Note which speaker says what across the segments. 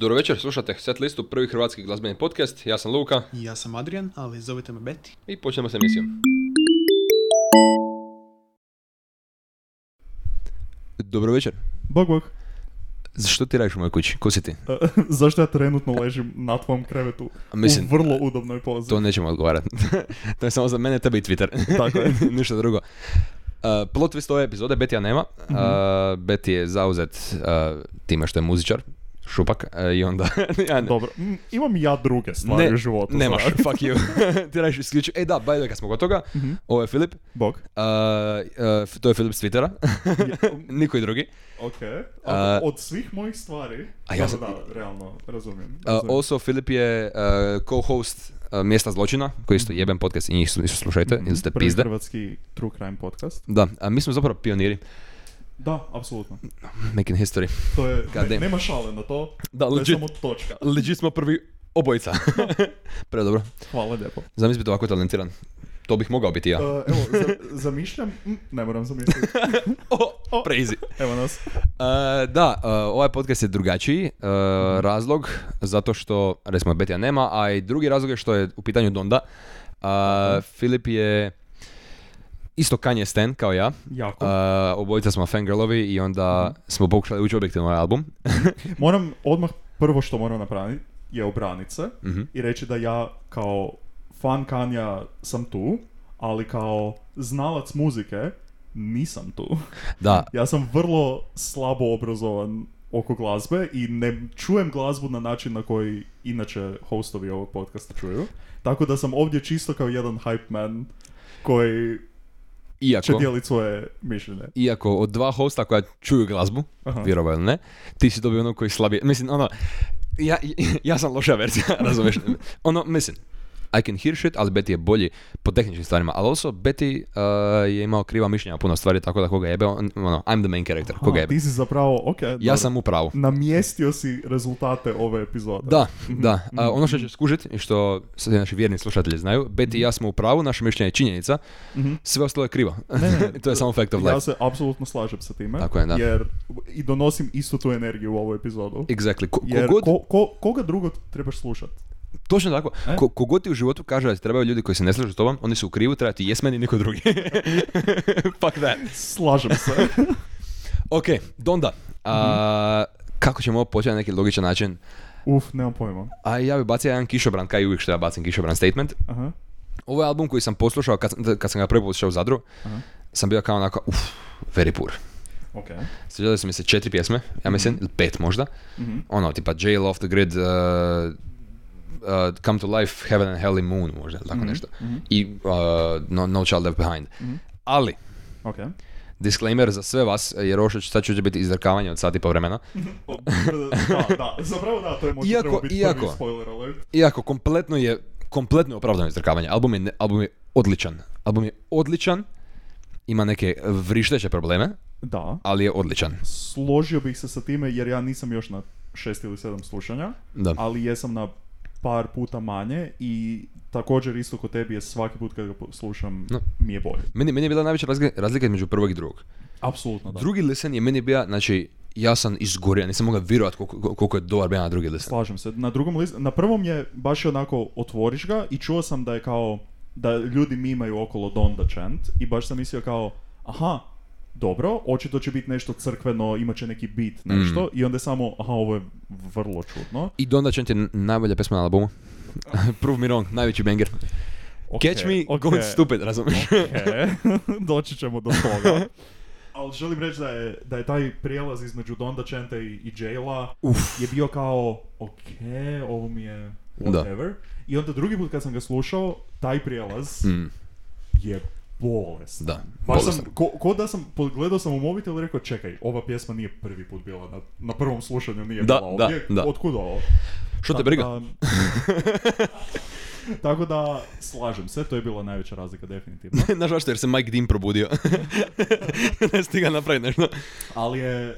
Speaker 1: Dobro večer, slušate set listu prvi hrvatski glazbeni podcast. Ja sam Luka
Speaker 2: I Ja sam Adrian, ali zovite me Beti.
Speaker 1: i počnemo s emisijom. Dobro večer.
Speaker 3: Bog, bog.
Speaker 1: Zašto ti radiš u mojoj kući? Ko si ti?
Speaker 3: E, Zašto ja trenutno ležim na tvom krevetu?
Speaker 1: A mislim,
Speaker 3: u vrlo udobnoj pozi.
Speaker 1: to nećemo odgovarati. to je samo za mene, tebe i Twitter.
Speaker 3: Tako je.
Speaker 1: Ništa drugo. Uh, plot twist ove epizode, Betija nema.
Speaker 3: Mhm.
Speaker 1: Uh, Beti je zauzet uh, time što je muzičar, šupak, uh, i onda... ja ne-
Speaker 3: Dobro, mm, imam ja druge stvari u životu.
Speaker 1: nemaš,
Speaker 3: znaš. Mhm.
Speaker 1: fuck you. ti radiš isključivo. E da, by the way, kad smo kod toga, ovo je Filip,
Speaker 3: Bog.
Speaker 1: Uh, uh, to je Filip s Twittera, niko i drugi.
Speaker 3: Ok.
Speaker 1: A-
Speaker 3: od svih mojih stvari...
Speaker 1: A ja
Speaker 3: da,
Speaker 1: sam-
Speaker 3: da, da, realno, razumijem.
Speaker 1: Uh,
Speaker 3: razumijem.
Speaker 1: also, Filip je uh, co-host uh, Mjesta zločina, koji je isto jeben podcast i njih su- isto slušajte, ili ste
Speaker 3: Mhm. Prvi
Speaker 1: pizde.
Speaker 3: hrvatski true crime podcast.
Speaker 1: Da, a mi smo zapravo pioniri,
Speaker 3: Da, apsolutno.
Speaker 1: making history.
Speaker 3: To je,
Speaker 1: God
Speaker 3: ne-
Speaker 1: damn.
Speaker 3: nema šale na to,
Speaker 1: Da,
Speaker 3: to je
Speaker 1: legit,
Speaker 3: samo točka.
Speaker 1: legit smo prvi obojica. Pre dobro,
Speaker 3: Hvala lijepo.
Speaker 1: zamisli biti ovako talentiran. To bih mogao biti ja.
Speaker 3: E, evo, za- zamišljam, mm, ne moram zamisliti.
Speaker 1: Oh, crazy.
Speaker 3: Evo nas.
Speaker 1: E, da, e, ovaj podcast je drugačiji. e, razlog, zato što, recimo, Betija nema, a i drugi razlog je što je u pitanju Donda. A, Filip je isto Kanye Stan, kao ja.
Speaker 3: Jako.
Speaker 1: A, obojica smo fangirlovi i onda smo pokušali ući objektivno ovaj album.
Speaker 3: Moram odmah prvo što moram napraviti je obranit se
Speaker 1: Mhm.
Speaker 3: i reći da ja kao fan Kanja sam tu, ali kao znalac muzike nisam tu.
Speaker 1: Da,
Speaker 3: Ja sam vrlo slabo obrazovan oko glazbe i ne čujem glazbu na način na koji inače hostovi ovog podcasta čuju. Tako da sam ovdje čisto kao jedan hype man koji će
Speaker 1: iako,
Speaker 3: dijeliti svoje mišljenje.
Speaker 1: iako od dva hosta koja čuju glazbu,
Speaker 3: Aha.
Speaker 1: vjerovao ili ne, ti si dobio ono koji slabije. Mislim, ono, ja, ja sam loša verzija, razumiješ? Ono, mislim, I can hear shit, ali Betty je bolji po tehničkim stvarima. Ali also, Betty uh, je imao kriva mišljenja o puno stvari, tako da koga jebe, on, ono, I'm the main character, koga
Speaker 3: Aha,
Speaker 1: jebe.
Speaker 3: ti si zapravo, ok,
Speaker 1: Ja
Speaker 3: dobro.
Speaker 1: sam u pravu.
Speaker 3: namjestio si rezultate ove epizode.
Speaker 1: Da, da.
Speaker 3: Mhm.
Speaker 1: A, ono što će skužiti i što sve naši vjerni slušatelji znaju, Betty i
Speaker 3: Mhm.
Speaker 1: ja smo u pravu, naše mišljenje je činjenica, sve ostalo je krivo. to je samo fact of
Speaker 3: Ja
Speaker 1: life.
Speaker 3: se apsolutno slažem sa time,
Speaker 1: Tako je, da.
Speaker 3: jer i donosim istu tu energiju u ovu epizodu.
Speaker 1: Exactly. Ko,
Speaker 3: Jer
Speaker 1: kogod-
Speaker 3: ko, ko- koga drugog trebaš slušat?
Speaker 1: Točno tako.
Speaker 3: E?
Speaker 1: Ko, kogod ti u životu kaže da ti trebaju ljudi koji se ne slažu s tobom, oni su u krivu, treba ti jes meni i niko drugi. Fuck that.
Speaker 3: Slažem se.
Speaker 1: Ok, Donda. A, kako ćemo ovo početi na neki logičan način?
Speaker 3: Uf, nemam pojma.
Speaker 1: A ja bi bacio jedan kišobran, kao i uvijek što ja bacim kišobran statement.
Speaker 3: Aha.
Speaker 1: Ovo je album koji sam poslušao kad, sam- kad sam ga prvi put slušao u Zadru. Sam bio kao onako, uff, very poor.
Speaker 3: Ok.
Speaker 1: Sviđale su mi se četiri pjesme, ja mislim, ili pet možda.
Speaker 3: Mhm.
Speaker 1: Ono, tipa Jail, Off the Grid, uh, uh, Come to Life, Heaven and Hell i Moon, možda, ili tako nešto. I uh, no, no Child Left Behind. Ali,
Speaker 3: Ok.
Speaker 1: disclaimer za sve vas, jer ovo što će- sad će biti izdrkavanje od sati po vremena.
Speaker 3: Da, da, zapravo da, to je možda
Speaker 1: Iako-
Speaker 3: trebao biti prvi
Speaker 1: iako.
Speaker 3: spoiler alert.
Speaker 1: Iako, kompletno je, kompletno je opravdano izdrkavanje. Album je, ne- album je odličan. Album je odličan, ima neke vrišteće probleme,
Speaker 3: Da,
Speaker 1: ali je odličan.
Speaker 3: složio bih se sa time jer ja nisam još na šest ili sedam slušanja,
Speaker 1: Da.
Speaker 3: ali jesam na par puta manje i također isto kod tebi je svaki put kad ga slušam
Speaker 1: No.
Speaker 3: mi je bolje.
Speaker 1: Meni, meni je bila najveća razlika, razlika između prvog i drugog.
Speaker 3: Apsolutno da.
Speaker 1: Drugi listen je meni bio, znači, ja sam izgorio, nisam mogao vjerovat koliko, koliko je dobar bio na drugi listen.
Speaker 3: Slažem se. Na drugom listu, na prvom je baš onako otvoriš ga i čuo sam da je kao da ljudi mimaju okolo Donda chant i baš sam mislio kao aha, dobro, očito će biti nešto crkveno, imat će neki bit,
Speaker 1: Mm.
Speaker 3: nešto i onda je samo aha, ovo je vrlo čudno.
Speaker 1: I Donda Chant je n- najbolja pesma na albumu. Prove me wrong, najveći banger. Catch me
Speaker 3: ok.
Speaker 1: going stupid, razumiješ?
Speaker 3: E, doći ćemo do toga. Ali želim reći da je, da je taj prijelaz između Donda Chanta i, i Jaila je bio kao, ok, ovo mi je whatever. I onda drugi put kad sam ga slušao, taj prijelaz je bolest.
Speaker 1: Mm. Da,
Speaker 3: Baš sam,
Speaker 1: bolestan.
Speaker 3: ko, ko da sam, pogledao sam u mobitel i rekao, čekaj, ova pjesma nije prvi put bila, na, na prvom slušanju nije
Speaker 1: Da,
Speaker 3: bila
Speaker 1: da,
Speaker 3: ovdje,
Speaker 1: da.
Speaker 3: otkud ovo?
Speaker 1: Što te
Speaker 3: Tako
Speaker 1: briga?
Speaker 3: da- Tako da, slažem se, to je bila najveća razlika definitivno.
Speaker 1: Znaš zašto, jer se Mike Dean probudio. ne stiga napraviti nešto.
Speaker 3: Ali je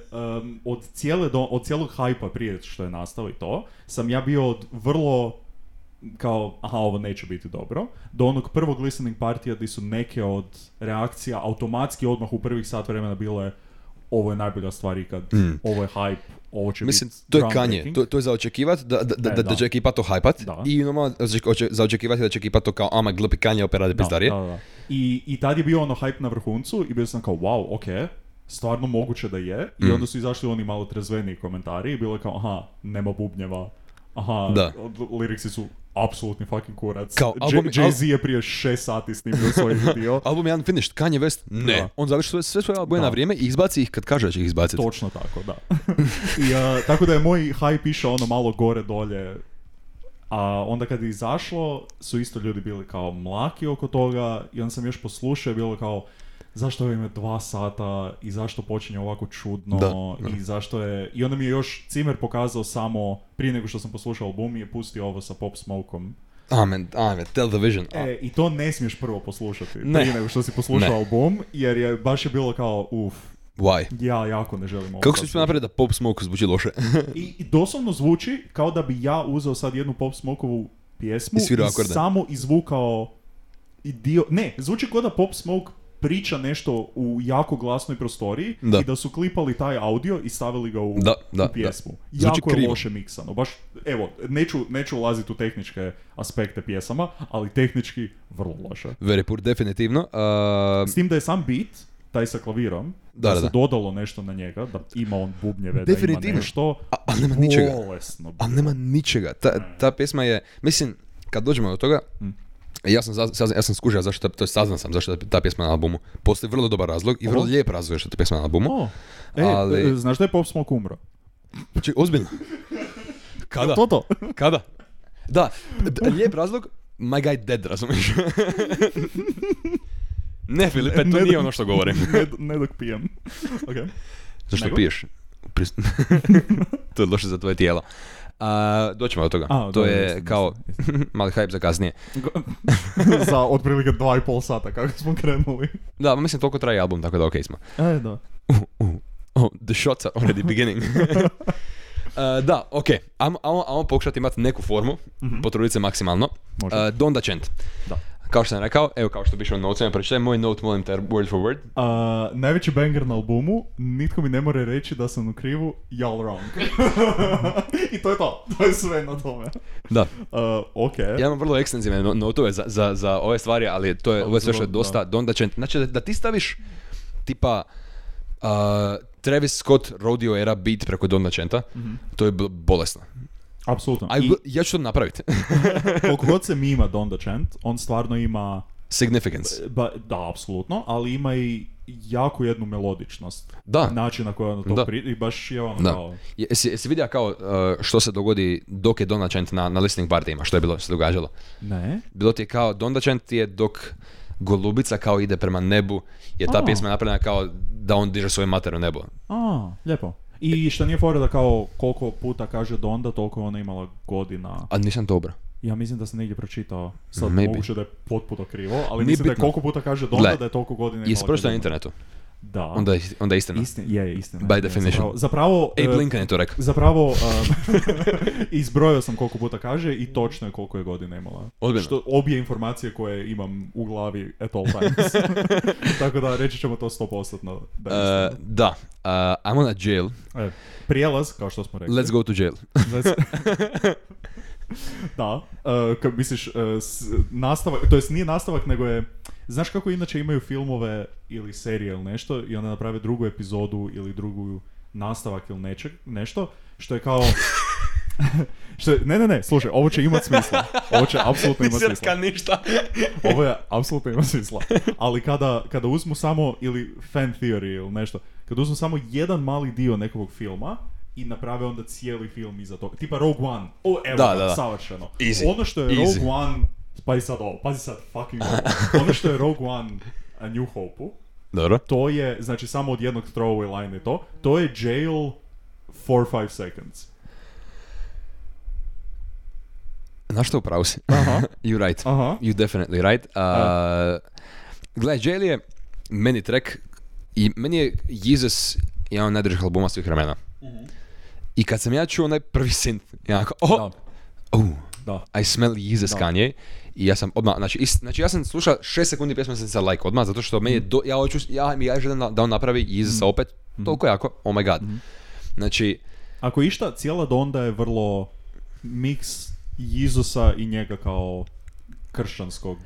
Speaker 3: em, od, cijele do, od cijelog hajpa prije što je nastao i to, sam ja bio od vrlo kao, aha, ovo neće biti dobro, do onog prvog listening partija gdje su neke od reakcija automatski odmah u prvih sat vremena bile ovo je najbolja stvar ikad,
Speaker 1: Mm.
Speaker 3: ovo je hype, ovo će
Speaker 1: Mislim,
Speaker 3: biti
Speaker 1: to je kanje,
Speaker 3: groundbreaking.
Speaker 1: to, to je za očekivat da, da, da,
Speaker 3: E,
Speaker 1: da,
Speaker 3: da.
Speaker 1: će ekipa to hajpat
Speaker 3: Da.
Speaker 1: i normalno oček- oče- za očekivati da će ekipa to kao ama glupi kanje opet radi pizdarije.
Speaker 3: Da, da, da. I, I tad je bio ono hype na vrhuncu i bio sam kao wow, ok, stvarno moguće da je. I
Speaker 1: Mm.
Speaker 3: onda su izašli oni malo trezveniji komentari i bilo je kao aha, nema bubnjeva, aha,
Speaker 1: Da.
Speaker 3: l- liriksi su apsolutni fucking kurac.
Speaker 1: Kao,
Speaker 3: J-
Speaker 1: album-
Speaker 3: Jay-Z je prije 6 sati snimio svoj video.
Speaker 1: Album je unfinished, Kanye West, ne.
Speaker 3: Da.
Speaker 1: On završi sve, sve svoje albume
Speaker 3: Da.
Speaker 1: na vrijeme i izbaci ih kad kaže da će ih izbaciti.
Speaker 3: Točno tako, da. I, a, tako da je moj hype išao ono malo gore dolje. A onda kad je izašlo, su isto ljudi bili kao mlaki oko toga i onda sam još poslušao i bilo je kao zašto ovo ime dva sata i zašto počinje ovako čudno
Speaker 1: Da, da.
Speaker 3: i zašto je... I onda mi je još Cimer pokazao samo, prije nego što sam poslušao album, je pustio ovo sa Pop Smokom.
Speaker 1: Amen, amen, tell the vision.
Speaker 3: E, i to ne smiješ prvo poslušati,
Speaker 1: Ne.
Speaker 3: prije nego što si poslušao
Speaker 1: Ne.
Speaker 3: album, jer je baš je bilo kao, uf,
Speaker 1: Why?
Speaker 3: ja jako ne želim ovo
Speaker 1: Kako
Speaker 3: sad
Speaker 1: si uspio napraviti da Pop Smoke zvuči loše?
Speaker 3: I, i doslovno zvuči kao da bi ja uzeo sad jednu Pop Smokeovu pjesmu
Speaker 1: I svirao akorde.
Speaker 3: samo izvukao i dio... Ne, zvuči kao da Pop Smoke priča nešto u jako glasnoj prostoriji
Speaker 1: Da.
Speaker 3: i da su klipali taj audio i stavili ga u,
Speaker 1: Da, da,
Speaker 3: u pjesmu.
Speaker 1: da. Zvuči
Speaker 3: Jako je
Speaker 1: krivo.
Speaker 3: loše miksano. Baš, evo, neću, neću ulaziti u tehničke aspekte pjesama, ali tehnički vrlo loše.
Speaker 1: Very poor, definitivno. Uh,
Speaker 3: S tim da je sam beat, taj sa klavirom,
Speaker 1: Da,
Speaker 3: da,
Speaker 1: da,
Speaker 3: se
Speaker 1: da.
Speaker 3: dodalo nešto na njega, da ima on bubnjeve, da ima
Speaker 1: Definitivno.
Speaker 3: nešto.
Speaker 1: A- a nema ničega.
Speaker 3: Bolesno.
Speaker 1: ali nema ničega. Ta, ta pjesma je, mislim, kad dođemo do toga, ja sam, zaz- sazna- ja sam skužio zašto, ta- to je saznao sam zašto je ta pjesma na albumu. Postoji vrlo dobar razlog i vrlo
Speaker 3: O.
Speaker 1: lijep razlog što je ta pjesma na albumu.
Speaker 3: O, e,
Speaker 1: Ali-
Speaker 3: e, znaš da je Pop Smoke umro?
Speaker 1: Ček, Znači, ozbiljno. Kada?
Speaker 3: To to.
Speaker 1: Kada? Da, d- lijep razlog, my guy dead, razumiješ? ne, Filipe, to
Speaker 3: Ne, ne.
Speaker 1: nije ono što govorim.
Speaker 3: ne, ne dok pijem. Okay.
Speaker 1: Zašto
Speaker 3: Nego?
Speaker 1: piješ? Pris- to je loše za tvoje tijelo. A, doćemo do toga.
Speaker 3: A,
Speaker 1: to
Speaker 3: dobro,
Speaker 1: je
Speaker 3: jeste,
Speaker 1: kao mali hype za kasnije.
Speaker 3: Za otprilike dva i pol sata kako smo krenuli.
Speaker 1: Da, ma mislim toliko traje album, tako da okej smo.
Speaker 3: E, da.
Speaker 1: Oh, the shots are already beginning. Uh, da, ok, ajmo, ajmo, ajmo pokušati imati neku formu, potruditi se maksimalno.
Speaker 3: Može.
Speaker 1: Uh, Donda Chant.
Speaker 3: Da.
Speaker 1: Kao što sam rekao, evo kao što bi išao u notesima, pročitaj moj note, molim te, word for word.
Speaker 3: A, najveći banger na albumu, nitko mi ne more reći da sam u krivu, y'all wrong. I to je to, to je sve na tome.
Speaker 1: Da,
Speaker 3: A, ok.
Speaker 1: ja imam vrlo ekstenzivne no- notove za, za, za ove stvari, ali to je, ovo je sve što je dosta Donda Chant. Znači da, da ti staviš tipa uh, Travis Scott Rodeo era beat preko Donda Chanta, to je bilo bolesno.
Speaker 3: Apsolutno.
Speaker 1: A
Speaker 3: I
Speaker 1: ja ću to napraviti.
Speaker 3: koliko god se mi ima Donda Chant, on stvarno ima
Speaker 1: Significance.
Speaker 3: E, Ba, da, apsolutno, ali ima i jako jednu melodičnost.
Speaker 1: Da.
Speaker 3: Način na koji ono to
Speaker 1: Da.
Speaker 3: pri... I baš je ono
Speaker 1: Da.
Speaker 3: kao...
Speaker 1: Je- Jesi, jesi vidio kao uh, što se dogodi dok je Donda Chant na, na listening partijima, što je bilo, što se događalo?
Speaker 3: Ne?
Speaker 1: Bilo ti je kao, Donda Chant je dok Golubica kao ide prema nebu, je ta
Speaker 3: A.
Speaker 1: pjesma napravljena kao da on diže svoju mater u nebo.
Speaker 3: A, lijepo.
Speaker 1: E.
Speaker 3: I što nije fora da kao koliko puta kaže Donda, toliko je ona imala godina.
Speaker 1: A nisam dobro.
Speaker 3: Ja mislim da sam negdje pročitao, sad
Speaker 1: Maybe.
Speaker 3: moguće da je potpuno krivo, ali
Speaker 1: Nije
Speaker 3: mislim da je
Speaker 1: bitno.
Speaker 3: koliko puta kaže Donda,
Speaker 1: Gle,
Speaker 3: da je toliko godina imala
Speaker 1: Jesi pročitao na
Speaker 3: godina.
Speaker 1: internetu?
Speaker 3: Da.
Speaker 1: Onda, je- onda je istina.
Speaker 3: Istina, je, je, istina.
Speaker 1: By
Speaker 3: je,
Speaker 1: definition.
Speaker 3: Zapravo, zapravo
Speaker 1: Abe
Speaker 3: e,
Speaker 1: Lincoln je to rekao.
Speaker 3: Zapravo, um, izbrojao sam koliko puta kaže i točno je koliko je godina imala.
Speaker 1: Ozbiljno?
Speaker 3: Što obje informacije koje imam u glavi at all times. Tako da reći ćemo to 100% da je
Speaker 1: E,
Speaker 3: istina.
Speaker 1: da, uh, I'm on a jail,
Speaker 3: E, prijelaz, kao što smo rekli.
Speaker 1: let's go to jail.
Speaker 3: Let's- da, e, kad misliš, e, s- nastavak, to jest nije nastavak, nego je, znaš kako inače imaju filmove ili serije ili nešto i onda naprave drugu epizodu ili drugu nastavak ili nečeg, nešto, što je kao... Što je, ne, ne, ne, slušaj, ovo će imat smisla. Ovo će apsolutno imat smisla.
Speaker 1: ništa.
Speaker 3: Ovo je apsolutno ima smisla. Ali kada, kada uzmu samo, ili fan theory ili nešto, kada uzmu samo jedan mali dio nekog filma i naprave onda cijeli film iza toga. Tipa Rogue One. O, evo,
Speaker 1: Da,
Speaker 3: da,
Speaker 1: da, da.
Speaker 3: savršeno.
Speaker 1: Easy.
Speaker 3: Ono što je
Speaker 1: Easy.
Speaker 3: Rogue One, pazi sad ovo, pazi sad fucking ovo. Ono što je Rogue One A New Hope-u,
Speaker 1: Dobro.
Speaker 3: to je, znači samo od jednog throwaway line je to, to je jail 4-5 seconds.
Speaker 1: Znaš što, upravo si.
Speaker 3: Aha.
Speaker 1: You're right.
Speaker 3: Aha.
Speaker 1: You definitely right. Uh, Gle, Jail je meni track i meni je Jesus jedan od najdražih albuma svih vremena.
Speaker 3: Mhm.
Speaker 1: I kad sam ja čuo onaj prvi synth, ja onako, oh,
Speaker 3: Da,
Speaker 1: oh,
Speaker 3: da.
Speaker 1: I smell Jesus Kanye. I ja sam odmah, znači, ist, znači ja sam slušao 6 sekundi pjesme sam se like odmah, zato što meni je, do, ja, hoću, ja, ja želim da, da on napravi Jezusa opet, Toliko jako, oh my god. Znači,
Speaker 3: Ako išta, cijela Donda je vrlo miks Jizusa i njega kao kršćanskog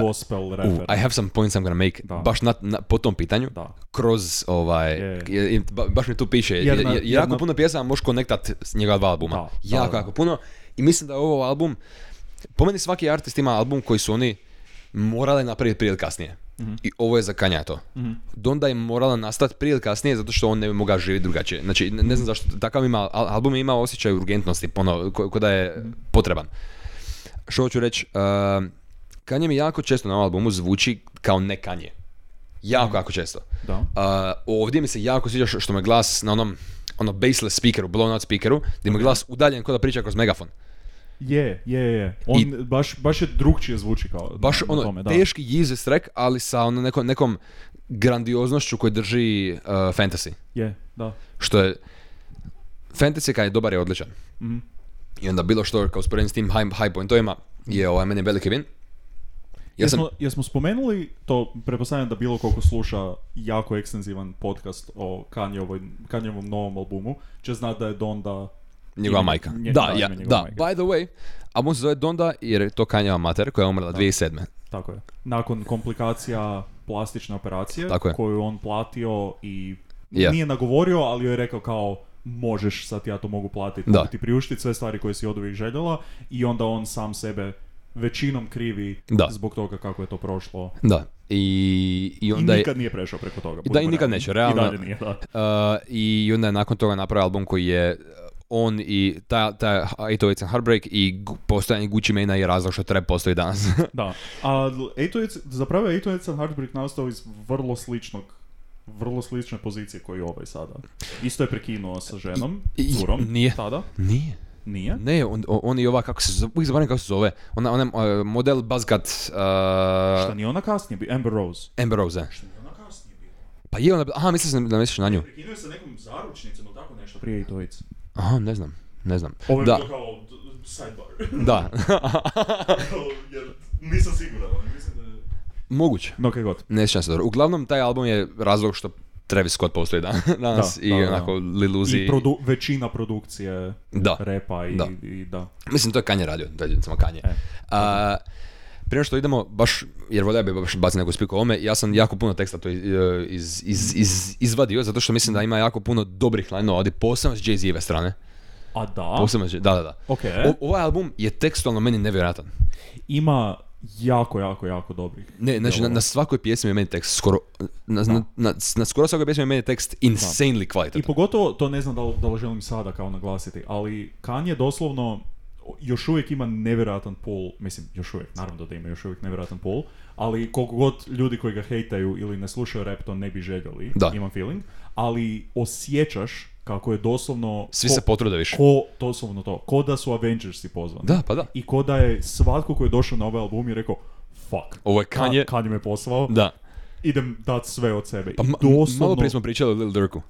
Speaker 3: gospel
Speaker 1: uh,
Speaker 3: rapera.
Speaker 1: I have some points I'm gonna make,
Speaker 3: Da.
Speaker 1: baš na, na- po tom pitanju,
Speaker 3: Da.
Speaker 1: kroz ovaj,
Speaker 3: Je,
Speaker 1: i- i ba- baš mi tu piše, je-
Speaker 3: Jedna-
Speaker 1: je- jako
Speaker 3: jedna-
Speaker 1: puno pjesama možeš konektat s njega dva albuma,
Speaker 3: Da, da,
Speaker 1: jako,
Speaker 3: da.
Speaker 1: jako puno i mislim da je ovo album, po meni svaki artist ima album koji su oni morali napraviti prije ili kasnije.
Speaker 3: Mhm.
Speaker 1: I ovo je za Kanja to. Donda je morala nastati prije ili kasnije zato što on ne bi mogao živjeti drugačije. Znači, ne,
Speaker 3: Mhm.
Speaker 1: ne znam zašto, takav ima, al- album ima osjećaj urgentnosti, ono, ko, ko da
Speaker 3: Mhm.
Speaker 1: je potreban što hoću reći, uh, Kanye mi jako često na ovom albumu zvuči kao ne Kanye. Jako, jako često.
Speaker 3: Mhm. Da.
Speaker 1: Uh, ovdje mi se jako sviđa što, što me glas na onom ono baseless speakeru, blown out speakeru, gdje mi je glas udaljen kao da priča kroz megafon.
Speaker 3: Je, je, je. On
Speaker 1: I-
Speaker 3: baš, baš je drugčije zvuči kao
Speaker 1: Baš
Speaker 3: na, na
Speaker 1: ono,
Speaker 3: tome, da.
Speaker 1: teški Jesus track, ali sa ono nekom, nekom grandioznošću koju drži uh, fantasy.
Speaker 3: Je, da.
Speaker 1: Što je, fantasy kad je dobar je odličan.
Speaker 3: Mhm.
Speaker 1: I onda bilo što kao usporedim s tim high, high pointovima je ovaj, meni veliki vin. Ja sam,
Speaker 3: Jesmo, jesmo spomenuli, to pretpostavljam da bilo koliko sluša jako ekstenzivan podcast o Kanjeovoj, Kanjeovom novom albumu, će znat da je Donda...
Speaker 1: Njegova
Speaker 3: ime-
Speaker 1: majka.
Speaker 3: nje-
Speaker 1: da,
Speaker 3: da,
Speaker 1: ja,
Speaker 3: ime njegove
Speaker 1: da.
Speaker 3: majke.
Speaker 1: By the way, album se zove Donda jer je to Kanjeva mater koja je umrla 2007.
Speaker 3: Tako je. Nakon komplikacija plastične operacije
Speaker 1: Tako je.
Speaker 3: koju je on platio i
Speaker 1: Je.
Speaker 3: nije nagovorio, ali joj je rekao kao možeš, sad ja to mogu platiti,
Speaker 1: Da.
Speaker 3: mogu ti priuštiti sve stvari koje si od uvijek željela i onda on sam sebe većinom krivi
Speaker 1: Da.
Speaker 3: zbog toga kako je to prošlo.
Speaker 1: Da. I, i onda
Speaker 3: I
Speaker 1: je...
Speaker 3: nikad nije prešao preko toga.
Speaker 1: i
Speaker 3: budimo
Speaker 1: nikad
Speaker 3: realni.
Speaker 1: neće, realno.
Speaker 3: I dalje nije, da.
Speaker 1: Uh, I onda je nakon toga napravio album koji je uh, on i ta, ta 808 and Heartbreak i gu- postojanje Gucci Mane i razlog što trap postoji danas.
Speaker 3: Da. A Etoic, zapravo je Etoic and Heartbreak nastao iz vrlo sličnog vrlo slične pozicije koji je ovaj sada. Isto je prekinuo sa ženom,
Speaker 1: I- i-
Speaker 3: curom,
Speaker 1: nije.
Speaker 3: tada.
Speaker 1: Nije.
Speaker 3: Nije.
Speaker 1: Ne, on, o- on i ova, kako se zove, uvijek zaboravim kako se zove, ona, ona uh, model Buzzcut
Speaker 3: Šta
Speaker 1: uh,
Speaker 3: nije ona kasnije bi Amber Rose?
Speaker 1: Amber Rose. da.
Speaker 3: Šta nije ona kasnije bila?
Speaker 1: Pa je ona, aha, mislio sam da misliš na nju.
Speaker 3: Prekinuo je sa nekom zaručnicom ili tako nešto. Prije Etoic.
Speaker 1: Aha, ne znam, ne znam.
Speaker 3: Ovo je
Speaker 1: da,
Speaker 3: bilo kao d- sidebar.
Speaker 1: da,
Speaker 3: Jer nisam siguran, ali mislim da je...
Speaker 1: moguće.
Speaker 3: No, kaj god.
Speaker 1: Ne sjećam se dobro. Uglavnom, taj album je razlog što Travis Scott postoji dan, danas
Speaker 3: Da,
Speaker 1: i
Speaker 3: da, da,
Speaker 1: onako
Speaker 3: da.
Speaker 1: Lil Uzi.
Speaker 3: I produ- većina produkcije
Speaker 1: Da.
Speaker 3: repa i
Speaker 1: Da.
Speaker 3: da. I, da.
Speaker 1: Mislim, to je Kanye radio, to je recimo Kanye.
Speaker 3: E.
Speaker 1: A, prije nego što idemo, baš, jer volio bi baš baciti neku spiku o ovome, ja sam jako puno teksta tu iz, e, iz, iz, iz- izvadio, zato što mislim da ima jako puno dobrih line-ova, ovdje posebno s Jay-Z-eve strane.
Speaker 3: A da,
Speaker 1: Posebno s Jay- da, da, da.
Speaker 3: Ok.
Speaker 1: O- ovaj album je tekstualno meni nevjerojatan.
Speaker 3: ima jako, jako, jako dobrih.
Speaker 1: Ne, znači na,
Speaker 3: dijelova.
Speaker 1: na svakoj pjesmi je meni tekst skoro, na, na, na, na skoro svakoj pjesmi je meni tekst insanely
Speaker 3: I
Speaker 1: kvalitetan.
Speaker 3: pogotovo, to ne znam da li, da li želim sada kao naglasiti, ali Kanye doslovno još uvijek ima nevjerojatan pool, mislim još uvijek, naravno da ima još uvijek nevjerojatan pool, ali koliko god ljudi koji ga hejtaju ili ne slušaju rap to ne bi željeli,
Speaker 1: Da.
Speaker 3: imam feeling, ali osjećaš kako je doslovno...
Speaker 1: Svi
Speaker 3: ko-
Speaker 1: se potrude više.
Speaker 3: Ko, doslovno to, ko da su Avengersi pozvani.
Speaker 1: Da, pa da.
Speaker 3: I ko da je svatko koji je došao na ovaj album i rekao, fuck,
Speaker 1: Ovo je
Speaker 3: Ka-
Speaker 1: Kanye.
Speaker 3: Kanye me poslao,
Speaker 1: Da.
Speaker 3: idem dat sve od sebe. I
Speaker 1: Pa ma- malo
Speaker 3: doslovno,
Speaker 1: prije smo pričali o Lil Durku.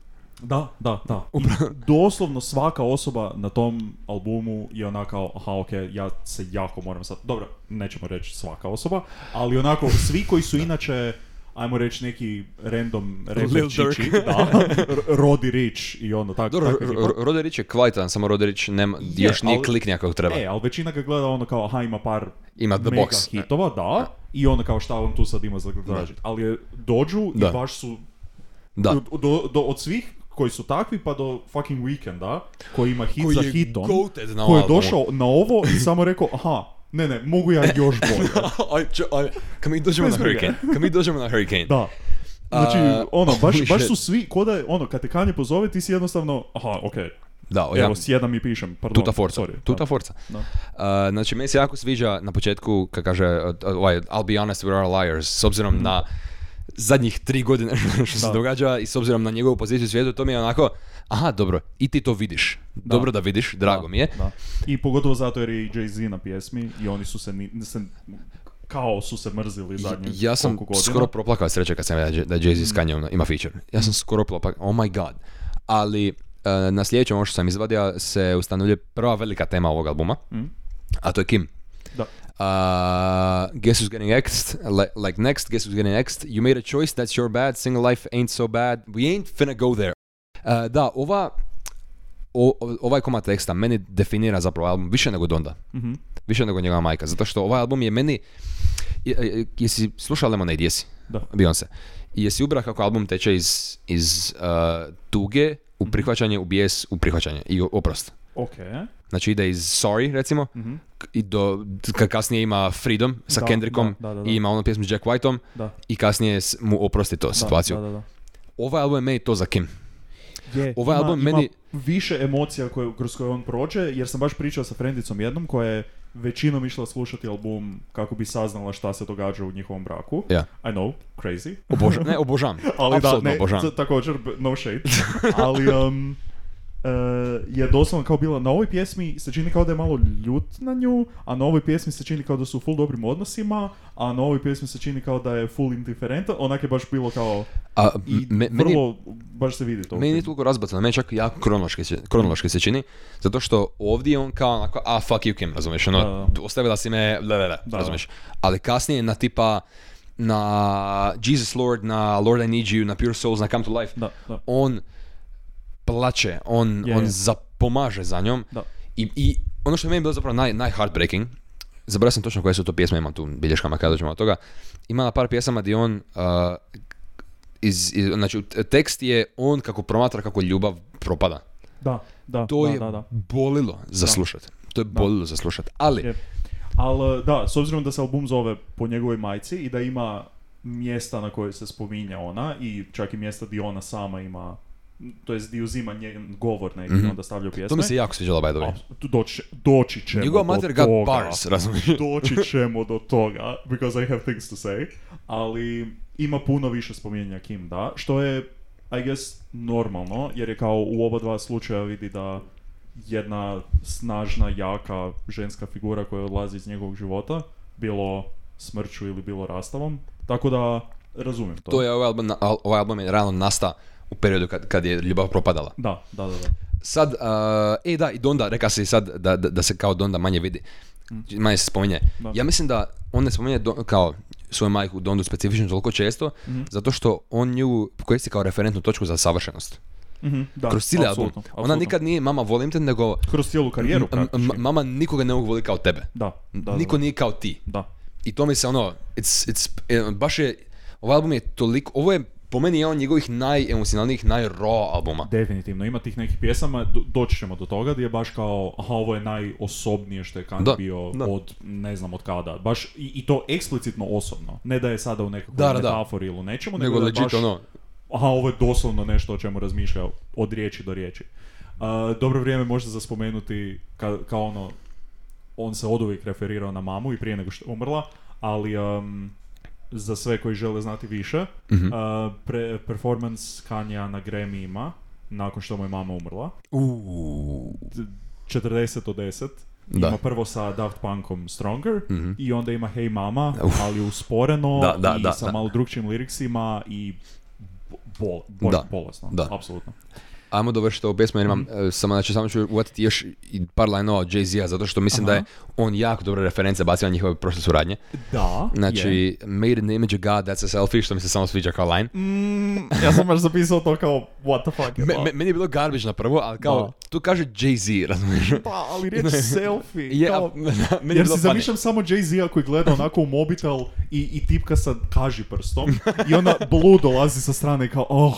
Speaker 3: da, da, da. I doslovno svaka osoba na tom albumu je onako, aha, ok, ja se jako moram sad, dobro, nećemo reći svaka osoba, ali onako, svi koji su inače, ajmo reći neki random
Speaker 1: Lil
Speaker 3: rapperčići,
Speaker 1: Durk.
Speaker 3: da, R- Roddy Rich i ono, tako,
Speaker 1: Dobro,
Speaker 3: takva ekipa.
Speaker 1: Dakle, Ro- Ro- Roderić je kvalitetan, samo Roderić nema,
Speaker 3: Je,
Speaker 1: još nije
Speaker 3: ali-
Speaker 1: kliknija kako treba.
Speaker 3: E, ali većina ga gleda ono kao, aha, ima par
Speaker 1: Ima The
Speaker 3: mega
Speaker 1: Box.
Speaker 3: hitova, da, i ono kao šta on tu sad ima za tražit. Ali je dođu
Speaker 1: Da.
Speaker 3: i baš su
Speaker 1: da.
Speaker 3: Od, do, do- od svih koji su takvi pa do fucking Weekenda, koji ima hit
Speaker 1: Koji
Speaker 3: za
Speaker 1: je
Speaker 3: hitom,
Speaker 1: goated na
Speaker 3: koji
Speaker 1: ovom
Speaker 3: je
Speaker 1: albumu.
Speaker 3: došao na ovo i samo rekao, aha, ne, ne, mogu ja još bolje.
Speaker 1: aj, čo, aj, kad mi dođemo
Speaker 3: Bez
Speaker 1: na
Speaker 3: brige.
Speaker 1: Hurricane. Kad mi dođemo na Hurricane.
Speaker 3: Da. Znači,
Speaker 1: A,
Speaker 3: ono, baš,
Speaker 1: holy
Speaker 3: baš
Speaker 1: shit.
Speaker 3: su svi, ko da je, ono, kad te Kanye pozove, ti si jednostavno, aha, okej,
Speaker 1: Da, ja,
Speaker 3: evo, sjedam i pišem, pardon,
Speaker 1: tuta forca.
Speaker 3: sorry.
Speaker 1: tuta
Speaker 3: Da.
Speaker 1: forca.
Speaker 3: Da.
Speaker 1: Uh, znači, meni se jako sviđa na početku, kad kaže, uh, ovaj, I'll be honest, we're all liars, s obzirom na zadnjih tri godine što se
Speaker 3: Da.
Speaker 1: događa i s obzirom na njegovu poziciju u svijetu, to mi je onako, aha, dobro, i ti to vidiš. Dobro da vidiš, drago mi je.
Speaker 3: Da. I pogotovo zato jer je i Jay-Z na pjesmi i oni su se, ni, se kao su se mrzili zadnje
Speaker 1: ja sam
Speaker 3: koliko godina.
Speaker 1: skoro proplakao od sreće kad sam vidio da je- da je Jay-Z s Kanyeom ima feature. Ja sam skoro proplakao, oh my god. Ali e,
Speaker 3: Mm.
Speaker 1: na sljedećem ono što sam izvadio se ustanovljuje prva velika tema ovog albuma, a to je Kim.
Speaker 3: Da.
Speaker 1: Uh, guess who's getting next? Like, like next, guess who's getting next? You made a choice, that's your bad. Single life ain't so bad. We ain't finna go there. Uh, da, ova, o, o- ovaj komad teksta meni definira zapravo album više nego Donda.
Speaker 3: Mhm.
Speaker 1: Više nego njegova majka. Zato što ovaj album je meni... je- je- Jesi slušao Lemonade? Jesi.
Speaker 3: Da.
Speaker 1: Beyoncé. I Jesi ubra kako album teče iz, iz uh, tuge
Speaker 3: Mhm.
Speaker 1: u prihvaćanje, u bijes, u prihvaćanje i u oprost.
Speaker 3: Ok.
Speaker 1: Znači ide iz Sorry, recimo,
Speaker 3: Mhm.
Speaker 1: k- i do, ka- kasnije ima Freedom sa
Speaker 3: Da,
Speaker 1: Kendrickom
Speaker 3: da, da, da, da.
Speaker 1: i ima onu pjesmu s Jack Whiteom
Speaker 3: Da.
Speaker 1: i kasnije s- mu oprosti to Pa situaciju.
Speaker 3: Da, da, da.
Speaker 1: Ovaj album je meni to za Kim.
Speaker 3: Je,
Speaker 1: Ovaj album meni-
Speaker 3: više emocija koje, kroz koje on prođe, jer sam baš pričao sa frendicom jednom koja je većinom išla slušati album kako bi saznala šta se događa u njihovom braku.
Speaker 1: Ja.
Speaker 3: I know, crazy.
Speaker 1: Oboža, ne, obožavam.
Speaker 3: Ali da,
Speaker 1: Apsolutno
Speaker 3: ne,
Speaker 1: obožavam.
Speaker 3: t- također, b- no shade. Ali um, e, je doslovno kao bila, na ovoj pjesmi se čini kao da je malo ljut na nju, a na ovoj pjesmi se čini kao da su u full dobrim odnosima, a na ovoj pjesmi se čini kao da je full indiferenta, onak je baš bilo kao,
Speaker 1: A,
Speaker 3: i
Speaker 1: me- meni-
Speaker 3: vrlo, baš se vidi to. u
Speaker 1: Meni
Speaker 3: filmu.
Speaker 1: nije toliko razbacano, meni čak jako kronološki se, kronološki se čini, zato što ovdje on kao onako, a fuck you Kim, razumiješ, ono,
Speaker 3: Da, da.
Speaker 1: ostavila si me, le, le, le,
Speaker 3: Da.
Speaker 1: razumiješ. Ali kasnije na tipa, na Jesus Lord, na Lord I Need You, na Pure Souls, na Come to Life,
Speaker 3: Da, da.
Speaker 1: on plače, on,
Speaker 3: Je,
Speaker 1: on
Speaker 3: je.
Speaker 1: zapomaže za njom.
Speaker 3: Da.
Speaker 1: I, I ono što je meni bilo zapravo naj, naj heartbreaking, zaboravio sam točno koje su to pjesme, imam tu u bilješkama kada dođemo od toga, ima na par pjesama gdje on, uh, iz, iz- znači t- tekst je on kako promatra kako ljubav propada.
Speaker 3: Da, da,
Speaker 1: To
Speaker 3: da,
Speaker 1: je
Speaker 3: da, da.
Speaker 1: bolilo za slušat. To je bolilo za slušat. Ali,
Speaker 3: Je. Ali e, da, s obzirom da se album zove po njegovoj majci i da ima mjesta na koje se spominja ona i čak i mjesta di ona sama ima, to jest di uzima njen govor neki onda stavlja u pjesme.
Speaker 1: Mhm. to mi se jako sviđalo by the way.
Speaker 3: A, tu doći, doći ćemo
Speaker 1: Njegova
Speaker 3: do
Speaker 1: mater got
Speaker 3: toga.
Speaker 1: bars, razumiješ?
Speaker 3: doći ćemo do toga, because I have things to say, ali ima puno više spominjanja Kim, da, što je, I guess, normalno, jer je kao u oba dva slučaja vidi da jedna snažna, jaka ženska figura koja odlazi iz njegovog života, bilo smrću ili bilo rastavom, tako da razumijem to.
Speaker 1: To je ovaj album, al- ovaj album je realno nasta u periodu kad, kad je ljubav propadala.
Speaker 3: Da, da, da, da.
Speaker 1: Sad, uh, e da, i Donda, reka si sad da, da, da se kao Donda manje vidi, manje se spominje.
Speaker 3: Mm. Da.
Speaker 1: Ja mislim da on ne spominje Don- kao svoju majku Dondu specifično toliko često,
Speaker 3: Mhm.
Speaker 1: zato što on nju koristi kao referentnu točku za savršenost.
Speaker 3: Mhm, da,
Speaker 1: Kroz cijeli album.
Speaker 3: apsolutno,
Speaker 1: Ona
Speaker 3: apsolutno.
Speaker 1: nikad nije mama volim te, nego
Speaker 3: Kroz cijelu karijeru
Speaker 1: m- m-
Speaker 3: praktički.
Speaker 1: mama nikoga ne mogu voli kao tebe.
Speaker 3: Da, da, da,
Speaker 1: Niko nije kao ti.
Speaker 3: da.
Speaker 1: I to mi se ono, it's, it's, e, baš je, ovaj album je toliko, ovo je po meni jedan od njegovih najemocionalnijih, naj-raw albuma.
Speaker 3: Definitivno, ima tih nekih pjesama, do- doći ćemo do toga, gdje je baš kao, aha, ovo je najosobnije što je Kanye
Speaker 1: Da,
Speaker 3: bio
Speaker 1: da.
Speaker 3: od ne znam od kada. Baš, i, i to eksplicitno osobno. Ne da je sada u nekakvoj
Speaker 1: Da, da, da.
Speaker 3: metafori ili u nečemu, nego,
Speaker 1: Nego
Speaker 3: da je baš,
Speaker 1: legit ono,
Speaker 3: aha, ovo je doslovno nešto o čemu razmišlja od riječi do riječi. A, dobro vrijeme možda za spomenuti ka, kao ono, on se oduvijek referirao na mamu i prije nego što je umrla, ali em, za sve koji žele znati više, a, pre- performance Kanja na Grammy-ima, nakon što mu je mama umrla,
Speaker 1: uuu,
Speaker 3: 40 od 10,
Speaker 1: Da. Mhm.
Speaker 3: ima prvo sa Daft Punkom Stronger i onda ima Hey Mama, ali usporeno
Speaker 1: Da, da,
Speaker 3: i
Speaker 1: da,
Speaker 3: sa
Speaker 1: da.
Speaker 3: malo drugčim liriksima i bo- bol, bol,
Speaker 1: Da.
Speaker 3: bolesno,
Speaker 1: Da.
Speaker 3: apsolutno.
Speaker 1: Ajmo dovršiti ovu pjesmu jer imam,
Speaker 3: Mhm.
Speaker 1: e, samo, znači, samo ću uvatiti još i par lajnova od Jay-Z-a zato što mislim da je on jako dobre reference bacio na njihove prošle suradnje.
Speaker 3: Da,
Speaker 1: Znači,
Speaker 3: je.
Speaker 1: made in the image of God, that's a selfie, što mi se samo sviđa kao line.
Speaker 3: Mm, ja sam baš zapisao to kao what the fuck je
Speaker 1: Me,
Speaker 3: to?
Speaker 1: me- meni je bilo garbage na prvo, ali kao,
Speaker 3: Da.
Speaker 1: tu kaže Jay-Z, razumiješ?
Speaker 3: Pa, ali riječ selfie,
Speaker 1: Je, a-
Speaker 3: kao,
Speaker 1: meni je
Speaker 3: Jer
Speaker 1: bilo
Speaker 3: si
Speaker 1: funny.
Speaker 3: zamišljam samo Jay-Z-a koji gleda onako u mobitel i, i tipka sa kaži prstom i onda Blue dolazi sa strane i kao oh,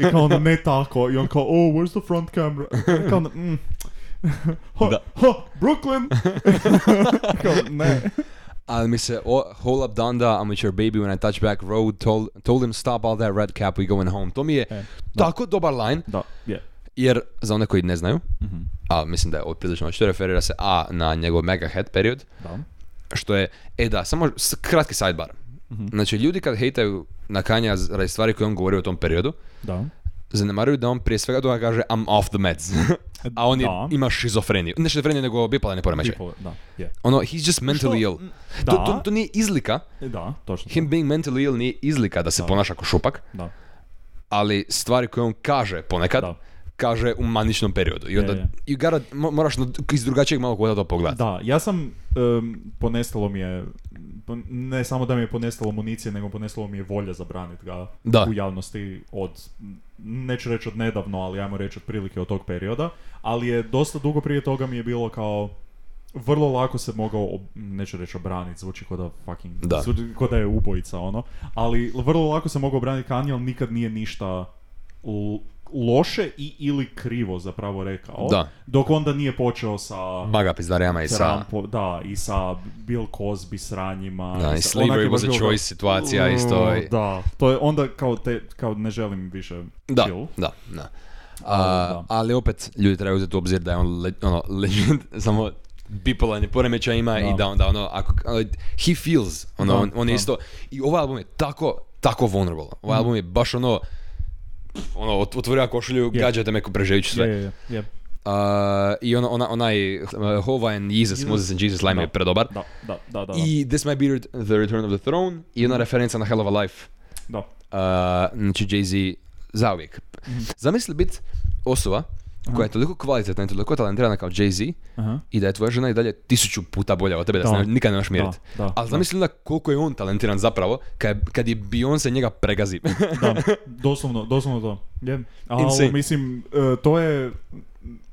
Speaker 3: i kao ono ne tako i on kao oh, where's the front camera? I kao ono, mm. Ho,
Speaker 1: Da.
Speaker 3: ho, Brooklyn! kao, ne.
Speaker 1: Ali mi se, o, hold up Donda, I'm with your baby when I touch back road, told, told him stop all that red cap, we going home. To mi je
Speaker 3: E,
Speaker 1: tako dobar line,
Speaker 3: Da, je.
Speaker 1: jer za one koji ne znaju,
Speaker 3: Mhm.
Speaker 1: a mislim da je ovo prilično očito, referira se A na njegov megahead period,
Speaker 3: Da.
Speaker 1: što je, e da, samo s- kratki sidebar.
Speaker 3: Mhm.
Speaker 1: Znači, ljudi kad hejtaju na Kanja radi stvari koje on govori u tom periodu,
Speaker 3: Da.
Speaker 1: zanemaruju da on prije svega toga kaže I'm off the meds. A on je,
Speaker 3: E, Da.
Speaker 1: ima šizofreniju. Ne šizofreniju, nego bipolarni poremećaj.
Speaker 3: Da, je. Mm.
Speaker 1: Ono, he's just mentally ill. To, to,
Speaker 3: Da.
Speaker 1: to nije izlika.
Speaker 3: Da, točno.
Speaker 1: Him being mentally ill nije izlika da se ponaša kao šupak,
Speaker 3: Da.
Speaker 1: ali stvari koje on kaže ponekad,
Speaker 3: Da.
Speaker 1: kaže u maničnom periodu. I onda
Speaker 3: Je, je.
Speaker 1: you gotta, mo- moraš na- iz drugačijeg malog kuda to pogledati.
Speaker 3: Da, ja sam, em, ponestalo mi je, pon- ne samo da mi je ponestalo municije, nego ponestalo mi je volja zabraniti ga
Speaker 1: Da.
Speaker 3: u javnosti od, neću reći od nedavno, ali ajmo reći otprilike od tog perioda, ali je dosta dugo prije toga mi je bilo kao, vrlo lako se mogao, ob- neću reći obraniti, zvuči ko da fucking,
Speaker 1: Da.
Speaker 3: zvuči ko da je ubojica ono, ali vrlo lako se mogao obraniti Kanye, ali nikad nije ništa l- loše i ili krivo zapravo rekao,
Speaker 1: Da.
Speaker 3: dok onda nije počeo sa
Speaker 1: Maga pizdarijama i E sa...
Speaker 3: Trumpo- da, i sa Bill Cosby sranjima.
Speaker 1: Da, i
Speaker 3: sa-
Speaker 1: slavery
Speaker 3: onak je baš
Speaker 1: was a
Speaker 3: bilo kao-
Speaker 1: choice situacija isto ovaj. i-
Speaker 3: Da, to je onda kao, te, kao ne želim više
Speaker 1: Da,
Speaker 3: chill.
Speaker 1: da, da.
Speaker 3: Ali,
Speaker 1: A,
Speaker 3: da.
Speaker 1: ali opet, ljudi trebaju uzeti u obzir da je on le, ono, legend, samo bipolarni poremećaj ima i
Speaker 3: Da.
Speaker 1: da onda ono, ako, ali he feels, ono,
Speaker 3: Da,
Speaker 1: on, on je
Speaker 3: da. Mm.
Speaker 1: isto, i ovaj album je tako, tako vulnerable, ovaj album je baš ono, ono, ot- otvorio košulju,
Speaker 3: Je.
Speaker 1: gađate me ko preživit ću sve.
Speaker 3: Je, je, je, je.
Speaker 1: A, I ono, ona, onaj, uh, Hova and Jesus,
Speaker 3: Jesus.
Speaker 1: Moses and Jesus, Lime je
Speaker 3: Da.
Speaker 1: predobar.
Speaker 3: Da, da, da, da. Mm.
Speaker 1: I This Might Be Ret- The Return of the Throne i ona referenca na Hell of a Life.
Speaker 3: da.
Speaker 1: Uh, znači Jay-Z zauvijek.
Speaker 3: Mhm.
Speaker 1: Zamisli biti osoba koja je toliko kvalitetna i toliko talentirana kao Jay-Z
Speaker 3: Aha.
Speaker 1: i da je tvoja žena i dalje tisuću puta bolja od tebe, da, se
Speaker 3: Da.
Speaker 1: ne- nikad nemaš mjeriti.
Speaker 3: Da, da,
Speaker 1: Ali
Speaker 3: da.
Speaker 1: zamisli onda koliko je on talentiran zapravo kad, kad je Beyoncé njega pregazi.
Speaker 3: da, doslovno, doslovno to. Je.
Speaker 1: Insane.
Speaker 3: Ali, mislim, e, to je,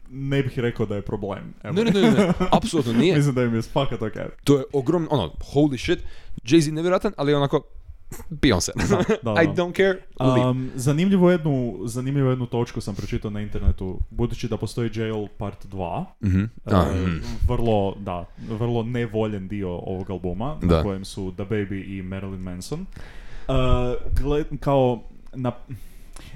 Speaker 3: ne bih rekao da je problem. Evo.
Speaker 1: ne, ne, ne, ne, apsolutno nije.
Speaker 3: mislim da im je spakat ok.
Speaker 1: To je ogrom, ono, holy shit, Jay-Z nevjerojatan, ali onako, Beyoncé.
Speaker 3: Da, da,
Speaker 1: I
Speaker 3: da.
Speaker 1: don't care, leave.
Speaker 3: Um, zanimljivo jednu, zanimljivu jednu točku sam pročitao na internetu, budući da postoji Jail Part 2,
Speaker 1: Mhm. A,
Speaker 3: e,
Speaker 1: mhm.
Speaker 3: vrlo, da, vrlo nevoljen dio ovog albuma,
Speaker 1: Da.
Speaker 3: na kojem su The Baby i Marilyn Manson. E, gled- kao, na,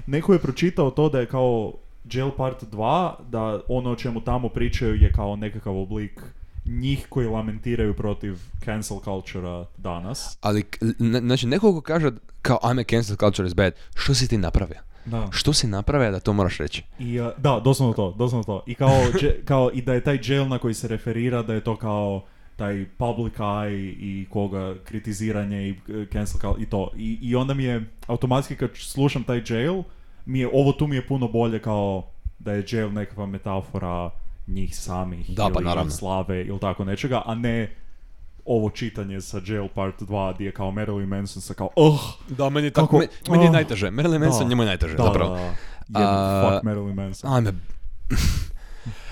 Speaker 3: neko je pročitao to da je kao Jail Part 2, da ono o čemu tamo pričaju je kao nekakav oblik njih koji lamentiraju protiv cancel culture danas.
Speaker 1: Ali, k- n- znači, neko ko kaže kao I'm a cancel culture is bad, što si ti napravio?
Speaker 3: Da.
Speaker 1: Što si napravio da to moraš reći?
Speaker 3: I, uh, da, doslovno to, doslovno to. I kao, dže- kao i da je taj jail na koji se referira, da je to kao taj public eye i koga kritiziranje i e, cancel kao, i to. I, I onda mi je automatski kad slušam taj jail, mi je, ovo tu mi je puno bolje kao da je jail nekakva metafora njih samih
Speaker 1: Da, pa
Speaker 3: ili
Speaker 1: naravno.
Speaker 3: slave ili tako nečega, a ne ovo čitanje sa Jail Part 2 gdje je kao Marilyn Manson sa kao oh,
Speaker 1: Da, meni je
Speaker 3: tako-
Speaker 1: tako, me- meni je
Speaker 3: Ah.
Speaker 1: najteže. Marilyn
Speaker 3: Da.
Speaker 1: Manson, njemu je najteže,
Speaker 3: da,
Speaker 1: zapravo.
Speaker 3: da, da.
Speaker 1: A-
Speaker 3: Jedan fuck Marilyn Manson.
Speaker 1: Ajme.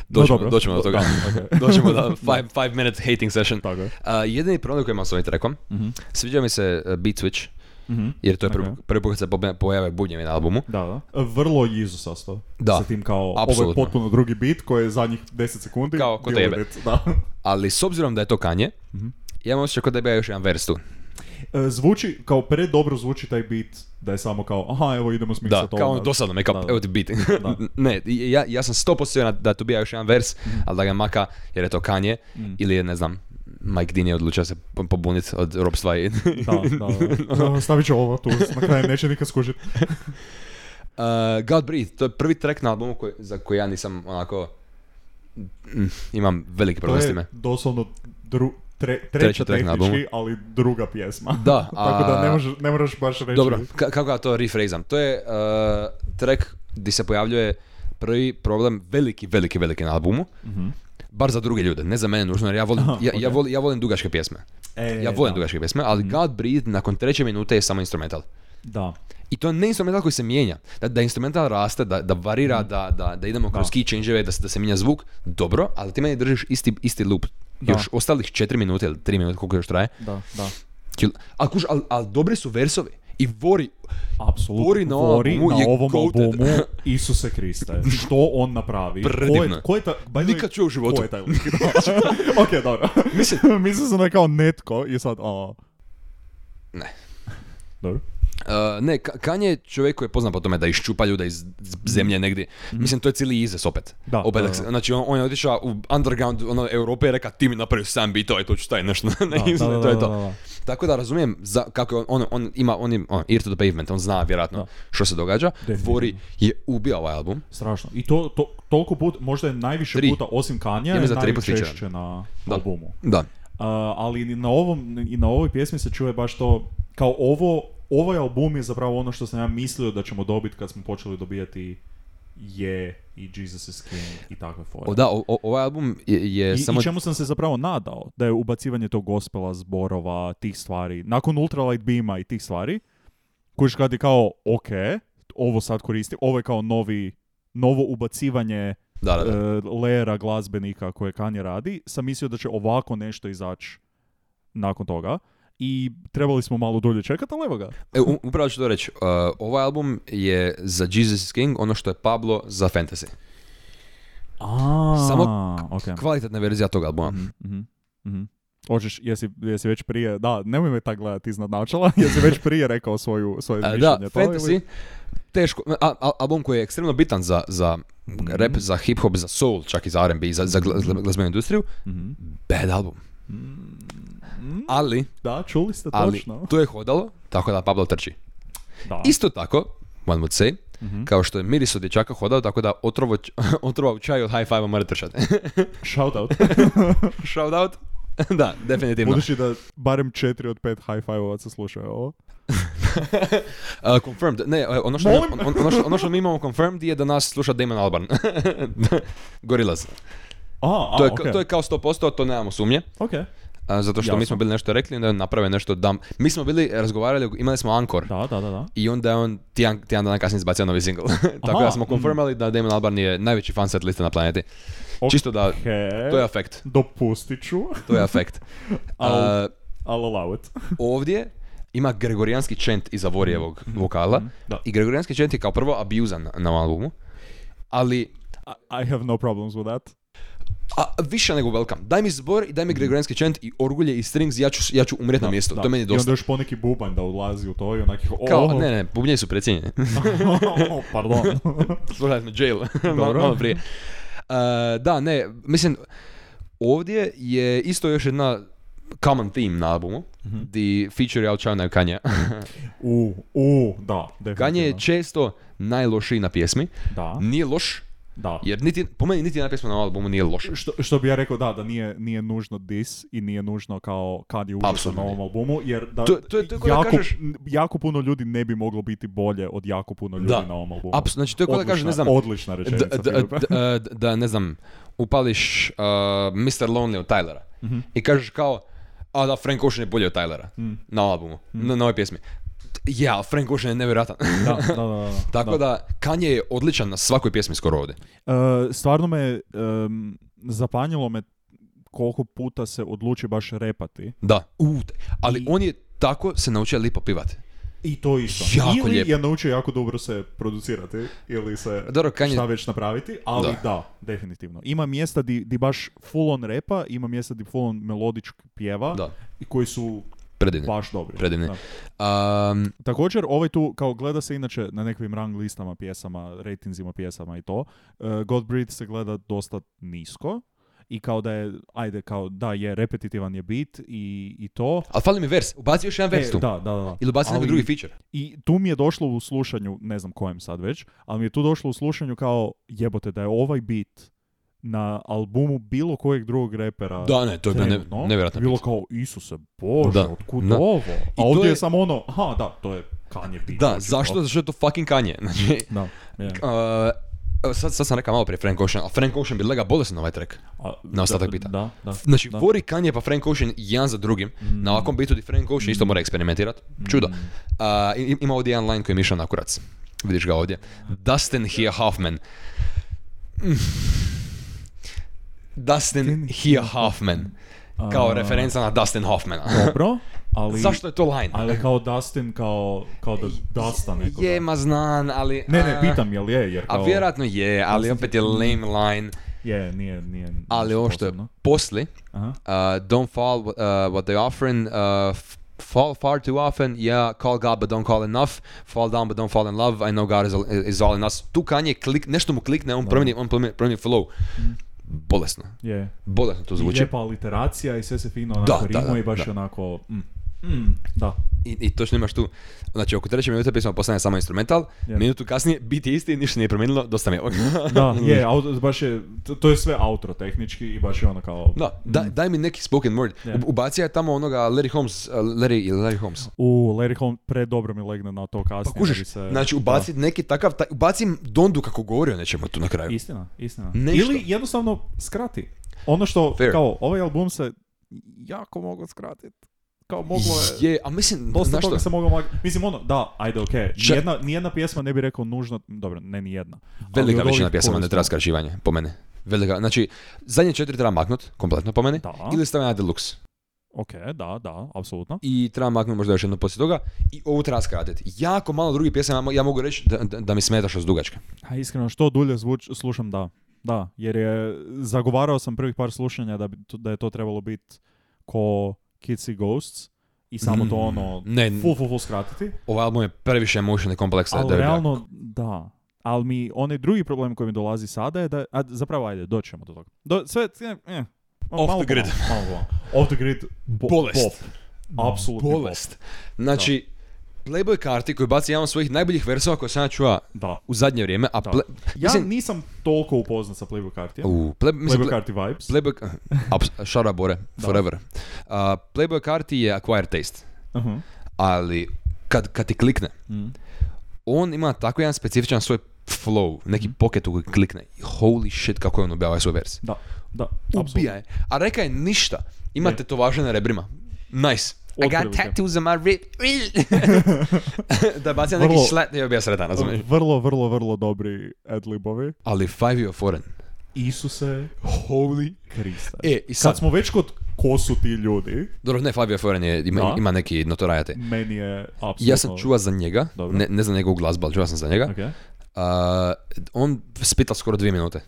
Speaker 1: Doćemo,
Speaker 3: dobro.
Speaker 1: doćemo do toga.
Speaker 3: Da, okej.
Speaker 1: doćemo do five, five minute hating session.
Speaker 3: Tako je.
Speaker 1: A, jedini problem koji imam s ovim trackom, sviđa mi se uh, Beat Switch,
Speaker 3: Mhm.
Speaker 1: jer to je prvi,
Speaker 3: Ok.
Speaker 1: prvi put kad se pobe- pojave bubnjevi na albumu.
Speaker 3: Da, da. Vrlo Jezusasto.
Speaker 1: Da,
Speaker 3: Sa tim kao, ovo
Speaker 1: apsolutno.
Speaker 3: je potpuno drugi bit koji je zadnjih 10 sekundi.
Speaker 1: Kao kod
Speaker 3: deal
Speaker 1: tebe.
Speaker 3: with it, Da.
Speaker 1: Ali s obzirom da je to Kanye,
Speaker 3: Mhm.
Speaker 1: ja imam osjećaj kod da je bio još jedan vers tu.
Speaker 3: E, Zvuči, kao predobro zvuči taj bit da je samo kao, aha, evo idemo smiksat
Speaker 1: Da,
Speaker 3: ovo.
Speaker 1: kao ono
Speaker 3: na-
Speaker 1: dosadno me, kao,
Speaker 3: Da, da.
Speaker 1: evo ti beat. ne, ja, ja sam sto posto siguran da tu bija još jedan vers, ali da ga maka jer je to Kanye, ili je, ne znam, Mike Dean je odlučio se po- pobunit od robstva i...
Speaker 3: Da, da, da. da. Stavit ću ovo tu, na kraju neće nikad skužit.
Speaker 1: Uh, God Breathe, to je prvi track na albumu koji- za koji ja nisam onako... Mm, imam veliki
Speaker 3: To
Speaker 1: problem s time.
Speaker 3: je doslovno dru, tre,
Speaker 1: Treći
Speaker 3: treća
Speaker 1: track na albumu.
Speaker 3: tehnički, ali druga pjesma.
Speaker 1: Da,
Speaker 3: Tako da ne,
Speaker 1: a-
Speaker 3: možeš, ne moraš baš reći.
Speaker 1: Dobro, ka- kako ja to rephrasam? To je uh, track gdje se pojavljuje prvi problem veliki, veliki, veliki na albumu.
Speaker 3: Mhm.
Speaker 1: Bar za druge ljude, ne za mene nužno, jer ja volim,
Speaker 3: Aha,
Speaker 1: ja, ja,
Speaker 3: ok.
Speaker 1: volim, ja volim dugačke pjesme.
Speaker 3: E,
Speaker 1: ja volim
Speaker 3: da. Mm.
Speaker 1: dugačke pjesme, ali God Breathe nakon treće minute je samo instrumental.
Speaker 3: Da.
Speaker 1: I to ne instrumental koji se mijenja. Da, da instrumental raste, da, da varira, da, da, da idemo kroz
Speaker 3: Mm. Da.
Speaker 1: key change da, se- da se mijenja zvuk, dobro, ali ti meni držiš isti, isti loop.
Speaker 3: Da.
Speaker 1: Još ostalih 4 minute ili 3 minute koliko još traje.
Speaker 3: Da, da.
Speaker 1: Čil- Ali kuš, ali al dobri su versovi. I vori,
Speaker 3: Apsolutno.
Speaker 1: Vori na ovom albumu je
Speaker 3: ovom
Speaker 1: goated.
Speaker 3: albumu Isuse Kriste. Što on napravi? Ko
Speaker 1: Predivno.
Speaker 3: je, ko je ta, by the way,
Speaker 1: Nikad čuo u životu.
Speaker 3: Ko je taj lik? ok, dobro.
Speaker 1: Mislim-
Speaker 3: Mislim sam da je kao netko i sad, a...
Speaker 1: Ne.
Speaker 3: Dobro.
Speaker 1: Uh, ne, Ka- Kanye je čovjek koji je poznat po tome da iščupa ljude iz z- zemlje negdje. Mislim, to je cijeli izes opet.
Speaker 3: Mhm. Da,
Speaker 1: opet,
Speaker 3: da, da.
Speaker 1: Znači, on, on je otišao u underground ono, Europe i rekao ti mi napravi sam beat, to je to ću taj nešto. na
Speaker 3: Da,
Speaker 1: internet,
Speaker 3: da,
Speaker 1: to je
Speaker 3: da,
Speaker 1: to.
Speaker 3: da, da.
Speaker 1: Tako da razumijem za, kako je on, on, on ima, on, im- on, ear to the pavement, on zna vjerojatno
Speaker 3: Da.
Speaker 1: što se događa.
Speaker 3: Definitivno.
Speaker 1: Vori je ubio ovaj album.
Speaker 3: Strašno. I to, to toliko put, možda je najviše
Speaker 1: Tri.
Speaker 3: puta, osim Kanja,
Speaker 1: Ja
Speaker 3: je
Speaker 1: mislim da tri put
Speaker 3: najčešće na albumu.
Speaker 1: Da.
Speaker 3: Uh, ali i na ovom i na ovoj pjesmi se čuje baš to kao ovo ovaj album je zapravo ono što sam ja mislio da ćemo dobiti kad smo počeli dobijati je i Jesus is King i takve fore.
Speaker 1: O, da, o- o- ovaj album je, je
Speaker 3: Pa I,
Speaker 1: samo...
Speaker 3: I čemu sam se zapravo nadao da je ubacivanje tog gospela, zborova, tih stvari, nakon Ultralight Beama i tih stvari, kojiš kad je kao, ok, ovo sad koristim, ovo je kao novi, novo ubacivanje
Speaker 1: Da, Pa da, da.
Speaker 3: e, lera glazbenika koje Kanye radi, sam mislio da će ovako nešto izaći nakon toga. I trebali smo malo dulje čekati, ali evo ga.
Speaker 1: E, u- upravo ću to reći. Uh, ovaj album je za Jesus is King ono što je Pablo za fantasy.
Speaker 3: A,
Speaker 1: Samo
Speaker 3: ok.
Speaker 1: Kvalitetna verzija tog albuma.
Speaker 3: Mhm, mhm. Hoćeš, jesi, jesi već prije, da, nemoj me tak gledati iznad načela, jesi već prije rekao svoju, svoje
Speaker 1: E,
Speaker 3: mišljenje.
Speaker 1: da,
Speaker 3: to ili-
Speaker 1: fantasy, teško, a- a- album koji je ekstremno bitan za, za
Speaker 3: Mhm.
Speaker 1: rap, za hip-hop, za soul, čak i za R&B, za, za gla- gla- glazbenu industriju.
Speaker 3: Mhm.
Speaker 1: Bad album.
Speaker 3: Mm,
Speaker 1: Ali,
Speaker 3: Da, čuli ste
Speaker 1: ali,
Speaker 3: točno.
Speaker 1: to je hodalo, tako da Pablo trči.
Speaker 3: Da.
Speaker 1: Isto tako, one would say,
Speaker 3: Mhm.
Speaker 1: kao što je miris od dječaka hodao, tako da otrovo, otrova u čaju od high five-a mora trčati.
Speaker 3: Shout out.
Speaker 1: Shout out. da, definitivno.
Speaker 3: Budući da barem četiri od pet high five-ovaca slušaju ovo.
Speaker 1: Uh, confirmed. Ne, uh, ono što,
Speaker 3: Molim?
Speaker 1: on- on- ono, što, ono što mi imamo confirmed je da nas sluša Damon Albarn. Gorillaz.
Speaker 3: A, a,
Speaker 1: To je,
Speaker 3: okej.
Speaker 1: to je kao 100%, to nemamo sumnje.
Speaker 3: Okej.
Speaker 1: uh, zato što mi smo
Speaker 3: Jasno.
Speaker 1: bili nešto rekli, onda je on naprave nešto dam. Mi smo bili razgovarali, imali smo Ankor.
Speaker 3: Da, da, da, da.
Speaker 1: I onda je on tjedan, tjedan dana kasnije izbacio novi single. Tako
Speaker 3: Aha, mm.
Speaker 1: da smo confirmali da Damon Albarn je najveći fan set liste na planeti. Čisto da,
Speaker 3: Okej.
Speaker 1: to je afekt.
Speaker 3: Dopustit ću,
Speaker 1: To je afekt.
Speaker 3: Al-
Speaker 1: Uh,
Speaker 3: I'll allow it.
Speaker 1: ovdje ima gregorijanski čent iza Vorijevog vokala.
Speaker 3: Mm-hmm. Da.
Speaker 1: I gregorijanski čent je kao prvo abuzan na- na ovom albumu. Ali
Speaker 3: I, I have no problems with that.
Speaker 1: A, više nego welcome. Daj mi zbor i daj
Speaker 3: Mm-hmm.
Speaker 1: mi gregorijanski čent i orgulje i strings, ja ću, ja ću umret na mjestu. To je meni
Speaker 3: I onda
Speaker 1: dosta.
Speaker 3: još poneki bubanj da ulazi u to i onak... Oh,
Speaker 1: Kao, ne, ne, bubnjevi su precijenjeni.
Speaker 3: Pardon.
Speaker 1: Slušali smo jail, malo,
Speaker 3: Dobro.
Speaker 1: malo prije. E, da, ne, mislim, ovdje je isto još jedna common theme na albumu,
Speaker 3: Mhm.
Speaker 1: di feature outshine Kanje.
Speaker 3: u, u, da, definitivno.
Speaker 1: Kanje je često najlošiji na pjesmi.
Speaker 3: Da,
Speaker 1: Nije loš,
Speaker 3: da.
Speaker 1: Mm. jer niti, po meni niti jedna pjesma na ovom albumu nije loša.
Speaker 3: Što, što bi ja rekao, da, da nije, nije nužno dis i nije nužno kao kad je užasan
Speaker 1: Apsolutno
Speaker 3: na ovom albumu, jer da,
Speaker 1: To- to je- to je ko da
Speaker 3: jako,
Speaker 1: kažeš-
Speaker 3: n- jako puno ljudi ne bi moglo biti bolje od jako puno ljudi
Speaker 1: Da.
Speaker 3: na ovom albumu.
Speaker 1: Apsu- znači, to je ko da
Speaker 3: odlična,
Speaker 1: kažeš, ne znam,
Speaker 3: Odlična rečenica,
Speaker 1: da, da,
Speaker 3: Filipe.
Speaker 1: da, da- e, da, ne znam, upališ uh, Mr. Lonely od Tylera
Speaker 3: Mhm.
Speaker 1: i kažeš kao, a da, Frank Ocean je bolji od Tylera na albumu,
Speaker 3: Mhm.
Speaker 1: na, na ovoj pjesmi. Ja, Frank Ocean je nevjerojatan.
Speaker 3: da, da, da, da.
Speaker 1: Tako da, Kanye je odličan na svakoj pjesmi skoro ovdje.
Speaker 3: E, stvarno me, em, zapanjilo me koliko puta se odluči baš repati.
Speaker 1: Da. U, t- ali on je tako se naučio lipo pivati.
Speaker 3: I to isto.
Speaker 1: Jako
Speaker 3: ili
Speaker 1: lijepo.
Speaker 3: je naučio jako dobro se producirati, ili se
Speaker 1: Dobro, Kanye-
Speaker 3: šta već napraviti, ali
Speaker 1: Da.
Speaker 3: da. definitivno. Ima mjesta di, di baš full on repa, ima mjesta di full on melodički pjeva,
Speaker 1: Da.
Speaker 3: i koji su
Speaker 1: Predivni.
Speaker 3: baš dobri.
Speaker 1: Predivni.
Speaker 3: Da.
Speaker 1: Um,
Speaker 3: Također, ovaj tu, kao gleda se inače na nekakvim rang listama pjesama, rejtinzima pjesama i to, e, God Breathe se gleda dosta nisko, i kao da je, ajde, kao da je repetitivan je bit i, i to.
Speaker 1: ali fali mi vers, ubaci još jedan vers
Speaker 3: E,
Speaker 1: tu.
Speaker 3: da, da, da.
Speaker 1: Ili ubaci neki
Speaker 3: Ali-
Speaker 1: drugi feature.
Speaker 3: I tu mi je došlo u slušanju, ne znam kojem sad već, ali mi je tu došlo u slušanju kao jebote da je ovaj bit na albumu bilo kojeg drugog repera.
Speaker 1: Da, ne, to je ne,
Speaker 3: trenutno,
Speaker 1: nevjerojatno.
Speaker 3: Bilo kao, Isuse Bože,
Speaker 1: Da,
Speaker 3: otkud
Speaker 1: da.
Speaker 3: ovo?
Speaker 1: I
Speaker 3: A
Speaker 1: to
Speaker 3: ovdje
Speaker 1: je-
Speaker 3: je... samo ono, aha, da, to je Kanje bit.
Speaker 1: Da,
Speaker 3: znači,
Speaker 1: zašto?
Speaker 3: kao-
Speaker 1: Zato što je to fucking Kanye. Znači,
Speaker 3: Da, je.
Speaker 1: Uh, sad, sad sam rekao malo prije Frank Ocean, a Frank Ocean bi lega bolestan na ovaj track.
Speaker 3: A,
Speaker 1: na ostatak bita.
Speaker 3: Da, da.
Speaker 1: Znači,
Speaker 3: da. Mm,
Speaker 1: Vori Kanye pa Frank Ocean jedan za drugim. Na ovakvom bitu di Frank Ocean isto mora eksperimentirat. Čudo. Uh, i- ima ovdje jedan line koji mi je išao na kurac. Vidiš ga ovdje. Dustin here Hoffman. Mm. Dustin here Hoffman. Kao
Speaker 3: A.
Speaker 1: referenca na Dustin Hoffmana.
Speaker 3: Dobro, ali...
Speaker 1: Zašto je to line?
Speaker 3: Ali kao Dustin, kao, kao da Dusta nekoga.
Speaker 1: Je, ma znam, ali...
Speaker 3: Ne, ne,
Speaker 1: a-
Speaker 3: pitam jel je, jer kao...
Speaker 1: A vjerojatno je, ali opet je lame line.
Speaker 3: Je, nije, nije...
Speaker 1: Ali
Speaker 3: ništa
Speaker 1: ovo što je
Speaker 3: posebno.
Speaker 1: posli,
Speaker 3: Aha.
Speaker 1: Uh, don't fall uh, what they offering. Uh, f- fall far too often. Yeah, call God but don't call enough. Fall down but don't fall in love. I know God is all, is all in us. Tu Kanye klik, nešto mu klikne, on promijeni, on promijeni, promijeni flow. Bolesno.
Speaker 3: Je.
Speaker 1: Bolesno to
Speaker 3: I
Speaker 1: zvuči.
Speaker 3: lijepa aliteracija i sve se fino
Speaker 1: Da,
Speaker 3: onako
Speaker 1: da,
Speaker 3: rimuje
Speaker 1: da,
Speaker 3: i baš
Speaker 1: da.
Speaker 3: onako... Mm, mm, da,
Speaker 1: I, I točno imaš tu, znači oko treće minute pjesma postane samo instrumental,
Speaker 3: Je.
Speaker 1: minutu kasnije biti isti, ništa nije promijenilo, dosta mi je ovog.
Speaker 3: Da, je, au- baš je, to, to je sve outro tehnički i baš je ono kao...
Speaker 1: Da, da, daj mi neki spoken word.
Speaker 3: Je.
Speaker 1: Ubacija Ubacija tamo onoga Larry Holmes, uh, Larry ili Larry Holmes.
Speaker 3: U, Larry Holmes predobro mi legne na to kasnije. da bi
Speaker 1: Kužiš,
Speaker 3: se-
Speaker 1: znači ubacit neki takav, taj, ubacim Dondu kako govori o nečemu tu na
Speaker 3: Da.
Speaker 1: kraju.
Speaker 3: Istina, istina.
Speaker 1: Nešto.
Speaker 3: Ili jednostavno skrati. Ono što,
Speaker 1: Fair.
Speaker 3: kao, ovaj album se jako moglo skratiti. Kao moglo je...
Speaker 1: Je, a mislim,
Speaker 3: Dosta
Speaker 1: znaš
Speaker 3: toga
Speaker 1: što?
Speaker 3: se moglo mag... Mislim, ono, da, ajde, okej.
Speaker 1: Ča-
Speaker 3: Nijedna, nijedna pjesma ne bi rekao nužno... Dobro, ne nijedna. Ali od
Speaker 1: Velika
Speaker 3: ovih
Speaker 1: većina pjesama
Speaker 3: koje
Speaker 1: ne
Speaker 3: smo-
Speaker 1: treba skraćivanje, po mene. Velika, znači, zadnje četiri treba maknut, kompletno po meni.
Speaker 3: Da,
Speaker 1: Ili stavljena na deluxe.
Speaker 3: okej, da, da, apsolutno.
Speaker 1: I treba maknuti možda još jedno poslije toga. I ovu treba skratiti. Jako malo drugih pjesama, ja mo- ja mogu reći da, da, da mi smeta što su dugačke.
Speaker 3: A iskreno, što dulje zvuč, slušam da. Da, jer je, zagovarao sam prvih par slušanja da, bi, da je to trebalo biti ko Kids i Ghosts i samo to
Speaker 1: Mm,
Speaker 3: ono,
Speaker 1: ne.
Speaker 3: full, full, full skratiti.
Speaker 1: Ovaj album je previše emotionally kompleksan. da
Speaker 3: Ali
Speaker 1: bi rekao.
Speaker 3: realno, da. Ali mi, onaj drugi problem koji mi dolazi sada je da, a zapravo ajde, doćemo do toga. Do, sve, eh, eh,
Speaker 1: Off
Speaker 3: malo
Speaker 1: the grid.
Speaker 3: pomalo, Malo, pomalo. Off the grid, bo,
Speaker 1: Bolest.
Speaker 3: Pop. Apsolutni pop.
Speaker 1: Bolest. Znači, Playboy karti koji baci jedan od svojih najboljih versova koje sam ja čuo
Speaker 3: Da.
Speaker 1: u zadnje vrijeme, a
Speaker 3: Da.
Speaker 1: ple,
Speaker 3: Ja
Speaker 1: mislim,
Speaker 3: nisam toliko upoznat sa Playboy Kartijem.
Speaker 1: u, ple, mislim,
Speaker 3: Playboy
Speaker 1: ple,
Speaker 3: Karti vibes.
Speaker 1: Playboy, ups, šara bore,
Speaker 3: Da.
Speaker 1: forever. A, Playboy karti je acquired taste,
Speaker 3: Aha.
Speaker 1: ali kad, kad ti klikne,
Speaker 3: Mm.
Speaker 1: on ima tako jedan specifičan svoj flow, neki
Speaker 3: Mm.
Speaker 1: pocket u koji klikne. I Holy shit kako je on ubija ovaj svoj vers.
Speaker 3: Da, da. apsolutno.
Speaker 1: Ubija je. A reka je ništa.
Speaker 3: Je.
Speaker 1: Imate to važno na rebrima. Nice. I got
Speaker 3: Otprilike.
Speaker 1: tattoos on my rib. da bacim neki
Speaker 3: Vrlo-
Speaker 1: šlat, ja bi ja sretan, razumiješ?
Speaker 3: Ono, Vrlo, vrlo, vrlo dobri adlibovi.
Speaker 1: Ali Five Year Foreign.
Speaker 3: Isuse
Speaker 1: Holy.
Speaker 3: Krista.
Speaker 1: E, i sad,
Speaker 3: Sad smo već kod ko su ti ljudi,
Speaker 1: dobro, ne, Five Year Foreign je, ima,
Speaker 3: Da.
Speaker 1: ima neki notorajate.
Speaker 3: meni je apsolutno...
Speaker 1: Ja sam čuva za njega,
Speaker 3: Dobro.
Speaker 1: ne, ne znam njegovu glazbu, ali čuva sam za njega.
Speaker 3: Ok.
Speaker 1: A, on spita skoro dvije minute.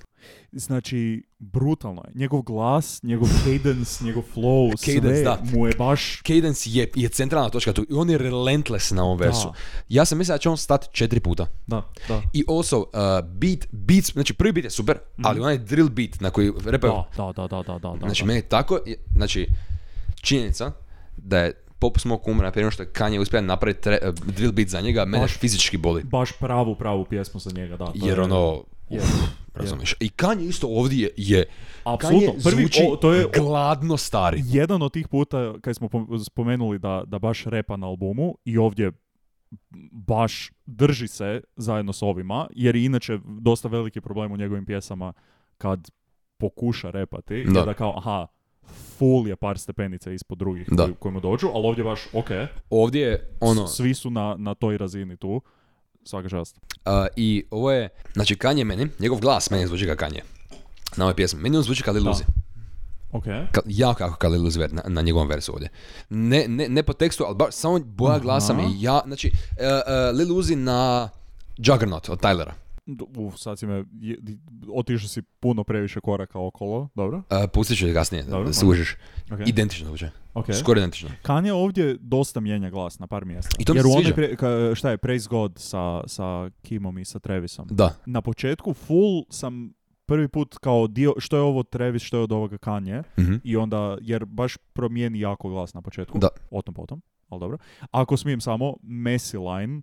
Speaker 3: Znači, brutalno je. Njegov glas, njegov cadence, njegov flow,
Speaker 1: Cadence,
Speaker 3: sve
Speaker 1: da.
Speaker 3: mu je baš...
Speaker 1: Cadence je, je centralna točka tu i on je relentless na ovom versu. Ja sam mislio da će on stati četiri puta.
Speaker 3: Da, da.
Speaker 1: I also, uh, beat, beat, znači prvi beat je super, ali onaj drill beat na koji repaju,
Speaker 3: Mhm. Da, da, da, da, da, da. da.
Speaker 1: Pa znači meni je tako, je- znači činjenica da je Pop Smoke umra prije nego što je Kanye uspio napraviti tre- eh, drill beat za njega, mene
Speaker 3: Baš.
Speaker 1: fizički boli.
Speaker 3: Baš pravu, pravu pjesmu za njega, da. to
Speaker 1: Jer
Speaker 3: je-
Speaker 1: ono,
Speaker 3: je.
Speaker 1: uf, razumiješ. I Kanye isto ovdje je,
Speaker 3: Apsolutno.
Speaker 1: Kanye
Speaker 3: Prvi,
Speaker 1: zvuči
Speaker 3: o, to je
Speaker 1: gladno stari.
Speaker 3: jedan od tih puta kad smo pom- spomenuli da, da baš repa na albumu i ovdje baš drži se zajedno s ovima, jer je inače dosta veliki problem u njegovim pjesama kad pokuša repati, je
Speaker 1: Da.
Speaker 3: da, kao, aha, full je par stepenica ispod drugih
Speaker 1: Da.
Speaker 3: koji, koji mu dođu, ali ovdje baš, ok,
Speaker 1: Ovdje je ono,
Speaker 3: svi su na, na toj razini tu, svaka čast.
Speaker 1: Uh, I ovo je, znači Kanje meni, njegov glas meni zvuči kao Kanje. Na ovoj pjesmi. Meni on zvuči kao Lil
Speaker 3: Da.
Speaker 1: Uzi.
Speaker 3: Ok,
Speaker 1: Ka, jako jako kao Lil Uzi Vert na, na njegovom versu ovdje. Ne, ne, ne po tekstu, ali baš samo boja glasa mi ja, znači uh, uh, Lil Uzi na Juggernaut od Tylera.
Speaker 3: Uf, sad si me, je- di- otišao si puno previše koraka okolo, dobro,
Speaker 1: Uh, pustit ću je kasnije, da-
Speaker 3: Dobro,
Speaker 1: da se
Speaker 3: može.
Speaker 1: užiš.
Speaker 3: ok.
Speaker 1: Identično zvuče.
Speaker 3: ok.
Speaker 1: Skoro identično.
Speaker 3: Kanye ovdje dosta mijenja glas na par mjesta.
Speaker 1: I to mi
Speaker 3: Jer
Speaker 1: se
Speaker 3: u onoj
Speaker 1: sviđa.
Speaker 3: pre- ka- šta je, Praise God sa, sa Kimom i sa Trevisom.
Speaker 1: Da.
Speaker 3: Na početku full sam prvi put kao dio, što je ovo Travis, što je od ovoga Kanye.
Speaker 1: Mhm.
Speaker 3: I onda, jer baš promijeni jako glas na početku.
Speaker 1: Da.
Speaker 3: O tom potom, ali dobro. Ako smijem samo, Messi line.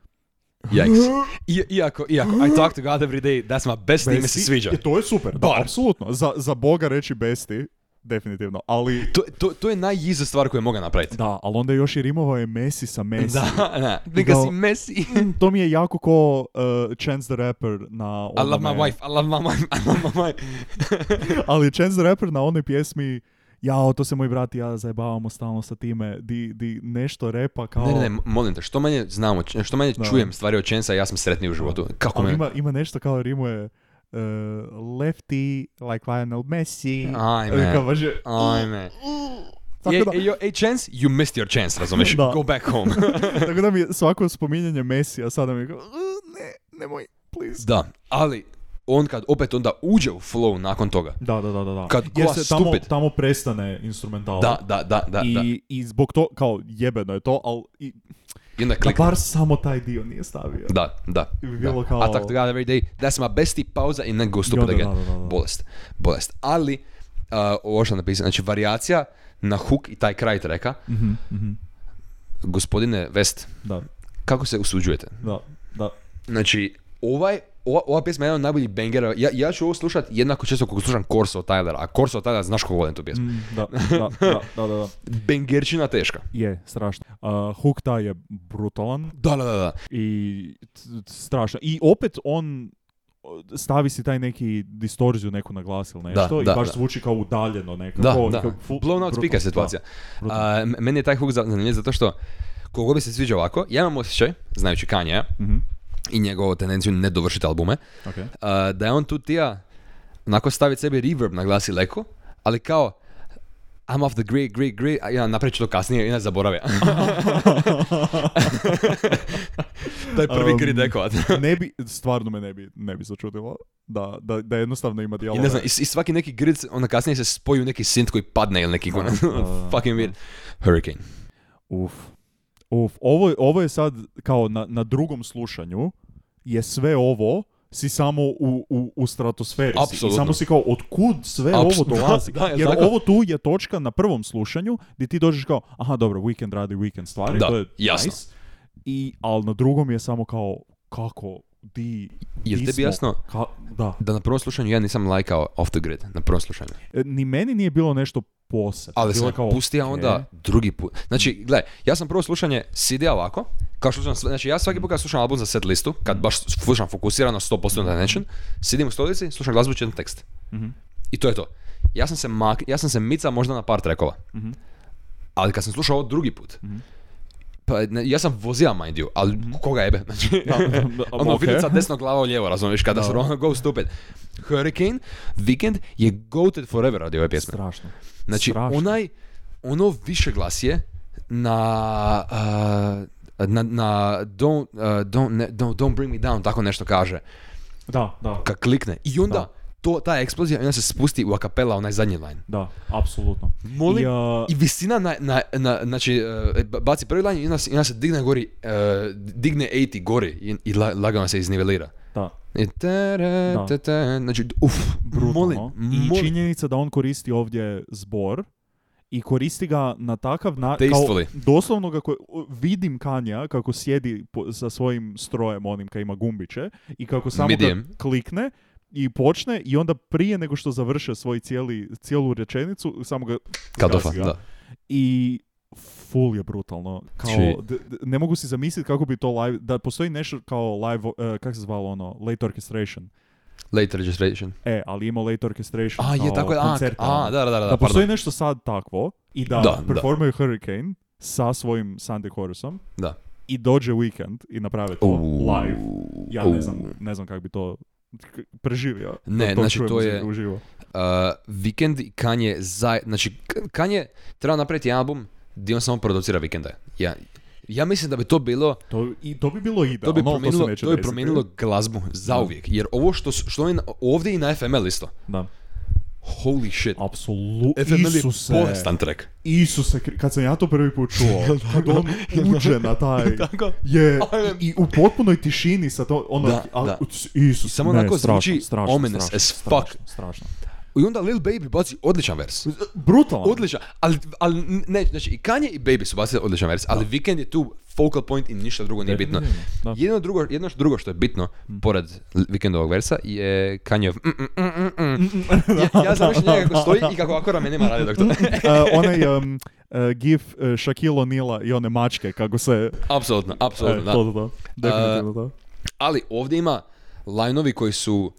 Speaker 1: Yikes. I, iako, iako, I talk to God every day, that's my best, ime se
Speaker 3: Besti-
Speaker 1: sviđa.
Speaker 3: E, to je super, da,
Speaker 1: Bar.
Speaker 3: apsolutno. Za, za Boga reći besti, definitivno. Ali,
Speaker 1: To, to, to je najjiza stvar koju mogu napraviti.
Speaker 3: da, ali onda još i rimovao je Messi sa Messi.
Speaker 1: Da, da. Because
Speaker 3: Da.
Speaker 1: si Messi.
Speaker 3: Mm, to mi je jako ko uh, Chance the Rapper na
Speaker 1: I love my
Speaker 3: onome-
Speaker 1: wife, I love my wife, I love my wife.
Speaker 3: ali Chance the Rapper na onoj pjesmi Jao, to se moj brat i ja zajebavamo stalno sa time, di, di nešto repa kao...
Speaker 1: Ne, ne, ne, molim te, što manje znamo, č- što manje
Speaker 3: Da.
Speaker 1: čujem stvari od Čensa, ja sam sretniji u životu. Kako
Speaker 3: ali
Speaker 1: me...
Speaker 3: ima, ima nešto kao rimuje uh, lefty, like Lionel Messi. e,
Speaker 1: Ajme.
Speaker 3: Kao baš je-
Speaker 1: Ajme.
Speaker 3: Tako
Speaker 1: Ej,
Speaker 3: da-
Speaker 1: ej, jo, ej, Chance, you missed your chance, razumeš?
Speaker 3: Da.
Speaker 1: Go back home.
Speaker 3: Tako da mi je svako spominjanje Messija sada mi je kao, "Uh, ne, nemoj, please.
Speaker 1: da, ali on kad opet onda uđe u flow nakon toga.
Speaker 3: Da, da, da, da. da.
Speaker 1: Kad
Speaker 3: Jer
Speaker 1: glas
Speaker 3: se tamo,
Speaker 1: stupid.
Speaker 3: tamo prestane instrumental.
Speaker 1: Da, da, da, da,
Speaker 3: I,
Speaker 1: da.
Speaker 3: I zbog to, kao jebeno je to, ali i,
Speaker 1: I onda
Speaker 3: da
Speaker 1: klikne.
Speaker 3: bar samo taj dio nije stavio.
Speaker 1: Da, da.
Speaker 3: I bi
Speaker 1: da.
Speaker 3: bilo kao-
Speaker 1: Attack the God every day, that's my besti pauza i then go stupid
Speaker 3: onda da,
Speaker 1: again.
Speaker 3: da, da, da.
Speaker 1: Bolest, bolest. Ali, uh, ovo što napisano, znači varijacija na hook i taj kraj treka,
Speaker 3: Mhm, mhm.
Speaker 1: gospodine West,
Speaker 3: Da,
Speaker 1: kako se usuđujete?
Speaker 3: da, da.
Speaker 1: Znači, ovaj, ova, ova pjesma je jedan od najboljih bangera. Ja, ja ću ovo slušat jednako često kako slušam Corso Tylera, a Corso Tylera znaš kako volim tu pjesmu.
Speaker 3: Mm, da, da, da, da, da, da.
Speaker 1: Bengerčina teška.
Speaker 3: Je, strašno. Uh, Hukta je brutalan
Speaker 1: Da, da, da, da.
Speaker 3: i t- t- strašno. I opet on stavi si taj neki distorziju neku na glas ili nešto i
Speaker 1: da,
Speaker 3: baš
Speaker 1: da.
Speaker 3: zvuči kao udaljeno nekako.
Speaker 1: Da,
Speaker 3: kao-
Speaker 1: da.
Speaker 3: kao full-
Speaker 1: Blown out
Speaker 3: brutal-
Speaker 1: speaker situacija.
Speaker 3: brutalno.
Speaker 1: A, m- meni je taj hook za- zanimljiv zato što koliko bi se sviđa ovako, ja imam osjećaj, znajući Kanye
Speaker 3: Da. Mhm,
Speaker 1: i njegovu tendenciju ne dovršiti albume,
Speaker 3: okej.
Speaker 1: a, da je on tu tija onako staviti sebi reverb na glas i leku, ali kao I'm off the grid, grid, grid, a ja napravit ću to kasnije i ne zaboravim. taj prvi
Speaker 3: Um,
Speaker 1: grid ekovat.
Speaker 3: ne bi, stvarno me ne bi, ne bi začudilo da, da, da jednostavno ima
Speaker 1: I
Speaker 3: dijalog.
Speaker 1: ne znam, i, s- i svaki neki grid, se- onda kasnije se spoji u neki synth koji padne ili neki ono,
Speaker 3: da,
Speaker 1: fucking weird. Hurricane.
Speaker 3: Uf. Uf. Ovo, je- ovo je sad kao na, na drugom slušanju je sve ovo si samo u, u, u stratosferi. si. I
Speaker 1: Apsolutno.
Speaker 3: samo si kao, otkud sve
Speaker 1: Apsu-
Speaker 3: ovo dolazi?
Speaker 1: Da, da, je
Speaker 3: Jer
Speaker 1: tako.
Speaker 3: ovo tu je točka na prvom slušanju gdje ti dođeš kao, aha dobro, weekend radi weekend stvari,
Speaker 1: Da,
Speaker 3: to je
Speaker 1: jasno.
Speaker 3: nice. I, ali na drugom je samo kao, kako, di,
Speaker 1: Jel
Speaker 3: di
Speaker 1: tebi
Speaker 3: smo?
Speaker 1: jasno?
Speaker 3: Ka- da.
Speaker 1: Da na prvom slušanju ja nisam lajkao Off the Grid, na prvom slušanju.
Speaker 3: E, Ni meni nije bilo nešto posebno.
Speaker 1: Ali
Speaker 3: Bilo je
Speaker 1: sam
Speaker 3: kao,
Speaker 1: pustio
Speaker 3: "Ok."
Speaker 1: onda drugi put. Znači, gle, ja sam prvo slušanje CD-a ovako, kao što slušam, sve- znači ja svaki put kad slušam album za set listu, kad baš slušam fokusirano 100% na nečem, sidim u stolici, slušam glazbu, čitam tekst.
Speaker 3: Mhm.
Speaker 1: I to je to. Ja sam se, mak, ja sam se mica možda na par trekova.
Speaker 3: Mhm.
Speaker 1: Ali kad sam slušao ovo drugi put, pa, ne, ja sam vozio Mind You, ali koga jebe? Znači,
Speaker 3: Mhm. da,
Speaker 1: ono
Speaker 3: ok.
Speaker 1: vidim sad desno glava u lijevo, razumiješ, kada su ono go stupid. Hurricane, Weekend je goated forever radi ove pjesme.
Speaker 3: Strašno.
Speaker 1: Znači,
Speaker 3: Strašno.
Speaker 1: onaj, ono više glasje na, uh, na, na don't, uh, don't, ne- don't, don't bring me down, tako nešto kaže,
Speaker 3: Da, da.
Speaker 1: kad klikne. I onda,
Speaker 3: Da.
Speaker 1: to, ta eksplozija, i onda se spusti u akapela onaj zadnji line.
Speaker 3: Da, apsolutno.
Speaker 1: Molim,
Speaker 3: I, a,
Speaker 1: I visina na, na, na znači, e, b- baci prvi line i onda, se- i onda se digne gori, e, digne 80 gori i, i la- lagano se iznivelira.
Speaker 3: da,
Speaker 1: I tere,
Speaker 3: Da.
Speaker 1: te, te, znači, uf,
Speaker 3: brutalno.
Speaker 1: molim,
Speaker 3: I
Speaker 1: molim.
Speaker 3: činjenica da on koristi ovdje zbor i koristi ga na takav na,
Speaker 1: Tastefully.
Speaker 3: kao doslovno ga ko- vidim Kanja kako sjedi po- sa svojim strojem onim kad ima gumbiće i kako samo ga
Speaker 1: Medium.
Speaker 3: klikne i počne i onda prije nego što završe svoj cijeli, cijelu rečenicu samo ga
Speaker 1: Kadofa,
Speaker 3: gasi ga.
Speaker 1: da.
Speaker 3: i full je brutalno. Kao,
Speaker 1: Či-
Speaker 3: d- d- ne mogu si zamisliti kako bi to live, da postoji nešto kao live, eh, kak se zvalo ono, late orchestration.
Speaker 1: Late registration.
Speaker 3: E, ali ima late orchestration
Speaker 1: A,
Speaker 3: kao
Speaker 1: je, tako je, a,
Speaker 3: koncerte, ono.
Speaker 1: a, da, da, da, da,
Speaker 3: da
Speaker 1: pardon.
Speaker 3: postoji nešto sad takvo i da,
Speaker 1: Da, da.
Speaker 3: performaju Hurricane sa svojim Sunday Chorusom
Speaker 1: Da.
Speaker 3: i dođe weekend i naprave to
Speaker 1: Uuu,
Speaker 3: live. Ja ne
Speaker 1: uuu.
Speaker 3: znam, ne znam kako bi to k- preživio.
Speaker 1: Ne,
Speaker 3: da
Speaker 1: znači,
Speaker 3: čujem
Speaker 1: to je-
Speaker 3: muziku uživo.
Speaker 1: Uh, Weekend i Kanye zaj... Znači, K- Kanye treba napraviti jedan album gdje on samo producira Weekenda. Ja, ja mislim da bi to bilo...
Speaker 3: To, I to bi bilo
Speaker 1: To
Speaker 3: idealno,
Speaker 1: bi
Speaker 3: ali ono to se
Speaker 1: promijenilo,
Speaker 3: neće
Speaker 1: to bi
Speaker 3: desiti.
Speaker 1: promijenilo glazbu zauvijek. Jer ovo što, su- što je na- ovdje i na FML isto.
Speaker 3: Da,
Speaker 1: Holy shit.
Speaker 3: apsolutno.
Speaker 1: FML je
Speaker 3: Isuse.
Speaker 1: bolestan track.
Speaker 3: Isuse, Kri- kad sam ja to prvi put čuo, kad on uđe na taj,
Speaker 1: Tako?
Speaker 3: je,
Speaker 1: Ajme.
Speaker 3: i, i u potpunoj tišini sa to, ono,
Speaker 1: Da,
Speaker 3: ali-
Speaker 1: da.
Speaker 3: Isus,
Speaker 1: I samo
Speaker 3: ne,
Speaker 1: onako
Speaker 3: strašno,
Speaker 1: zvuči
Speaker 3: strašno,
Speaker 1: ominous
Speaker 3: strašno,
Speaker 1: as
Speaker 3: strašno,
Speaker 1: fuck.
Speaker 3: Strašno.
Speaker 1: I onda Lil Baby baci odličan vers.
Speaker 3: Brutalno.
Speaker 1: Odličan, ali, ali ne, znači i Kanye i Baby su bacili odličan vers, ali Weekend je tu focal point i ništa drugo nije bitno.
Speaker 3: Da.
Speaker 1: Jedno drugo, jedno što drugo što je bitno, pored Vikendovog versa, je Kanyev mm, mm, mm, mm, mm. ja, ja znam više njega kako stoji i kako ovako ramenima radi dok to...
Speaker 3: Uh, onaj um, uh, gif uh, Shaquille O'Neal'a i one mačke, kako se...
Speaker 1: apsolutno,
Speaker 3: E,
Speaker 1: apsolutno,
Speaker 3: to,
Speaker 1: da.
Speaker 3: to, to. Definitivno to.
Speaker 1: Ali ovdje ima lajnovi koji su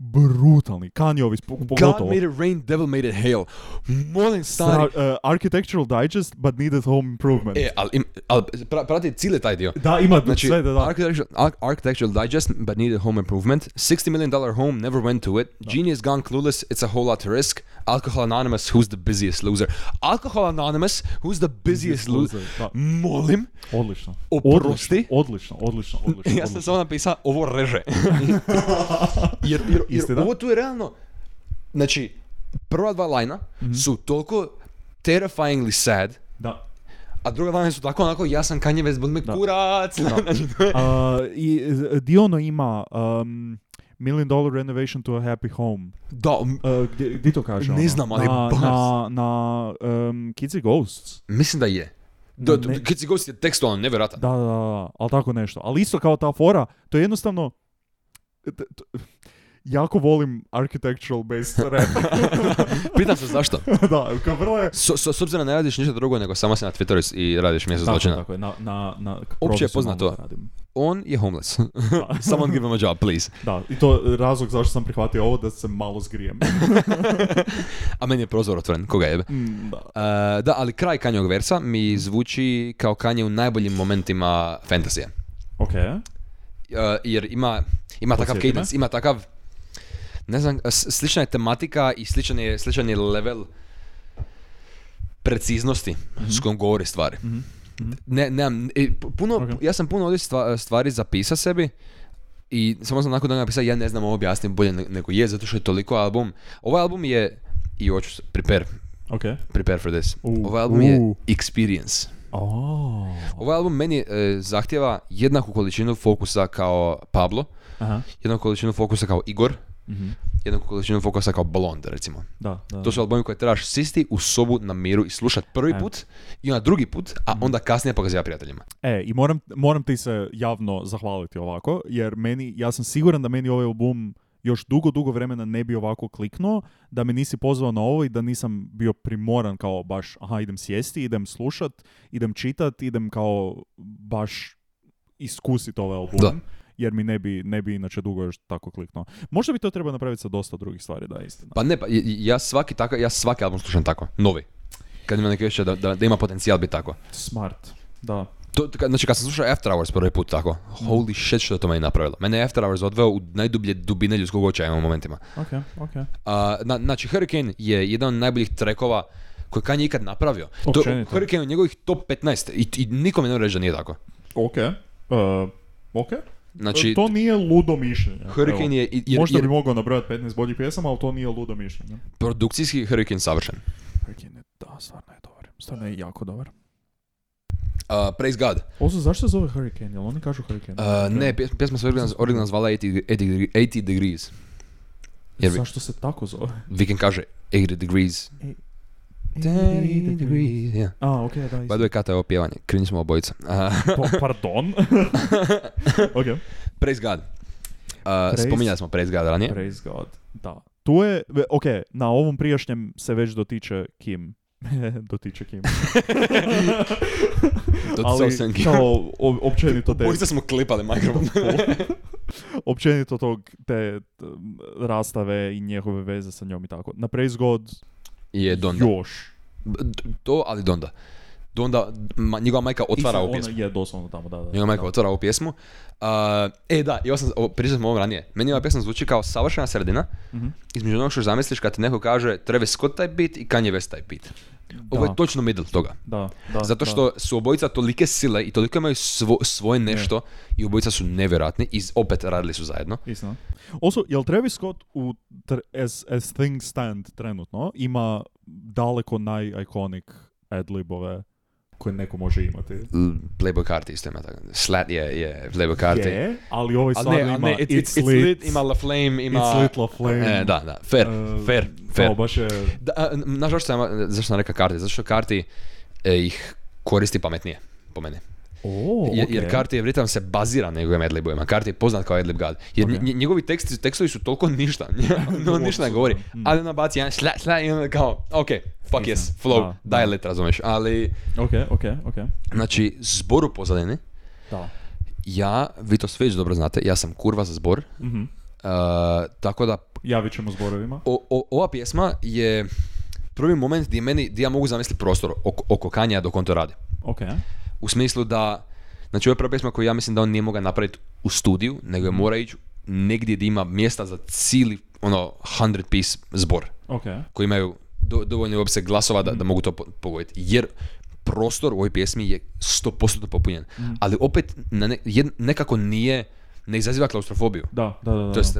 Speaker 3: Brutalni. Kanjovi,
Speaker 1: God
Speaker 3: pogotovo.
Speaker 1: made it rain, devil made it hail. Molim
Speaker 3: Stra,
Speaker 1: stari.
Speaker 3: uh, architectural digest, but needed home improvement.
Speaker 1: E, ali, im, ali pra- prati cijeli taj dio.
Speaker 3: da, ima
Speaker 1: Znači,
Speaker 3: sve, da, da.
Speaker 1: Architectural, Ar- Architectural Digest, but needed home improvement. 60 million dollar home, never went to it. Genius gone clueless, it's a whole lot to risk. Alcohol Anonymous, who's the busiest loser? Alcohol Anonymous, who's the busiest
Speaker 3: Busiest
Speaker 1: loser?
Speaker 3: loser, da.
Speaker 1: Molim,
Speaker 3: Odlično.
Speaker 1: Oprosti.
Speaker 3: Odlično, odlično, odlično.
Speaker 1: ja sam
Speaker 3: odlično.
Speaker 1: samo napisao, ovo reže. jer, jer, jer
Speaker 3: Istina.
Speaker 1: ovo tu je realno, znači, prva dva lajna
Speaker 3: Mhm.
Speaker 1: su toliko terrifyingly sad,
Speaker 3: Da.
Speaker 1: a druga dva lajna su tako onako, ja sam Kanye West, budi me kurac. Znači, to je-
Speaker 3: A, i, e, di ono ima um, Million Dollar Renovation to a Happy Home.
Speaker 1: da, m-
Speaker 3: Uh, gdje, gdje to kaže
Speaker 1: Ne
Speaker 3: ono?
Speaker 1: znam, ali
Speaker 3: na,
Speaker 1: baš.
Speaker 3: na, na um, Kids and Ghosts.
Speaker 1: mislim da je. Da,
Speaker 3: ne-
Speaker 1: da, kad si gost je tekstualno nevjerojatan.
Speaker 3: Da, da, da, da, ali tako nešto. Ali isto kao ta fora, to je jednostavno... t- t- jako volim architectural based rap.
Speaker 1: Pitam se zašto.
Speaker 3: da, kao vrlo je...
Speaker 1: S, s, s obzirom da ne radiš ništa drugo nego samo si na Twitteru i radiš mjesto
Speaker 3: Tako,
Speaker 1: zločina.
Speaker 3: tako je, na, na, na
Speaker 1: Opće je
Speaker 3: profesionalno
Speaker 1: poznato.
Speaker 3: radim.
Speaker 1: On je homeless. Someone give him a job, please.
Speaker 3: Da, i to je razlog zašto sam prihvatio ovo, da se malo zgrijem.
Speaker 1: A meni je prozor otvoren, koga jebe.
Speaker 3: Mm, da.
Speaker 1: E, da, ali kraj Kanjog versa mi zvuči kao Kanje u najboljim momentima fantasije.
Speaker 3: Ok.
Speaker 1: E, jer ima, ima takav
Speaker 3: Podsjeti me.
Speaker 1: cadence, ima takav, ne znam, s- slična je tematika i sličan je, sličan je level preciznosti
Speaker 3: Mhm.
Speaker 1: s kojom govori stvari. Ne, nemam, e, p- puno,
Speaker 3: Ok.
Speaker 1: ja sam puno ovdje stva- stvari zapisa sebi i samo sam nakon toga napisao, ja ne znam ovo objasniti bolje ne- nego je, zato što je toliko album. Ovaj album je, i hoću se, prepare,
Speaker 3: Ok.
Speaker 1: prepare for this.
Speaker 3: U,
Speaker 1: ovaj album je
Speaker 3: u.
Speaker 1: experience.
Speaker 3: Oh.
Speaker 1: Ovaj album meni e, zahtjeva jednaku količinu fokusa kao Pablo,
Speaker 3: Aha.
Speaker 1: jednaku količinu fokusa kao Igor,
Speaker 3: Mhm.
Speaker 1: jednaku količinu fokusa kao Blond, recimo.
Speaker 3: Da, da.
Speaker 1: To su albumi koje trebaš sisti u sobu na miru i slušat prvi
Speaker 3: E.
Speaker 1: put i onda drugi put, a onda kasnije pokaziva prijateljima.
Speaker 3: E, i moram, moram ti se javno zahvaliti ovako, jer meni, ja sam siguran da meni ovaj album još dugo, dugo vremena ne bi ovako kliknuo, da me nisi pozvao na ovo i da nisam bio primoran kao baš, aha, idem sjesti, idem slušat, idem čitat, idem kao baš iskusit ovaj album.
Speaker 1: Da.
Speaker 3: Jer mi ne bi, ne bi inače dugo još tako kliknuo. Možda bi to trebao napraviti sa dosta drugih stvari, da, istina.
Speaker 1: Pa ne, pa j- ja svaki, tako, ja svaki album slušam tako, novi. Kad ima neki osjećaj da, da, da ima potencijal biti tako.
Speaker 3: Smart, da.
Speaker 1: To, kad- znači kad sam slušao After Hours prvi put tako, holy shit što je to meni napravilo. Mene je After Hours odveo u najdublje dubine ljudskog očaja u momentima.
Speaker 3: Ok, ok.
Speaker 1: A, na, znači, Hurricane je jedan od najboljih trekova koji Kanye ikad napravio. To,
Speaker 3: Općenito.
Speaker 1: Hurricane je u njegovih top 15 i, i nikome ne reći da nije tako.
Speaker 3: Ok, E, ok.
Speaker 1: Znači,
Speaker 3: to nije ludo mišljenje. evo.
Speaker 1: Hurricane je, i- jer,
Speaker 3: Možda
Speaker 1: jer
Speaker 3: bi mogao nabrojati 15 boljih pjesama, ali to nije ludo mišljenje.
Speaker 1: produkcijski Hurricane savršen.
Speaker 3: Prekine, da, stvarno je dobar. Stvarno je jako dobar.
Speaker 1: A, praise God.
Speaker 3: Ozu, zašto se zove Hurricane? Jel oni kažu Hurricane?
Speaker 1: A, ne, pjes- pjesma se originalno original zvala 80, 80 80 Degrees. jer bi-
Speaker 3: Zašto se tako zove?
Speaker 1: Vikend kaže 80 Degrees. 80 Degrees, yeah.
Speaker 3: A, okej, da,
Speaker 1: By the
Speaker 3: isto.
Speaker 1: way, kata je ovo pjevanje, krivi smo obojica. A,
Speaker 3: Pa- Pardon? ok.
Speaker 1: praise God. A,
Speaker 3: Praise-
Speaker 1: spominjali smo Praise God ranije.
Speaker 3: Praise God. Da. Tu je, ve- ok, na ovom prijašnjem se već dotiče Kim. dotiče Kim.
Speaker 1: Doticao
Speaker 3: Ali
Speaker 1: sam ga.
Speaker 3: kao o- općenito te
Speaker 1: Obojica smo klipali mikrofon.
Speaker 3: općenito tog te t- rastave i njegove veze sa njom i tako. Na Praise God
Speaker 1: je Donda.
Speaker 3: još.
Speaker 1: B- d- To, ali Donda. Donda, ma, njegova majka otvara ovu
Speaker 3: Ona
Speaker 1: pjesmu.
Speaker 3: je doslovno tamo, da, da.
Speaker 1: Njegova majka
Speaker 3: da.
Speaker 1: otvara ovu pjesmu. A, e da, i ovo sam, ovo, pričali smo ovo ranije. Meni ova pjesma zvuči kao savršena sredina
Speaker 3: Mhm.
Speaker 1: između onog što zamisliš kad ti neko kaže Travis Scott taj beat i Kanye West taj beat. Ovo
Speaker 3: Da.
Speaker 1: je točno middle toga.
Speaker 3: Da, da,
Speaker 1: Zato
Speaker 3: da.
Speaker 1: što su obojica tolike sile i toliko imaju svo, svoje nešto i obojica su nevjerojatni i z- opet radili su zajedno.
Speaker 3: Istina. Also, jel Travis Scott u tr- as, as Things Stand trenutno ima daleko naj-iconic adlibove koje neko može imati?
Speaker 1: L- Playboy Carti isto ima tako. Slat je, je Playboy Carti.
Speaker 3: Je, ali ovaj
Speaker 1: Ali
Speaker 3: stvarno
Speaker 1: ne, ali
Speaker 3: ima
Speaker 1: ne, it's, it's, it's lit, ima La Flame, ima...
Speaker 3: It's Lit La Flame.
Speaker 1: E, da, da, fair,
Speaker 3: e,
Speaker 1: fair,
Speaker 3: kao
Speaker 1: fair.
Speaker 3: baš je...
Speaker 1: Da, a, n- znaš zašto sam, e, zašto sam rekao karti? Zato što karti e, ih koristi pametnije, po meni.
Speaker 3: O,
Speaker 1: Je-
Speaker 3: okej.
Speaker 1: Jer karti je vritam se bazira na njegovim adlibovima. Karti je poznat kao adlib god. Jer
Speaker 3: Ok.
Speaker 1: nje- njegovi teksti, tekstovi su toliko ništa. no, on ništa ne
Speaker 3: Apsolutno.
Speaker 1: govori.
Speaker 3: Mm.
Speaker 1: Ali ona baci jedan šla, šla i onda kao, ok, fuck yes,
Speaker 3: Istina,
Speaker 1: flow,
Speaker 3: da, da.
Speaker 1: daj let, razumeš. Ali,
Speaker 3: Ok, ok, ok.
Speaker 1: znači, zboru pozadine,
Speaker 3: Da.
Speaker 1: ja, vi to sve već dobro znate, ja sam kurva za zbor.
Speaker 3: Mhm. Ja,
Speaker 1: Uh, tako da
Speaker 3: Javit ćemo zborovima.
Speaker 1: o, o- ova pjesma je prvi moment gdje, meni, gdje ja mogu zamisliti prostor oko, oko Kanja dok on to radi.
Speaker 3: Ok.
Speaker 1: U smislu da, znači ovo je prva pjesma koju ja mislim da on nije mogao napraviti u studiju, nego je mora ići negdje gdje ima mjesta za cijeli ono 100 piece zbor
Speaker 3: Ok.
Speaker 1: koji imaju do, dovoljno opseg glasova da, da mogu to po- pogoditi. Jer prostor u ovoj pjesmi je 100% popunjen. Ali opet na ne- jed- nekako nije, ne izaziva klaustrofobiju.
Speaker 3: Da, da, da. da.
Speaker 1: To jest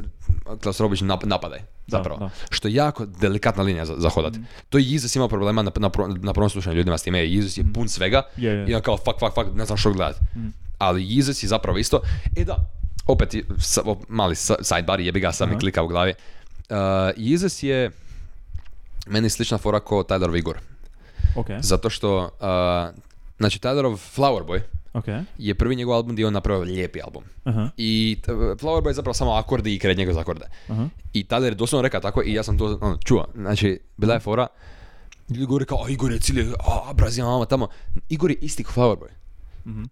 Speaker 1: klaustrofobični nap- napadaj.
Speaker 3: Da,
Speaker 1: Zapravo.
Speaker 3: da. Mm.
Speaker 1: Što je jako delikatna linija za, za hodat. To je Jezus imao problema na, na, pro- na prvom slušanju ljudima s time. Jezus je pun svega
Speaker 3: Mm. Je, je. Mm.
Speaker 1: i on kao fuck, fuck, fuck, ne znam što gledat. Ali Jezus je zapravo isto. E da, opet i- sa, o, mali sa- sidebar, jebi ga, sad mi
Speaker 3: Aha.
Speaker 1: klika u glavi. Uh, Jezus je
Speaker 3: E.
Speaker 1: meni slična fora ko Tyler Vigor.
Speaker 3: Ok.
Speaker 1: Zato što uh, Znači, Tylerov Flowerboy
Speaker 3: Ok.
Speaker 1: je prvi njegov album gdje je on napravio lijepi album.
Speaker 3: Aha.
Speaker 1: I t- Flowerboy je zapravo samo akordi i kred njegov za akorde.
Speaker 3: Aha.
Speaker 1: I tada je doslovno rekao tako i ja sam to ono, čuo. Znači, bila je fora. Ljudi govore kao, a Igor je cilje, a Brazil, mama, tamo. Igor je isti kao Flowerboy.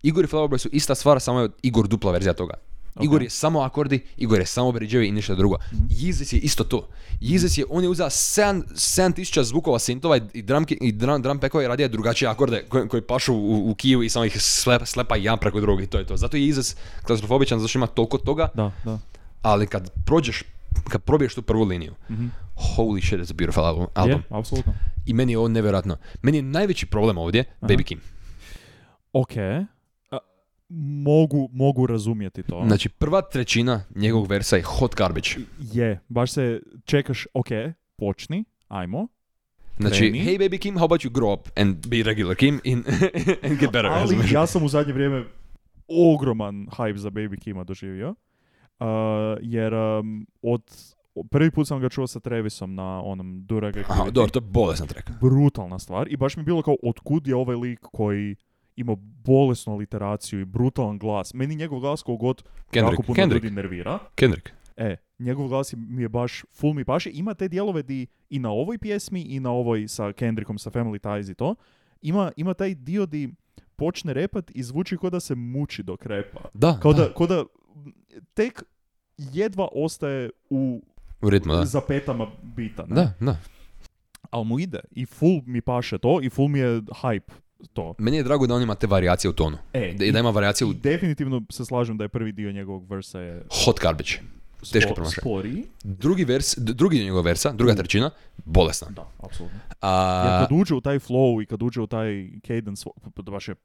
Speaker 1: Igor i Flowerboy su ista stvar, samo je Igor dupla verzija toga. Igor je samo akordi, Igor je samo bridgevi i ništa drugo. Yeezus je isto to. Yeezus je, on je uzeo 7 7000 zvukova sintova i- i drum, ki- i drum, drum packova i radio drugačije akorde koji, koji pašu u, u kiju i samo ih slep, slepa jedan preko drugog i to je to. Zato je Yeezus klaustrofobičan, zato što ima toliko toga,
Speaker 3: Da, da.
Speaker 1: ali kad prođeš, kad probiješ tu prvu liniju,
Speaker 3: Mhm.
Speaker 1: holy shit, it's a beautiful album. album.
Speaker 3: Je, apsolutno.
Speaker 1: I meni je ovo nevjerojatno. Meni je najveći problem ovdje Baby Kim.
Speaker 3: Ok. A, mogu, mogu razumjeti to.
Speaker 1: Znači, prva trećina njegovog versa je hot garbage.
Speaker 3: Je, baš se čekaš, ok, počni, ajmo.
Speaker 1: Znači,
Speaker 3: Kreni.
Speaker 1: hey Baby Kim, how about you grow up and be regular Kim in, and get better,
Speaker 3: Ali
Speaker 1: razumiješ?
Speaker 3: ja sam u zadnje vrijeme ogroman hype za Baby Kima doživio. Uh, jer um, od, prvi put sam ga čuo sa Trevisom na onom Durag
Speaker 1: Aha, dobro, to je bolesna treka.
Speaker 3: brutalna stvar i baš mi je bilo kao otkud je ovaj lik koji ima bolesnu literaciju i brutalan glas. Meni njegov glas kogod jako
Speaker 1: Kendrick,
Speaker 3: puno
Speaker 1: Kendrick,
Speaker 3: ljudi nervira.
Speaker 1: Kendrick.
Speaker 3: E, njegov glas je- mi je baš, full mi paše. Ima te dijelove di i na ovoj pjesmi i na ovoj sa Kendrickom, sa Family Ties i to. Ima, ima taj dio di počne repat i zvuči kao da se muči dok repa.
Speaker 1: Da,
Speaker 3: Kao
Speaker 1: da,
Speaker 3: da, kao da tek jedva ostaje u
Speaker 1: u ritmu, da.
Speaker 3: zapetama bita. Ne?
Speaker 1: Da, da.
Speaker 3: Ali mu ide i full mi paše to i full mi je hype to.
Speaker 1: Meni je drago da on ima te varijacije u tonu.
Speaker 3: E,
Speaker 1: Da- I da ima varijacije u
Speaker 3: i definitivno se slažem da je prvi dio njegovog versa je
Speaker 1: hot garbage. Teško promašaj.
Speaker 3: sporiji.
Speaker 1: Drugi vers, d- drugi njegov versa, druga trećina, bolesna.
Speaker 3: Da, apsolutno. Jer
Speaker 1: A,
Speaker 3: kad uđe u taj flow i kad uđe u taj cadence, pa- pa baš je...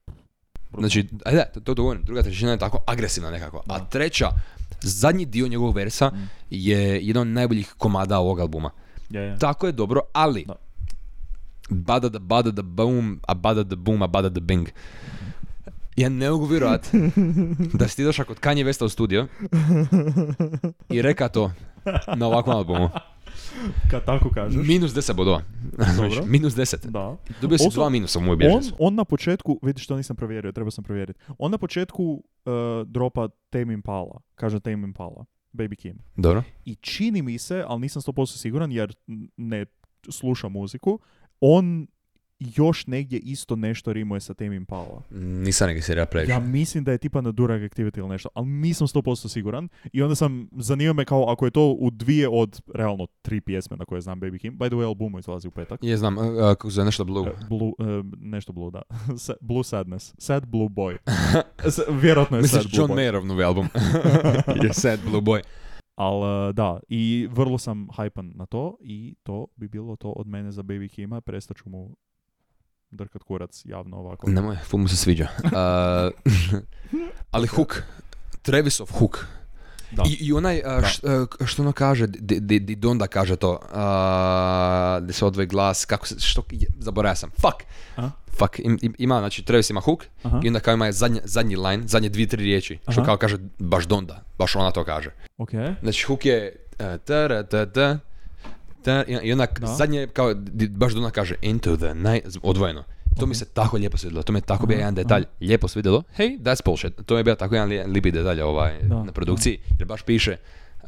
Speaker 1: znači, ajde, da, to, to govorim, druga trećina je tako agresivna nekako. A treća, zadnji dio njegovog versa
Speaker 3: Mm.
Speaker 1: je jedan od najboljih komada ovog albuma.
Speaker 3: Je, je.
Speaker 1: Tako je dobro, ali...
Speaker 3: Da.
Speaker 1: Bada da bada da boom, a bada da boom, a bada da bing. Ja ne mogu vjerovat da si ti došao kod Kanye Westa u studio i reka to na ovakvom albumu.
Speaker 3: Kad tako kažeš.
Speaker 1: Minus 10 bodova. Znači, Minus 10.
Speaker 3: Da.
Speaker 1: Dobio si
Speaker 3: Also,
Speaker 1: dva minusa u moju
Speaker 3: On,
Speaker 1: bilježnicu.
Speaker 3: on na početku, vidi što nisam provjerio, treba sam provjeriti. On na početku eh, dropa Tame Impala, kaže Tame Impala, Baby Kim.
Speaker 1: Dobro.
Speaker 3: I čini mi se, ali nisam 100% siguran jer n- ne slušam muziku, on još negdje isto nešto rimuje sa Tame Impala.
Speaker 1: Nisam registrira previše.
Speaker 3: Ja mislim da je tipa na Durag Activity ili nešto, ali nisam 100% siguran. I onda sam, zanima me kao ako je to u dvije od, realno, tri pjesme na koje znam Baby Kim. By the way, albumu izlazi u petak.
Speaker 1: Je, znam, a, a, kako se zove, nešto blue.
Speaker 3: Blue, eh, nešto blue, da. Sa- blue Sadness. Sad Blue Boy. S- vjerojatno je
Speaker 1: Misliš
Speaker 3: Sad Blue
Speaker 1: John
Speaker 3: Boy.
Speaker 1: Mayerov novi album. je sad blue boy.
Speaker 3: Ali eh, da, i vrlo sam hypan na to i to bi bilo to od mene za Baby Kima. Prestat ću mu drkat kurac javno ovako.
Speaker 1: Nemoj, ful mu se sviđa. A, ali hook, Travisov hook.
Speaker 3: Da.
Speaker 1: I, I onaj, a, š- a, k- što ono kaže, di, di, di Donda kaže to, a, di se odvoji glas, kako se, što, je, zaboravio sam, fuck,
Speaker 3: A?
Speaker 1: fuck, im, im- ima, znači Travis ima hook
Speaker 3: Aha.
Speaker 1: i onda kao ima zadnji, zadnji line, zadnje dvije, tri riječi, što
Speaker 3: Aha.
Speaker 1: kao kaže baš Donda, baš ona to kaže.
Speaker 3: Ok.
Speaker 1: Znači hook je, e, tara, ta, ta, ta, i i onda k-
Speaker 3: Da.
Speaker 1: zadnje, kao, di- baš Donda kaže, into the night, z- odvojeno. To mi se tako lijepo svidjelo, to mi je tako bio jedan detalj, lijepo svidjelo, hey, that's bullshit, to mi je bio tako jedan li- lijepi detalj ovaj,
Speaker 3: Da,
Speaker 1: na produkciji, jer baš piše,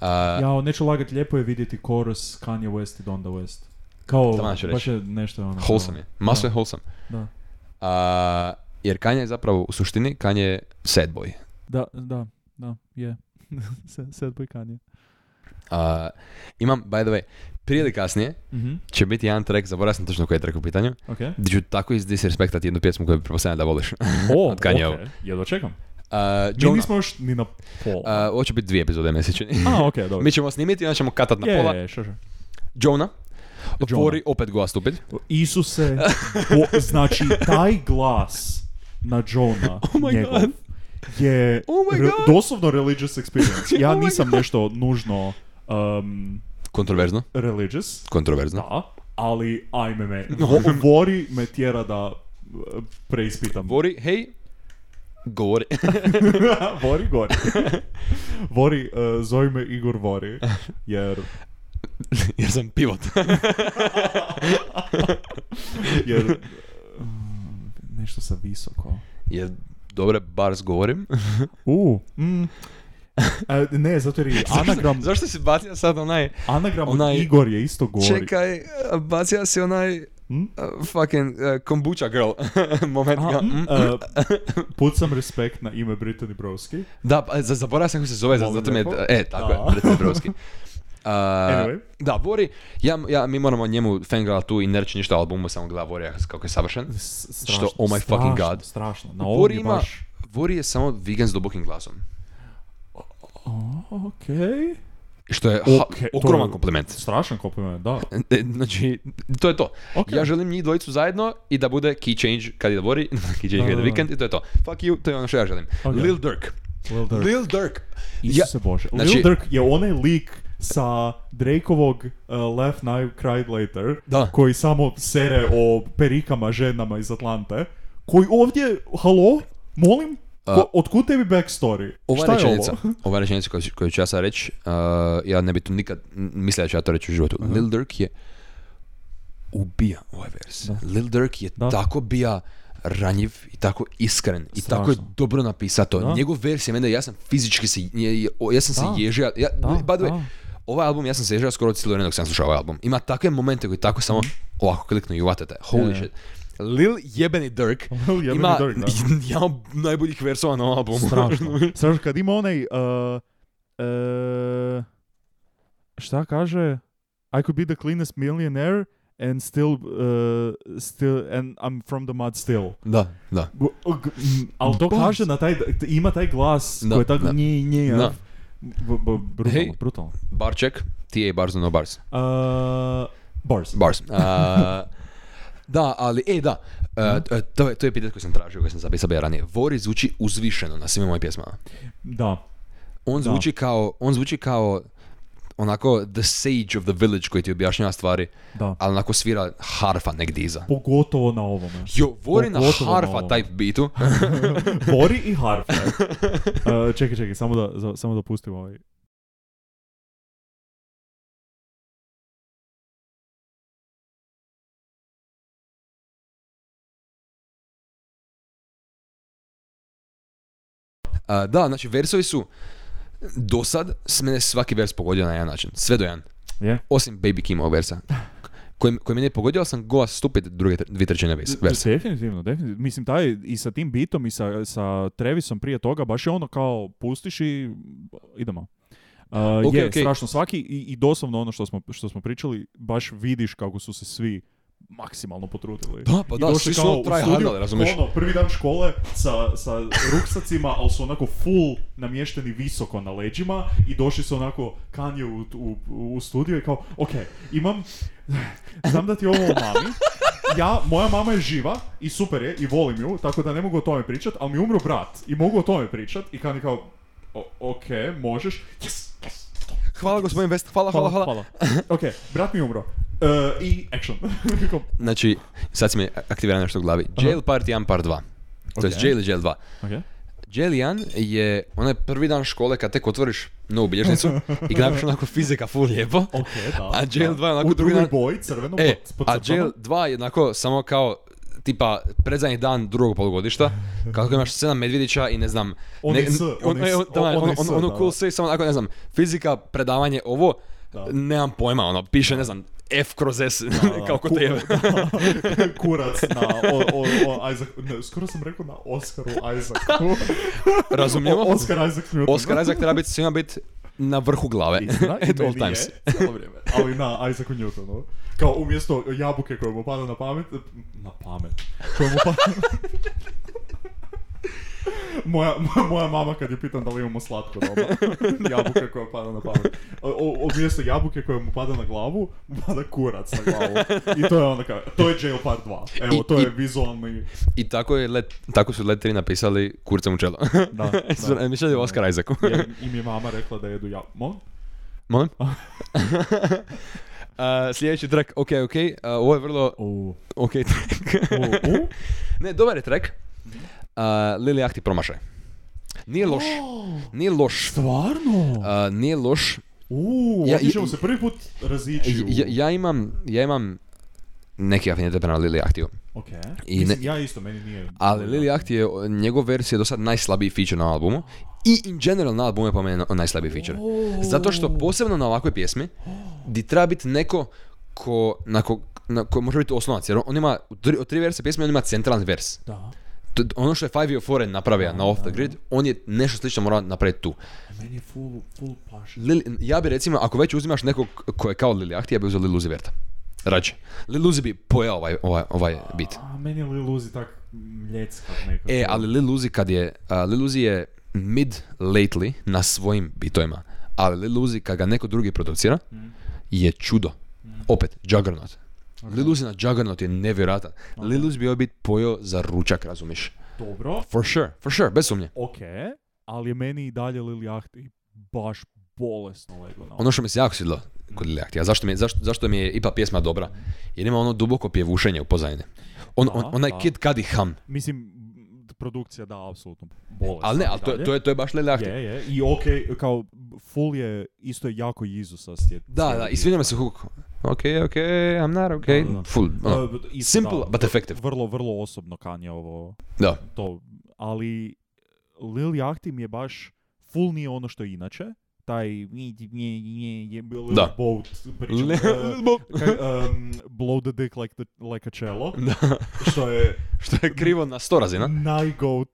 Speaker 1: a,
Speaker 3: Ja neću lagati, lijepo je vidjeti chorus Kanye West i Donda West. Kao,
Speaker 1: Taman ću
Speaker 3: baš
Speaker 1: reći.
Speaker 3: je nešto ono... kao-
Speaker 1: Wholesome je. Maso je wholesome.
Speaker 3: Da.
Speaker 1: A, jer Kanye je zapravo u suštini Kanye je sad boy.
Speaker 3: Da, da, da, je. Sad boy Kanye.
Speaker 1: A, imam, by the way, prije ili kasnije
Speaker 3: Mhm,
Speaker 1: će biti jedan track, zaboravio sam točno koji je track u pitanju,
Speaker 3: ok.
Speaker 1: gdje ću tako izdisrespektati jednu pjesmu koju pretpostavljam da voliš.
Speaker 3: O,
Speaker 1: Od Kanye
Speaker 3: ok, jedva čekam.
Speaker 1: A,
Speaker 3: Mi
Speaker 1: Uh, Jonah,
Speaker 3: nismo još ni na pol.
Speaker 1: a, ovo će biti dvije epizode, meni se čini.
Speaker 3: A, ok, dobro.
Speaker 1: Mi ćemo snimiti i onda ćemo katat na
Speaker 3: Je,
Speaker 1: pola.
Speaker 3: je, što, što.
Speaker 1: Jonah, otvori opet goa stupid.
Speaker 3: Isuse, bo, znači taj glas na Johna
Speaker 1: Oh my
Speaker 3: njegov
Speaker 1: God.
Speaker 3: je
Speaker 1: Oh my
Speaker 3: re-
Speaker 1: God.
Speaker 3: doslovno religious experience. Ja
Speaker 1: Oh my
Speaker 3: nisam nešto nužno um,
Speaker 1: Kontroverzno,
Speaker 3: religious,
Speaker 1: kontroverzno.
Speaker 3: da, ali ajme me, vo- vori me tjera da e, preispitam.
Speaker 1: Vori, hej, govori.
Speaker 3: Vori gori. Vori, uh, zove me Igor Vori, jer,
Speaker 1: jer sam pivot.
Speaker 3: jer e, ne Nešto sa visoko.
Speaker 1: Je dobre bar govorim.
Speaker 3: U, mm. E, ne, zato jer i anagram,
Speaker 1: Zašto si bacio sad onaj...
Speaker 3: anagram od
Speaker 1: onaj-
Speaker 3: Igor je isto govori.
Speaker 1: Čekaj, bacio si onaj...
Speaker 3: Mm?
Speaker 1: uh, fucking uh, kombucha girl. Moment.
Speaker 3: A,
Speaker 1: ga,
Speaker 3: mm,
Speaker 1: mm.
Speaker 3: e, put sam respekt na ime Brittany Broski.
Speaker 1: Da, pa, za- zaboravio sam kako se zove, za-
Speaker 3: Molim
Speaker 1: zato mi je...
Speaker 3: lijepo.
Speaker 1: E, tako je,
Speaker 3: Da.
Speaker 1: Brittany Broski. Uh,
Speaker 3: Anyway.
Speaker 1: Da, Bori, ja, ja, mi moramo njemu fangirla tu i ne reći ništa o albumu, samo gleda Borija kako je savršen.
Speaker 3: S- strašno,
Speaker 1: oh my fucking
Speaker 3: strašno,
Speaker 1: God.
Speaker 3: Strašno, na ovom
Speaker 1: Bori
Speaker 3: je
Speaker 1: ima...
Speaker 3: baš...
Speaker 1: Bori je samo vegan s dubokim glasom.
Speaker 3: Okej.
Speaker 1: Što je
Speaker 3: Ok,
Speaker 1: ha-
Speaker 3: to
Speaker 1: ogroman
Speaker 3: je-
Speaker 1: kompliment.
Speaker 3: Strašan kompliment, da.
Speaker 1: E, Znači, to je to.
Speaker 3: Ok.
Speaker 1: Ja želim njih dvojicu zajedno i da bude key change kad je Bori, key change kad je
Speaker 3: Da.
Speaker 1: Weekend i to je to. Fuck you, to je ono što ja želim.
Speaker 3: Ok.
Speaker 1: Lil Durk.
Speaker 3: Lil Durk.
Speaker 1: Lil Durk. Ja,
Speaker 3: Isuse Bože.
Speaker 1: znači-
Speaker 3: Lil Durk je onaj lik sa Drakeovog uh, Left Now Cried Later,
Speaker 1: Da.
Speaker 3: koji samo sere o perikama ženama iz Atlante, koji ovdje, halo, molim, ko, otkud tebi backstory?
Speaker 1: ova
Speaker 3: Šta je
Speaker 1: rečenica,
Speaker 3: ovo?
Speaker 1: ova rečenica koju, koju ću ja sad reći, uh, ja ne bi tu nikad n- mislio da ću ja to reći u životu. Lil Durk je ubija ovaj vers. Lil Durk je
Speaker 3: Da.
Speaker 1: tako bija ranjiv i tako iskren i tako je
Speaker 3: Strašno.
Speaker 1: dobro napisao to.
Speaker 3: Da.
Speaker 1: Njegov vers je mene, ja sam fizički se, je- je- o, ja sam
Speaker 3: Da.
Speaker 1: se ježio, ja,
Speaker 3: Da,
Speaker 1: by the way,
Speaker 3: da.
Speaker 1: ovaj album, ja sam se ježio skoro cijelo vrijeme dok sam slušao ovaj album. Ima takve momente koji tako samo ovako kliknu i uvatete. Holy
Speaker 3: Mhm. Je.
Speaker 1: shit. Lil jebeni Durk
Speaker 3: Lil jebeni
Speaker 1: ima
Speaker 3: Durk, da.
Speaker 1: jedan od najboljih versova na ovom albumu.
Speaker 3: Strašno. Strašno, kad ima onaj... Uh, uh, šta kaže? I could be the cleanest millionaire and still, uh, still, and I'm from the mud still.
Speaker 1: Da, da.
Speaker 3: G- g- m, Ali to
Speaker 1: Bas.
Speaker 3: kaže na taj, t- ima taj glas
Speaker 1: Da,
Speaker 3: koji je tako
Speaker 1: da.
Speaker 3: nje, nje,
Speaker 1: Da.
Speaker 3: b- b- brutalno,
Speaker 1: Hej.
Speaker 3: brutalno.
Speaker 1: Barček, TA Bars, no Bars.
Speaker 3: Uh, bars.
Speaker 1: Bars. A, da, ali, e, da, e, t- e, to, je, to je epitet koji sam tražio, koji sam zapisao bio ranije. Vori zvuči uzvišeno na svim mojim pjesmama.
Speaker 3: Da.
Speaker 1: On
Speaker 3: Da.
Speaker 1: zvuči kao, on zvuči kao onako the sage of the village koji ti objašnjava stvari,
Speaker 3: Da.
Speaker 1: ali onako svira harfa negdje iza.
Speaker 3: Pogotovo na ovome.
Speaker 1: Jo, Vori na
Speaker 3: Pogotovo na
Speaker 1: harfa
Speaker 3: ovom.
Speaker 1: type beatu.
Speaker 3: Bori i harfe. Uh, čekaj, čekaj, samo da, za- samo da pustim ovaj.
Speaker 1: A, da, znači, versovi su do sad s mene svaki vers pogodio na jedan način. Sve do jedan.
Speaker 3: Je?
Speaker 1: Osim Baby Kimovog versa. Koji, koji me nije pogodio, ali sam gola stupid druge, tre- dvije trećine vers- versa.
Speaker 3: Definitivno, definitivno. Mislim, taj i sa tim bitom i sa, sa Trevisom prije toga, baš je ono kao pustiš i idemo. Uh,
Speaker 1: Ok,
Speaker 3: je,
Speaker 1: ok.
Speaker 3: strašno svaki i, i doslovno ono što smo, što smo pričali, baš vidiš kako su se svi maksimalno potrudili.
Speaker 1: Da, pa
Speaker 3: I
Speaker 1: da,
Speaker 3: došli
Speaker 1: svi su
Speaker 3: kao
Speaker 1: ono
Speaker 3: u
Speaker 1: try
Speaker 3: studiju,
Speaker 1: hardali, razumiješ?
Speaker 3: Ono, prvi dan škole sa, sa ruksacima, ali su onako full namješteni visoko na leđima i došli su onako kanje u, u, u studio i kao, ok, imam, znam da ti je ovo o mami, ja, moja mama je živa i super je i volim ju, tako da ne mogu o tome pričat, ali mi je umro brat i mogu o tome pričat i kanje kao, o, ok, možeš, yes, yes,
Speaker 1: Hvala gospodin Vest, hvala, hvala, hvala.
Speaker 3: ok, brat mi je umro. E, I action. Kao,
Speaker 1: Znači, sad si mi aktivirano nešto u glavi. Jail Part 1, Part 2. To je
Speaker 3: Ok.
Speaker 1: Jail i Jail 2.
Speaker 3: ok.
Speaker 1: Jail 1 je onaj prvi dan škole kad tek otvoriš novu bilježnicu i napiš onako fizika full lijepo.
Speaker 3: Ok, da.
Speaker 1: A Jail
Speaker 3: da.
Speaker 1: 2 je onako
Speaker 3: U
Speaker 1: drugi
Speaker 3: drugoj
Speaker 1: dan...
Speaker 3: boji, crveno,
Speaker 1: E,
Speaker 3: pod, pod
Speaker 1: a
Speaker 3: crtama.
Speaker 1: Jail 2 je onako samo kao tipa predzadnji dan drugog polugodišta, kako imaš scena Medvedića i ne znam...
Speaker 3: Oni
Speaker 1: ne-
Speaker 3: s,
Speaker 1: on-
Speaker 3: oni s,
Speaker 1: on- da,
Speaker 3: oni
Speaker 1: ono-
Speaker 3: s,
Speaker 1: ono- ono
Speaker 3: da,
Speaker 1: cool
Speaker 3: da.
Speaker 1: sve samo onako, ne znam, fizika, predavanje, ovo,
Speaker 3: Da.
Speaker 1: nemam pojma, ono, piše, ne znam, F kroz S,
Speaker 3: Da,
Speaker 1: kao kod
Speaker 3: ku-
Speaker 1: tebe.
Speaker 3: da. Kurac na o, o, o Isaac, ne, skoro sam rekao na Oscaru Isaacu.
Speaker 1: Razumljivo?
Speaker 3: O- Oscar Isaac Newton.
Speaker 1: Oscar Isaac treba biti svima biti na vrhu glave.
Speaker 3: Istina, i
Speaker 1: At all
Speaker 3: meni je
Speaker 1: znači, times.
Speaker 3: cijelo vrijeme, Ali na Isaacu Newtonu. Kao umjesto jabuke koje mu pada na pamet... Na pamet. Koje mu pada... Moja, moja mama kad je pitan da li imamo slatko doma, jabuka koja pada na pamet. O, o, umjesto jabuke koja mu pada na glavu, mu pada kurac na glavu. I to je onda kao, to je Jail Part 2. Evo,
Speaker 1: I-
Speaker 3: to
Speaker 1: i-
Speaker 3: je vizualni...
Speaker 1: I tako, je let, tako su Let 3 napisali kurcem u čelo.
Speaker 3: Da,
Speaker 1: Sve- Mišljali je Oscar Isaacu.
Speaker 3: Jer im je mama rekla da jedu jabuku. Molim?
Speaker 1: Molim? A, sljedeći track, ok, ok, a, ovo je vrlo
Speaker 3: U,
Speaker 1: ok track.
Speaker 3: u, u.
Speaker 1: ne, dobar je track. A, Lili Ahti promašaj. Nije loš,
Speaker 3: Oh.
Speaker 1: nije loš.
Speaker 3: Stvarno?
Speaker 1: A, nije loš.
Speaker 3: Uuu,
Speaker 1: Ja-
Speaker 3: ovdje ćemo
Speaker 1: ja-
Speaker 3: se prvi put razići u...
Speaker 1: Ja, ja imam, ja imam neki afinitet prema Lili Aktiju.
Speaker 3: Ok.
Speaker 1: I
Speaker 3: Mislim, ja isto, meni nije...
Speaker 1: Ali Lili Akt je, njegov versija do sad najslabiji feature na albumu. I in general na albumu je po meni na- najslabiji feature. Zato što posebno na ovakvoj pjesmi, di treba biti neko ko, na ko, na ko može biti osnovac. Jer on ima, u tri- od tri verse pjesme on ima centralan vers.
Speaker 3: Da.
Speaker 1: To- Ono što je Five Year Foreign napravio na Off the Grid, on je nešto slično morao napraviti tu.
Speaker 3: Meni je full, full paša.
Speaker 1: Lil- ja bi recimo, ako već uzimaš nekog ko je kao Lili Ahti, ja bi uzeo Lil Uzi Verta. Rađe. Lil Uzi bi pojao ovaj, ovaj, ovaj bit.
Speaker 3: A meni je Lil Uzi tak mljeckak nekako.
Speaker 1: E, ali Lil Uzi kad je, a, Lil Uzi je mid lately na svojim bitovima, ali Lil Uzi kad ga neko drugi producira,
Speaker 3: Mm.
Speaker 1: je čudo. Opet, Juggernaut. Lil Uzi na Juggernaut je nevjerojatan. Lil Uzi bi ovaj bit pojao za ručak, razumiš?
Speaker 3: Dobro,
Speaker 1: For sure, for sure, bez sumnje.
Speaker 3: ok, ali je meni i dalje Lil Yachty baš bolesno leglo na
Speaker 1: Ono što mi se jako svidilo kod Lil Yachty, a zašto mi, je- zašto, zašto mi je ipa pjesma
Speaker 3: Mm.
Speaker 1: dobra? Jer ima ono duboko pjevušenje u pozadini. On, on,
Speaker 3: Da,
Speaker 1: onaj
Speaker 3: da.
Speaker 1: Kid Cudi ham.
Speaker 3: Mislim, produkcija da, apsolutno bolesna.
Speaker 1: Ali ne,
Speaker 3: i
Speaker 1: ali to, je-
Speaker 3: dalje.
Speaker 1: to, je, to je baš Lil Yachty.
Speaker 3: Je, je. I ok, kao, full je isto jako izusast. Je
Speaker 1: Da, da, i sviđa mi se hook. Ok, ok, I'm not okay.
Speaker 3: Da, da.
Speaker 1: Full, ono,
Speaker 3: Uh, but isto
Speaker 1: Simple,
Speaker 3: da,
Speaker 1: but effective.
Speaker 3: Vrlo, vrlo osobno kanje ovo,
Speaker 1: Da.
Speaker 3: to, ali Lil Yachty mi je baš, full nije ono što je inače, taj Lil
Speaker 1: Da.
Speaker 3: Boat priča,
Speaker 1: Le-
Speaker 3: uh,
Speaker 1: Lil Boat.
Speaker 3: kaj, um, blow the dick like, the, like a cello,
Speaker 1: Da.
Speaker 3: što je
Speaker 1: Što je krivo na sto razina.
Speaker 3: najgoat,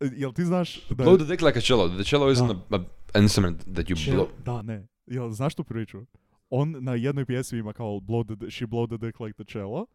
Speaker 3: E, jel ti znaš da je-
Speaker 1: Blow the dick like a cello. The cello isn't a, a- an instrument that you
Speaker 3: Čel-
Speaker 1: blow.
Speaker 3: Da, ne. Jel, znaš tu priču? On na jednoj pjesmi ima kao blow the, di- She blow the dick like the cello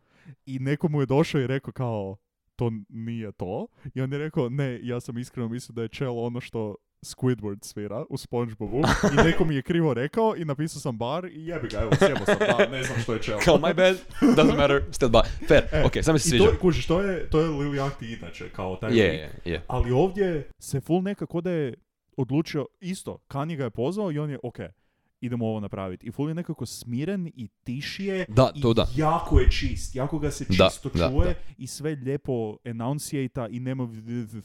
Speaker 3: i neko mu je došao i rekao kao to nije to. I on je rekao ne, ja sam iskreno mislio da je cello ono što Squidward svira u Spongebobu i neko mi je krivo rekao i napisao sam bar i jebi ga, evo, sjebo sam, da, ne znam što je cello.
Speaker 1: Kao my bad, doesn't matter, still bad. Fair,
Speaker 3: E,
Speaker 1: ok, sam mi se
Speaker 3: I
Speaker 1: sviđa.
Speaker 3: to, kužiš, to je, to je Lil Yachty inače, kao taj
Speaker 1: Je,
Speaker 3: lik.
Speaker 1: je, je.
Speaker 3: Ali ovdje se full nekako da je odlučio isto. Kanye ga je pozvao i on je, ok, idemo ovo napraviti. I full je nekako smiren i tišije.
Speaker 1: Da,
Speaker 3: i
Speaker 1: to da.
Speaker 3: jako je čist. Jako ga se
Speaker 1: Da,
Speaker 3: čisto
Speaker 1: da,
Speaker 3: čuje
Speaker 1: da.
Speaker 3: i sve lijepo enunciata i nema,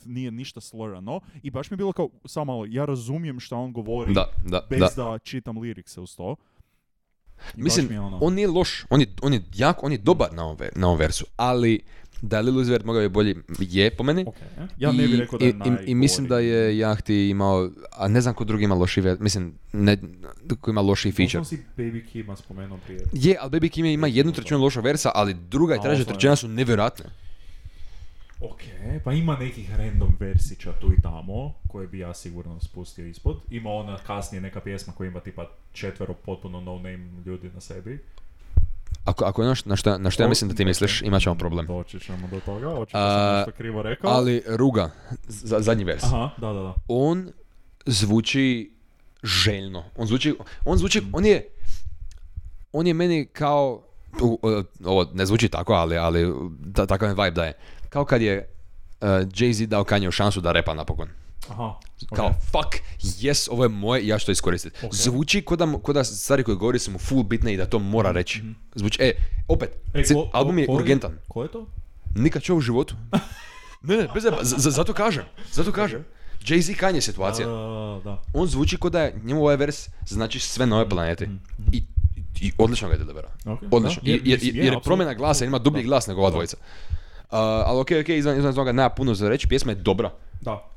Speaker 3: nije ništa slurano. I baš mi je bilo kao, samo malo, ja razumijem šta on govori.
Speaker 1: Da, da,
Speaker 3: Bez
Speaker 1: da.
Speaker 3: da. čitam lirikse uz to. I baš mi je
Speaker 1: Mislim,
Speaker 3: ono-
Speaker 1: on nije loš, on je, on je jako, on je dobar na ovom, ve- na ovom versu, ali da je Lil Uzi Vert mogao je bolji, je po meni.
Speaker 3: Ok. Ja ne
Speaker 1: I-
Speaker 3: bih rekao da je
Speaker 1: i, i, i mislim da
Speaker 3: najgori.
Speaker 1: je Jahti imao, a ne znam ko drugi ima loši, ver- mislim, ne, ko ima loši feature.
Speaker 3: Doslovno si Baby Kima spomenuo prije.
Speaker 1: Je, ali Baby Kim ima jednu trećinu loša versa, ali druga i
Speaker 3: A,
Speaker 1: treća
Speaker 3: osnovno je.
Speaker 1: trećina su nevjerojatne.
Speaker 3: Ok, pa ima nekih random versića tu i tamo, koje bi ja sigurno spustio ispod. Ima ona kasnije neka pjesma koja ima tipa četvero potpuno no-name ljudi na sebi.
Speaker 1: Ako, ako je ono što- na što, na što ja mislim da ti misliš, imat ćemo problem.
Speaker 3: Doći ćemo do toga, očito
Speaker 1: A,
Speaker 3: sam nešto krivo rekao.
Speaker 1: Ali Ruga, za- zadnji vers,
Speaker 3: Aha, da, da, da.
Speaker 1: on zvuči željno. On zvuči, on zvuči, on je, on je meni kao, u- o- ovo ne zvuči tako, ali, ali ta, takav mi vibe daje. Kao kad je uh, Jay-Z dao Kanye šansu da repa napokon.
Speaker 3: Aha, ok.
Speaker 1: Kao, fuck, yes, ovo je moje i ja ću to iskoristiti. Zvuči ko da, mu- ko da stvari koje govori su mu full bitne i da to
Speaker 3: Mhm.
Speaker 1: mora reći. Zvuči, e, opet,
Speaker 3: E,
Speaker 1: ci-
Speaker 3: ko- ko-
Speaker 1: album je
Speaker 3: ko
Speaker 1: urgentan.
Speaker 3: Ko je to?
Speaker 1: Nikad će u životu. ne, ne, bez zajeba, z- z- zato kažem, zato kažem. Jay-Z Kanye
Speaker 3: Da,
Speaker 1: situacija.
Speaker 3: da, da.
Speaker 1: On zvuči ko da je, njemu ovaj vers znači sve na ovoj planeti. I, i odlično ga je delivera.
Speaker 3: Mhm. Ok,
Speaker 1: Odlično.
Speaker 3: da,
Speaker 1: I-
Speaker 3: je-
Speaker 1: jer,
Speaker 3: mislim,
Speaker 1: jer
Speaker 3: je,
Speaker 1: je
Speaker 3: apsolutno.
Speaker 1: promjena glasa, ima dublji glas nego ova dvojica. Uh, ali okej, okej, izvan, izvan toga nema puno za reći, pjesma je dobra.
Speaker 3: Da.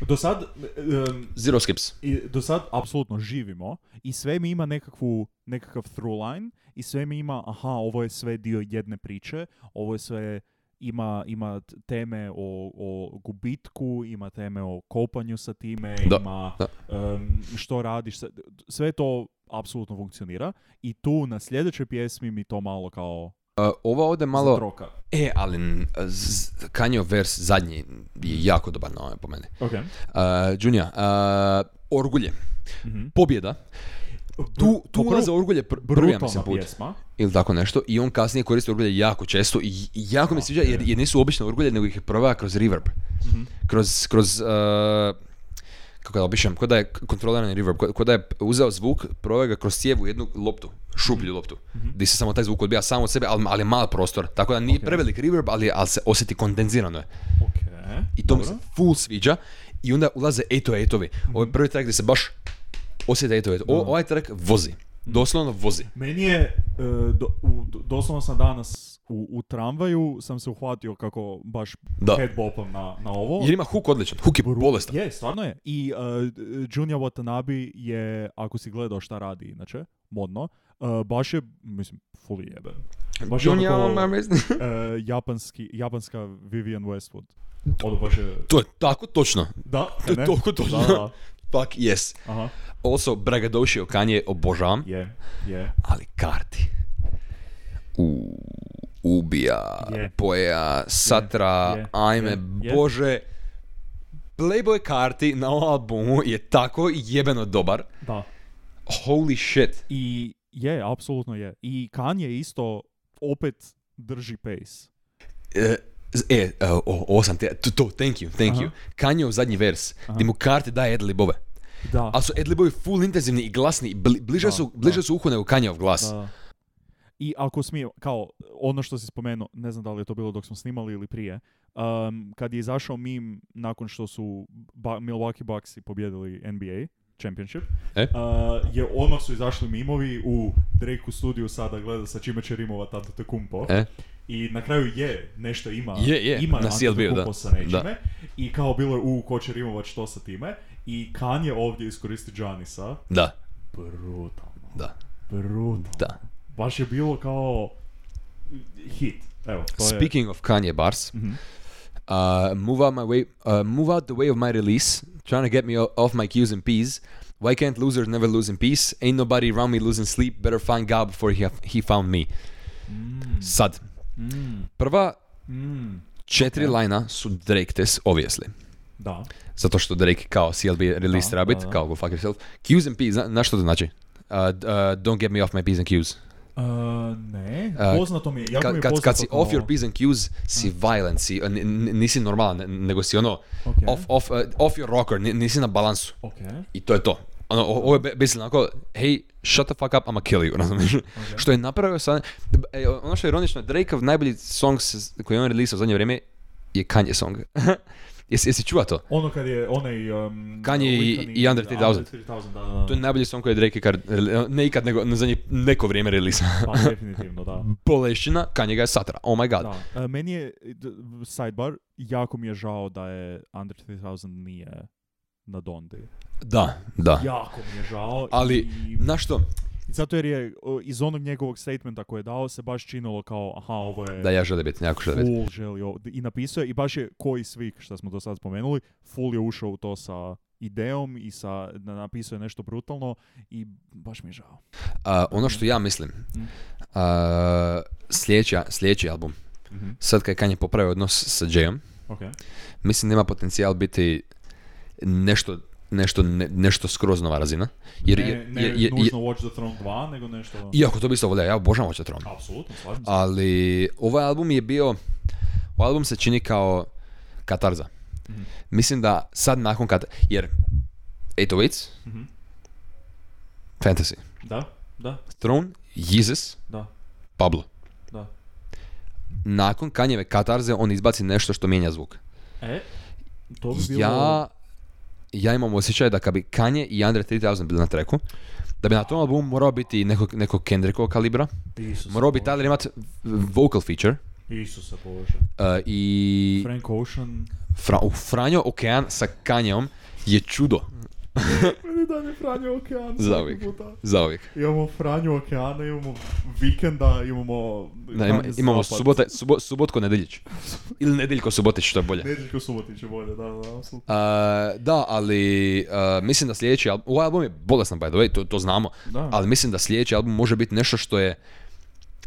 Speaker 3: Do sad, em,
Speaker 1: Zero skips.
Speaker 3: i do sad apsolutno živimo i sve mi ima nekakvu, nekakav through line i sve mi ima, aha, ovo je sve dio jedne priče, ovo je sve ima, ima t- teme o, o gubitku, ima teme o kopanju sa time,
Speaker 1: Da,
Speaker 3: ima
Speaker 1: da.
Speaker 3: em, što radiš, sa- sve to apsolutno funkcionira i tu na sljedećoj pjesmi mi to malo kao
Speaker 1: Uh, ova ovdje malo...
Speaker 3: zatroka.
Speaker 1: E, ali n- z- Kanye vers zadnji je jako dobar na ovome po mene.
Speaker 3: Ok.
Speaker 1: Uh, Junija, uh, Orgulje.
Speaker 3: Mhm.
Speaker 1: Pobjeda. Tu, tu
Speaker 3: Bru-
Speaker 1: ulaze Orgulje pr- prvi, ja mislim,
Speaker 3: Brutalna
Speaker 1: put.
Speaker 3: pjesma.
Speaker 1: Ili tako nešto. I on kasnije koristi Orgulje jako često i i jako mi se sviđa jer, jer nisu obične Orgulje, nego ih je proveo kroz reverb. Kroz, kroz uh, kako da opišem, ko da je kontrolirani reverb, ko, ko da je uzeo zvuk, proveo ga kroz cijevu jednu loptu, šuplju loptu, di se samo taj zvuk odbija sam od sebe, ali, ali je mal prostor, tako da nije prevelik reverb, ali, ali se osjeti kondenzirano je.
Speaker 3: Ok.
Speaker 1: I to mi se
Speaker 3: Dobro.
Speaker 1: full sviđa. I onda ulaze 808-ovi. Ovo je oh prvi track gdje se baš osjeti 808. O, ovaj track vozi. Doslovno vozi.
Speaker 3: Meni je e, do, u, doslovno sam danas u, u tramvaju sam se uhvatio kako baš
Speaker 1: Da.
Speaker 3: headbopom na, na ovo.
Speaker 1: Jer ima hook odličan, hook je bolestan.
Speaker 3: Je, stvarno je. I uh, Junior Watanabe je, ako si gledao šta radi inače, modno, uh, baš je, mislim, fully jebe. Baš je
Speaker 1: Junior,
Speaker 3: onako,
Speaker 1: ma, mislim.
Speaker 3: uh, japanski, japanska Vivian Westwood. Ono baš je...
Speaker 1: To je tako točno.
Speaker 3: Da,
Speaker 1: To je
Speaker 3: ne?
Speaker 1: toliko točno.
Speaker 3: Da, da.
Speaker 1: Fuck yes.
Speaker 3: Aha,
Speaker 1: Also, Bragadoshi Okanje obožavam,
Speaker 3: je, je.
Speaker 1: ali karti. U, ubija,
Speaker 3: Je.
Speaker 1: poja, satra,
Speaker 3: Je.
Speaker 1: ajme,
Speaker 3: Je.
Speaker 1: bože. Playboy karti na ovom albumu je tako jebeno dobar.
Speaker 3: Da.
Speaker 1: Holy shit.
Speaker 3: I je, apsolutno je. I Kanye isto opet drži pace.
Speaker 1: E, e, o, ovo sam te, to, to, thank you, thank
Speaker 3: Aha.
Speaker 1: you. Kanyeov zadnji vers, gdje mu karti daje edlibove.
Speaker 3: Da.
Speaker 1: Ali su edlibovi full intenzivni i glasni, i bli- bliže,
Speaker 3: Da,
Speaker 1: su,
Speaker 3: da.
Speaker 1: bliže su uhu nego Kanyeov glas.
Speaker 3: Da. I ako smijem, kao ono što si spomenuo, ne znam da li je to bilo dok smo snimali ili prije, um, kad je izašao mim nakon što su ba- Milwaukee Bucksi pobjedili NBA championship,
Speaker 1: E?
Speaker 3: uh, je odmah su izašli mimovi u Drake'u studiju sada gleda sa čime će rimovat Antetokumpo.
Speaker 1: E?
Speaker 3: I na kraju je, nešto ima.
Speaker 1: Je, je,
Speaker 3: ima
Speaker 1: na CLB-u, da.
Speaker 3: Antetokumpo sa nečime. I kao bilo je, u, ko će rimovat što sa time. I Kanye ovdje iskoristi Janisa.
Speaker 1: Da,
Speaker 3: Brutalno.
Speaker 1: da,
Speaker 3: Brutalno
Speaker 1: da.
Speaker 3: baš je bilo kao hit. Evo, to je... Mhm.
Speaker 1: Speaking of Kanye bars, uh, move out my way, uh, move out the way of my release, trying to get me o- off my Q's and P's. Why can't losers never lose in peace? Ain't nobody around me losing sleep. Better find God before he, he found me.
Speaker 3: Mm.
Speaker 1: Sad. Prva četiri lajna su Drake test, obviously.
Speaker 3: Da.
Speaker 1: Zato što Drake kao CLB release
Speaker 3: Da,
Speaker 1: rabbit,
Speaker 3: da, da.
Speaker 1: kao go fuck yourself. Q's and P's, zna, znaš što to znači? Uh, d- uh, don't get me off my P's and Q's.
Speaker 3: Uh, ne,
Speaker 1: Uh,
Speaker 3: poznato mi je, jako mi
Speaker 1: Kad,
Speaker 3: je
Speaker 1: kad,
Speaker 3: poznato
Speaker 1: kad si
Speaker 3: kao-
Speaker 1: off your P's and Q's, si violent, si, n- n- nisi normalan, n- nego si ono,
Speaker 3: Ok.
Speaker 1: off, off, uh, off your rocker, ni- nisi na balansu.
Speaker 3: Ok,
Speaker 1: I to je to. Ono, o- ovo je be- basically onako, hey, shut the fuck up, I'ma kill you, razumiješ? Što je napravio sad, e, ono što je ironično, Drakeov najbolji song se- koji je on releasao u zadnje vrijeme je Kanye song. jesi, jesi čuva to?
Speaker 3: ono kad je onaj... Um,
Speaker 1: Kanye i-
Speaker 3: Lincoln
Speaker 1: i Under 3000.
Speaker 3: Under 3000, da, da,
Speaker 1: To je najbolji song koji je Drake ikad, rele- ne ikad, nego na zadnje neko vrijeme releasa.
Speaker 3: Pa, definitivno, da.
Speaker 1: Bolešćina, Kanye ga je satra, oh my god.
Speaker 3: da. E, meni je, d- sidebar, jako mi je žao da je Under 3000 nije na Dondi.
Speaker 1: Da, da.
Speaker 3: Jako mi je žao.
Speaker 1: Ali,
Speaker 3: i-
Speaker 1: znaš što?
Speaker 3: Zato jer je o, iz onog njegovog statementa koje je dao se baš činilo kao, aha, ovo je...
Speaker 1: Da, ja želim biti, jako želim biti.
Speaker 3: full želi ovo. I napisao je, i baš je koji svik što smo do sad spomenuli, full je ušao u to sa idejom i sa, na- napisao je nešto brutalno i baš mi je žao.
Speaker 1: A, ono što ja mislim, a, sljedeća, sljedeći album,
Speaker 3: Mhm.
Speaker 1: sad kad je Kanye popravio odnos sa Jayom,
Speaker 3: Ok.
Speaker 1: mislim da ima potencijal biti nešto nešto, ne- nešto skroz nova razina. Jer,
Speaker 3: ne,
Speaker 1: jer,
Speaker 3: ne
Speaker 1: jer, jer-
Speaker 3: nužno Watch the Throne 2, nego nešto...
Speaker 1: iako to bi isto volio, ja obožavam Watch the Throne.
Speaker 3: Apsolutno, slažem se.
Speaker 1: Ali ovaj album je bio, ovaj album se čini kao katarza.
Speaker 3: Mhm.
Speaker 1: Mislim da sad nakon kad, jer 808s,
Speaker 3: Mhm.
Speaker 1: Fantasy,
Speaker 3: Da, da,
Speaker 1: Throne, Jesus,
Speaker 3: da,
Speaker 1: Pablo.
Speaker 3: da.
Speaker 1: Nakon Kanjeve katarze on izbaci nešto što mijenja zvuk.
Speaker 3: E, to bi bilo...
Speaker 1: Ja, ja imam osjećaj da kad bi Kanye i Andre 3000 bili na treku, da bi na tom albumu morao biti nekog, nekog Kendrickova kalibra,
Speaker 3: Isuse
Speaker 1: morao bi
Speaker 3: Bože.
Speaker 1: Tyler imat vocal feature
Speaker 3: Isuse Bože.
Speaker 1: uh, i
Speaker 3: Frank Ocean...
Speaker 1: Fra, u Franjo Okean sa Kanjeom je čudo
Speaker 3: Meni dan je Franjo Okean
Speaker 1: Za svaki uvijek.
Speaker 3: puta.
Speaker 1: zauvijek.
Speaker 3: Imamo Franju Okeana, imamo Vikenda, imamo...
Speaker 1: Da, ima- imamo subota, subo, subotko nedeljić. Ili nedeljko subotić, što je bolje.
Speaker 3: Nedeljko Subotiće bolje, da, da, apsolutno.
Speaker 1: Uh, da, ali uh, mislim da sljedeći album, ovaj album je bolestan by the way, to, to znamo,
Speaker 3: Da.
Speaker 1: ali mislim da sljedeći album može biti nešto što je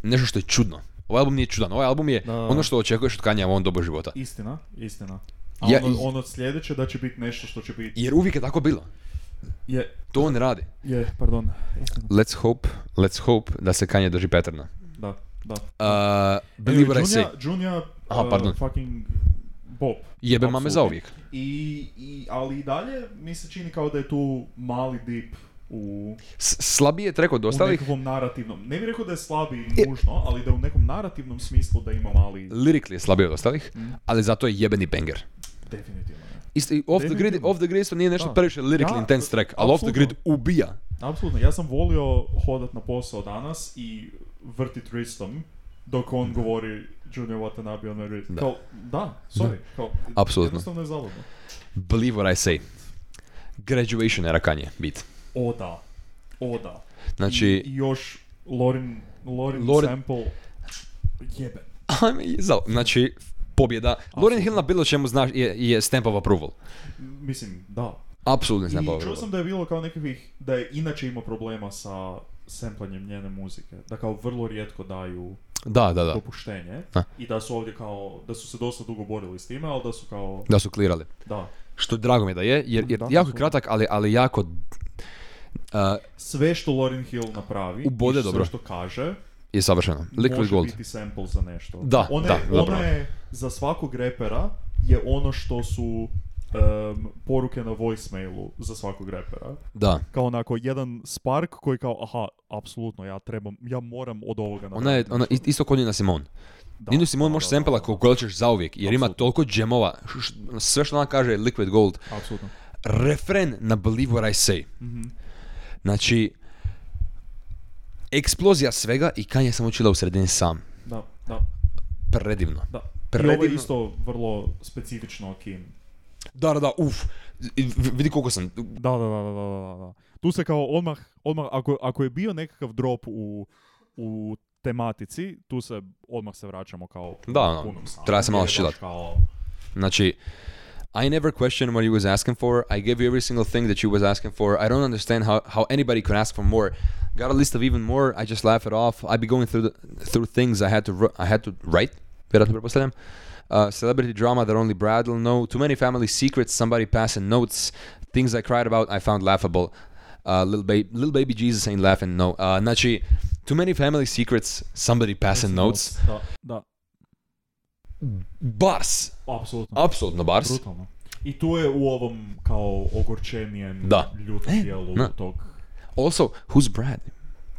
Speaker 1: nešto što je čudno. Ovaj album nije čudan, ovaj album je
Speaker 3: Da, da, da.
Speaker 1: ono što očekuješ od Kanye u ovom dobu života.
Speaker 3: Istina, istina. A
Speaker 1: Ja-
Speaker 3: ono, ono sljedeće da će biti nešto što će biti...
Speaker 1: Jer uvijek je tako bilo,
Speaker 3: Je,
Speaker 1: to on radi.
Speaker 3: je, pardon, istina,
Speaker 1: Let's hope, let's hope da se Kanye drži Petrna.
Speaker 3: da, da.
Speaker 1: Uh, believe what I say.
Speaker 3: Junija- Junija,
Speaker 1: Aha,
Speaker 3: uh,
Speaker 1: pardon.
Speaker 3: fucking Bob.
Speaker 1: Jebe mame
Speaker 3: Apsolutno.
Speaker 1: zauvijek.
Speaker 3: I, i, ali i dalje mi se čini kao da je tu mali dip u,
Speaker 1: S- slabiji je trek od
Speaker 3: u
Speaker 1: ostalih,
Speaker 3: nekakvom narativnom. Ne bih rekao da je slabiji nužno, ali da u nekom narativnom smislu da ima mali,
Speaker 1: lirikli je slabiji od ostalih,
Speaker 3: Mm.
Speaker 1: ali zato je jebeni banger.
Speaker 3: definitivno. je.
Speaker 1: Isto, i off the grid,
Speaker 3: Definitivno.
Speaker 1: off the grid isto nije nešto
Speaker 3: Da.
Speaker 1: previše lyrically
Speaker 3: Ja,
Speaker 1: intense track, ali off the grid
Speaker 3: apsolutno.
Speaker 1: ubija.
Speaker 3: Apsolutno, ja sam volio hodat na posao danas i vrti twistom dok on govori Junior Watanabe on Mary. Da. Kao, da, sorry. Kao,
Speaker 1: Apsolutno.
Speaker 3: Jednostavno je zaludno.
Speaker 1: Believe what I say. Graduation era Kanye bit.
Speaker 3: O da. O da. I,
Speaker 1: Znači,
Speaker 3: i još Lorin, Lorin,
Speaker 1: Lorin-
Speaker 3: sample Znači, jeben.
Speaker 1: ajme, jezal. Znači, pobjeda. Lauren Hill na bilo čemu znaš je, je stamp of approval.
Speaker 3: Mislim, da.
Speaker 1: Apsolutno stamp of
Speaker 3: I čuo
Speaker 1: approval.
Speaker 3: sam da je bilo kao nekakvih, da je inače imao problema sa semplanjem njene muzike. Da kao vrlo rijetko daju
Speaker 1: Da, da, da.
Speaker 3: dopuštenje
Speaker 1: Da.
Speaker 3: i da su ovdje kao, da su se dosta dugo borili s time, ali da su kao,
Speaker 1: Da su klirali.
Speaker 3: da.
Speaker 1: Što drago mi je da je, jer, jer
Speaker 3: Da,
Speaker 1: jako je
Speaker 3: apsolutno.
Speaker 1: kratak, ali, ali jako... uh, a,
Speaker 3: Sve što Lauryn Hill napravi,
Speaker 1: Ubode
Speaker 3: i sve
Speaker 1: dobro.
Speaker 3: što kaže,
Speaker 1: je savršeno. Liquid
Speaker 3: može
Speaker 1: Gold.
Speaker 3: biti sample za nešto.
Speaker 1: Da,
Speaker 3: ona
Speaker 1: da,
Speaker 3: je,
Speaker 1: dobro.
Speaker 3: Ona je, za svakog repera, je ono što su em, poruke na voicemailu za svakog repera.
Speaker 1: Da.
Speaker 3: Kao onako, jedan spark koji kao, aha, apsolutno, ja trebam, ja moram od ovoga
Speaker 1: Ona je,
Speaker 3: napraviti
Speaker 1: ona,
Speaker 3: nešto.
Speaker 1: ist- isto kod Nina Simone.
Speaker 3: Da,
Speaker 1: Ninu Simone
Speaker 3: da,
Speaker 1: možeš
Speaker 3: da, da,
Speaker 1: sempela
Speaker 3: da,
Speaker 1: koliko god ćeš zauvijek, jer ima
Speaker 3: Apsolutno.
Speaker 1: toliko džemova. š- š- Sve što ona kaže je Liquid Gold.
Speaker 3: Apsolutno.
Speaker 1: Refren na Believe What I Say. Znači, eksplozija svega i Kanye sam učila u sredini sam.
Speaker 3: Da, da,
Speaker 1: Predivno.
Speaker 3: da. I ovo je
Speaker 1: Predivno.
Speaker 3: isto vrlo specifično Kim.
Speaker 1: Da, da, da, uf. I v- Vidi koliko sam...
Speaker 3: Da, da, da, da, da, da, da. Tu se kao odmah, odmah ako, ako je bio nekakav drop u, u tematici, tu se odmah se vraćamo kao
Speaker 1: Da, ono,
Speaker 3: punom snagom,
Speaker 1: treba se
Speaker 3: jer
Speaker 1: malo
Speaker 3: je baš
Speaker 1: chillat.
Speaker 3: Kao,
Speaker 1: Znači, I never questioned what he was asking for. I gave you every single thing that you was asking for. I don't understand how, how anybody could ask for more. Got a list of even more. I just laugh it off. I be going through the, through things I had to ru- I had to write. Vjerojatno pretpostavljam. Uh, celebrity drama that only Brad will know. Too many family secrets. Somebody passing notes. Things I cried about. I found laughable. Uh, little, ba- little baby Jesus ain't laughing. No. Uh, znači, too many family secrets. Somebody passing notes.
Speaker 3: Da, da,
Speaker 1: Bars.
Speaker 3: apsolutno.
Speaker 1: Apsolutno bars.
Speaker 3: Brutalno. I tu je u ovom kao ogorčenijem
Speaker 1: Da.
Speaker 3: ljutom
Speaker 1: E,
Speaker 3: dijelu
Speaker 1: da.
Speaker 3: tog...
Speaker 1: Also, who's Brad?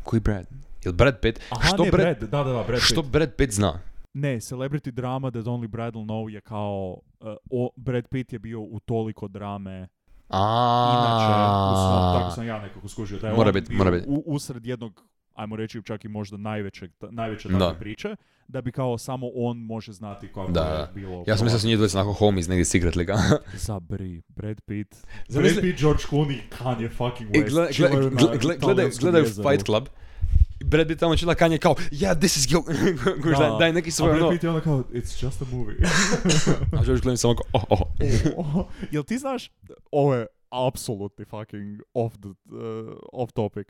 Speaker 1: Koji Brad? Jel Brad Pitt?
Speaker 3: Aha, ne, Brad, da, da, da, Brad
Speaker 1: što
Speaker 3: Pitt.
Speaker 1: Brad Pitt zna?
Speaker 3: Ne, Celebrity Drama That Only Brad Will Know je kao... uh, o, Brad Pitt je bio u toliko drame Inače, u svom- tako
Speaker 1: A.
Speaker 3: sam ja nekako skužio. Da je
Speaker 1: Mora
Speaker 3: on
Speaker 1: bit,
Speaker 3: bio
Speaker 1: mora bit.
Speaker 3: U, usred jednog, ajmo reći čak i možda najvećeg, ta- najveće
Speaker 1: Da.
Speaker 3: takve priče, da bi kao samo on može znati kako
Speaker 1: Da,
Speaker 3: je
Speaker 1: da.
Speaker 3: bilo.
Speaker 1: Ja sam mislio da su
Speaker 3: kao-
Speaker 1: njih dvojica onako homies negdje secret liga.
Speaker 3: Zabri, Brad Pitt.
Speaker 1: Zamisli-
Speaker 3: Brad Pitt, George Clooney, Kanye fucking
Speaker 1: I
Speaker 3: West.
Speaker 1: E, gleda- gleda-
Speaker 3: chillaju na
Speaker 1: gleda- gleda- gledaju,
Speaker 3: talijanskom
Speaker 1: gledaju
Speaker 3: jezeru.
Speaker 1: Fight Club. I Brad Pitt tamo čila kanje kao Yeah, this is guilt. Kuš, daj, daj neki svoj
Speaker 3: A Да. Brad
Speaker 1: ono.
Speaker 3: Pitt je ono kao, it's just a movie.
Speaker 1: A George Clooney samo kao oh, oh.
Speaker 3: O, Jel ti znaš, ovo je apsolutni fucking off, the, uh, off topic.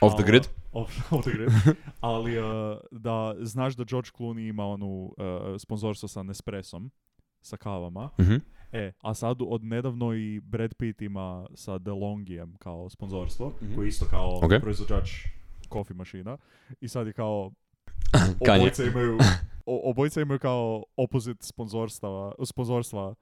Speaker 1: Off the
Speaker 3: Ali-
Speaker 1: grid.
Speaker 3: Off, off the grid. Ali uh, da znaš da George Clooney ima onu uh, sponzorstvo sa Nespressom, sa kavama.
Speaker 1: Mhm.
Speaker 3: E, a sad od nedavno i Brad Pitt ima sa DeLonghijem kao sponzorstvo,
Speaker 1: Mhm.
Speaker 3: koji je isto kao
Speaker 1: Ok.
Speaker 3: proizvođač kofi mašina. I sad je kao,
Speaker 1: Kanye.
Speaker 3: obojica imaju, o- obojica imaju kao opposite sponzorstava, sponzorstva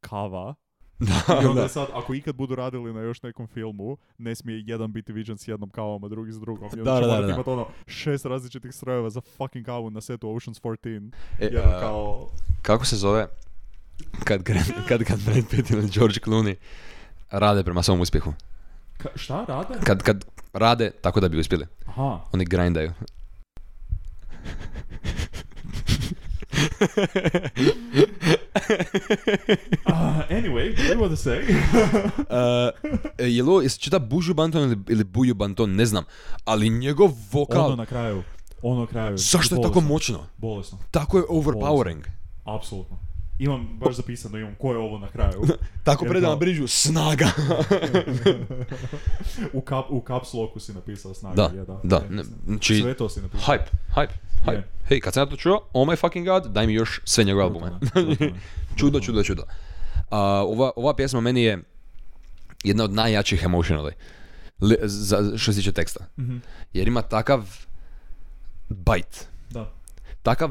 Speaker 3: kava. I
Speaker 1: Da,
Speaker 3: onda
Speaker 1: da.
Speaker 3: je sad, ako ikad budu radili na još nekom filmu, ne smije jedan biti viđen s jednom kavom, a drugi s drugom. I onda
Speaker 1: Da,
Speaker 3: će
Speaker 1: da, da,
Speaker 3: morat
Speaker 1: da.
Speaker 3: imat ono šest različitih strojeva za fucking kavu na setu Ocean's 14.
Speaker 1: E,
Speaker 3: Jedno
Speaker 1: a,
Speaker 3: kao...
Speaker 1: Kako se zove kad, Gra- kad, kad Brad Pitt ili George Clooney rade prema svom uspjehu?
Speaker 3: Ka- šta rade?
Speaker 1: Kad, kad rade tako da bi uspjeli.
Speaker 3: Aha.
Speaker 1: Oni grindaju.
Speaker 3: Ah, anyway, what do you want to say?
Speaker 1: E, Jel ovo, jesi čita Bužu Banton ili, ili Buju Banton, ne znam. Ali njegov vokal,
Speaker 3: Ono na kraju. Ono na kraju.
Speaker 1: zašto je tako
Speaker 3: Bolesno.
Speaker 1: moćno?
Speaker 3: Bolesno.
Speaker 1: Tako je overpowering.
Speaker 3: Apsolutno. Imam baš zapisano, imam ko je ovo na kraju.
Speaker 1: Tako
Speaker 3: Jer
Speaker 1: predam
Speaker 3: kao-
Speaker 1: brižu, snaga.
Speaker 3: u, kap, u caps locku si napisao snaga.
Speaker 1: Da,
Speaker 3: je, da.
Speaker 1: da,
Speaker 3: E,
Speaker 1: ne,
Speaker 3: mislim.
Speaker 1: znači,
Speaker 3: Sve to si napisao.
Speaker 1: hype, hype, hype.
Speaker 3: Je.
Speaker 1: Hej, kad sam ja to čuo, oh my fucking god, daj mi još sve njegove albume.
Speaker 3: Brutalno, brutalno.
Speaker 1: čudo, čudo, čudo. A, ova, ova pjesma meni je jedna od najjačih emotionally. Li, za, što se tiče teksta.
Speaker 3: Mhm.
Speaker 1: Jer ima takav bajt.
Speaker 3: Da,
Speaker 1: Takav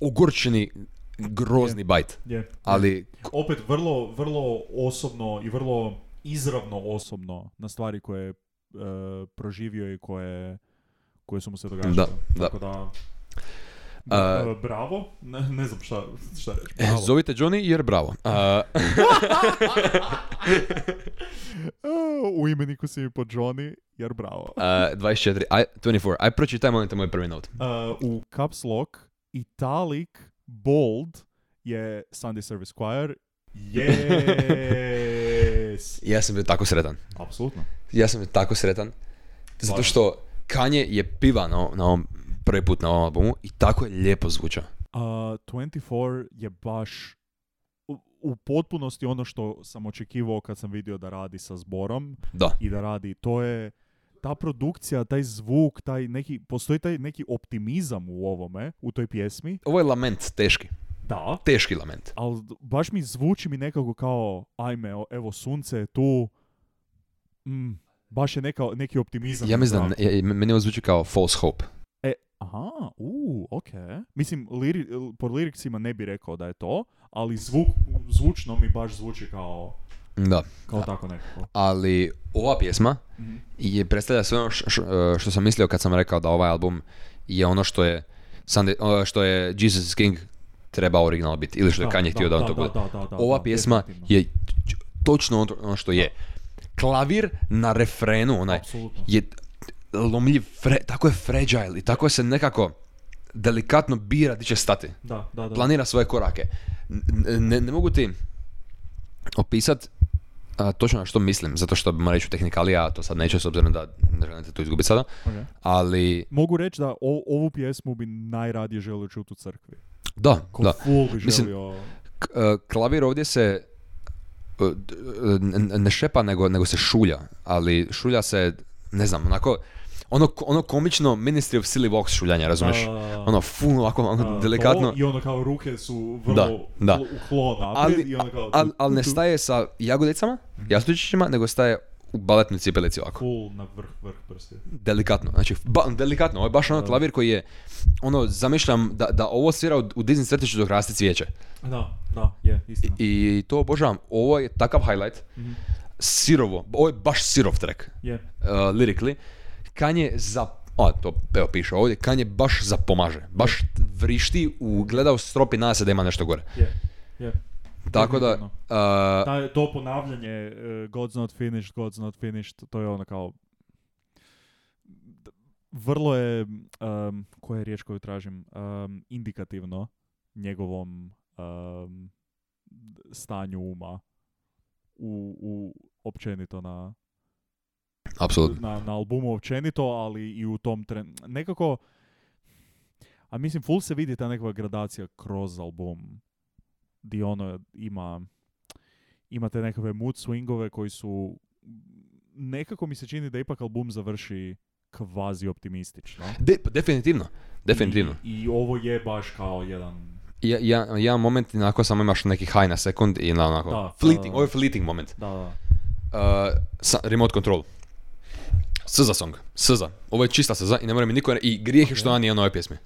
Speaker 1: ogorčeni, grozni bajt.
Speaker 3: je.
Speaker 1: Ali
Speaker 3: opet vrlo, vrlo osobno i vrlo izravno osobno na stvari koje e, je proživio i koje, koje su mu se događale.
Speaker 1: Da, da.
Speaker 3: Tako da,
Speaker 1: A,
Speaker 3: E, bravo, ne, ne znam šta, šta reći.
Speaker 1: e,
Speaker 3: Bravo.
Speaker 1: zovite Johnny jer bravo. A,
Speaker 3: E, u imeniku si mi po Johnny, jer bravo. E,
Speaker 1: a, 24, aj, 24, aj pročitaj molim te moj prvi not.
Speaker 3: Uh, u caps lock, italic, bold je Sunday Service Choir. Yes!
Speaker 1: Ja sam bio tako sretan.
Speaker 3: Apsolutno.
Speaker 1: Ja sam tako sretan. Zato
Speaker 3: Baš.
Speaker 1: što Kanje je piva na, o- na ovom prvi put na ovom albumu i tako je lijepo zvuča.
Speaker 3: Uh, 24 je baš u, u potpunosti ono što sam očekivao kad sam vidio da radi sa zborom
Speaker 1: Da.
Speaker 3: i da radi. To je ta produkcija, taj zvuk, taj neki, postoji taj neki optimizam u ovome, u toj pjesmi.
Speaker 1: Ovo je lament, teški.
Speaker 3: Da.
Speaker 1: Teški lament.
Speaker 3: ali baš mi zvuči mi nekako kao, ajme, o- evo sunce je tu, mm, baš je neka, neki optimizam.
Speaker 1: Ja
Speaker 3: u
Speaker 1: mislim da,
Speaker 3: zraku.
Speaker 1: ne- ja- meni ovo zvuči kao false hope.
Speaker 3: E, aha, u, ok. Mislim, liri, po liriksima ne bi rekao da je to, ali zvuk, zvučno mi baš zvuči kao,
Speaker 1: Da.
Speaker 3: kao tako nekako.
Speaker 1: Ali ova pjesma je predstavlja sve ono š- š- e, što sam mislio kad sam rekao da ovaj album je ono što je, Sunday, e, što je Jesus is King treba original biti. Ili što je
Speaker 3: Da,
Speaker 1: Kanje
Speaker 3: da,
Speaker 1: htio da on
Speaker 3: da,
Speaker 1: to
Speaker 3: da,
Speaker 1: bude.
Speaker 3: da, da, da,
Speaker 1: Ova
Speaker 3: da,
Speaker 1: pjesma
Speaker 3: definitivno.
Speaker 1: je č- točno ono- ono što je. Klavir na refrenu, onaj,
Speaker 3: Apsolutno.
Speaker 1: je lomljiv, fre- tako je fragile i tako se nekako delikatno bira di će stati.
Speaker 3: Da, da, da.
Speaker 1: Planira svoje korake. N- n- Ne, ne mogu ti opisat a, točno na što mislim, zato što moram reći u tehnikalija, a to sad neću s obzirom da ne želim te tu izgubiti sada,
Speaker 3: Ok.
Speaker 1: ali
Speaker 3: Mogu reći da o- ovu pjesmu bi najradije želio čuti u crkvi.
Speaker 1: da,
Speaker 3: Ko
Speaker 1: da.
Speaker 3: full bi
Speaker 1: Mislim,
Speaker 3: želio...
Speaker 1: K- e, klavir ovdje se e, d- e, n- ne šepa nego, nego se šulja, ali šulja se, ne znam, onako, ono, ono komično Ministry of Silly Walks šuljanje, razumiješ?
Speaker 3: Da, da, da.
Speaker 1: Ono, fun, ovako, ono,
Speaker 3: A,
Speaker 1: delikatno.
Speaker 3: to I ono kao ruke su
Speaker 1: Da,
Speaker 3: vrlo
Speaker 1: da.
Speaker 3: u klon naprijed
Speaker 1: Ali,
Speaker 3: i ono kao... Mhm.
Speaker 1: ali,
Speaker 3: tu,
Speaker 1: ali ne
Speaker 3: tu, tu,
Speaker 1: staje sa jagodicama, jastučićima, nego staje u baletnoj cipelici ovako.
Speaker 3: Full na vrh, vrh prsti.
Speaker 1: Delikatno, znači, ba, delikatno, ovo je baš ono klavir koji je, ono, zamišljam da, da ovo svira u, u Disney crtiću dok raste cvijeće.
Speaker 3: Da, da, je, istina. Mhm,
Speaker 1: I to obožavam, ovo je takav highlight, sirovo, ovo je baš sirov track,
Speaker 3: Je.
Speaker 1: uh, lyrically. Kanje za, a to evo piše ovdje, Kanje baš zapomaže, baš vrišti, u, gleda u stropi nada se da ima nešto gore.
Speaker 3: Je, je.
Speaker 1: Tako da,
Speaker 3: Definitivno.
Speaker 1: uh,
Speaker 3: Ta, to ponavljanje eh, God's not finished, God's not finished, to je ono kao... d- Vrlo je, em, koja je riječ koju tražim, Em, indikativno njegovom em, d- stanju uma u, u općenito na,
Speaker 1: apsolutno.
Speaker 3: na, na albumu općenito, ali i u tom tren... Nekako... A mislim, full se vidi ta nekakva gradacija kroz album. Di ono ima... Imate nekakve mood swingove koji su... Nekako mi se čini da ipak album završi kvazi optimistično.
Speaker 1: De, pa definitivno, definitivno.
Speaker 3: I, I ovo je baš kao jedan...
Speaker 1: Ja, ja, jedan moment onako samo imaš neki high na sekund i na onako,
Speaker 3: Da,
Speaker 1: fleeting,
Speaker 3: da.
Speaker 1: ovo je fleeting moment.
Speaker 3: Da, da.
Speaker 1: Uh, sa, remote control. Sza song, sza. Ovo je čista sza i ne mora mi niko... re- I grijeh je što ona nije na ovoj pjesmi.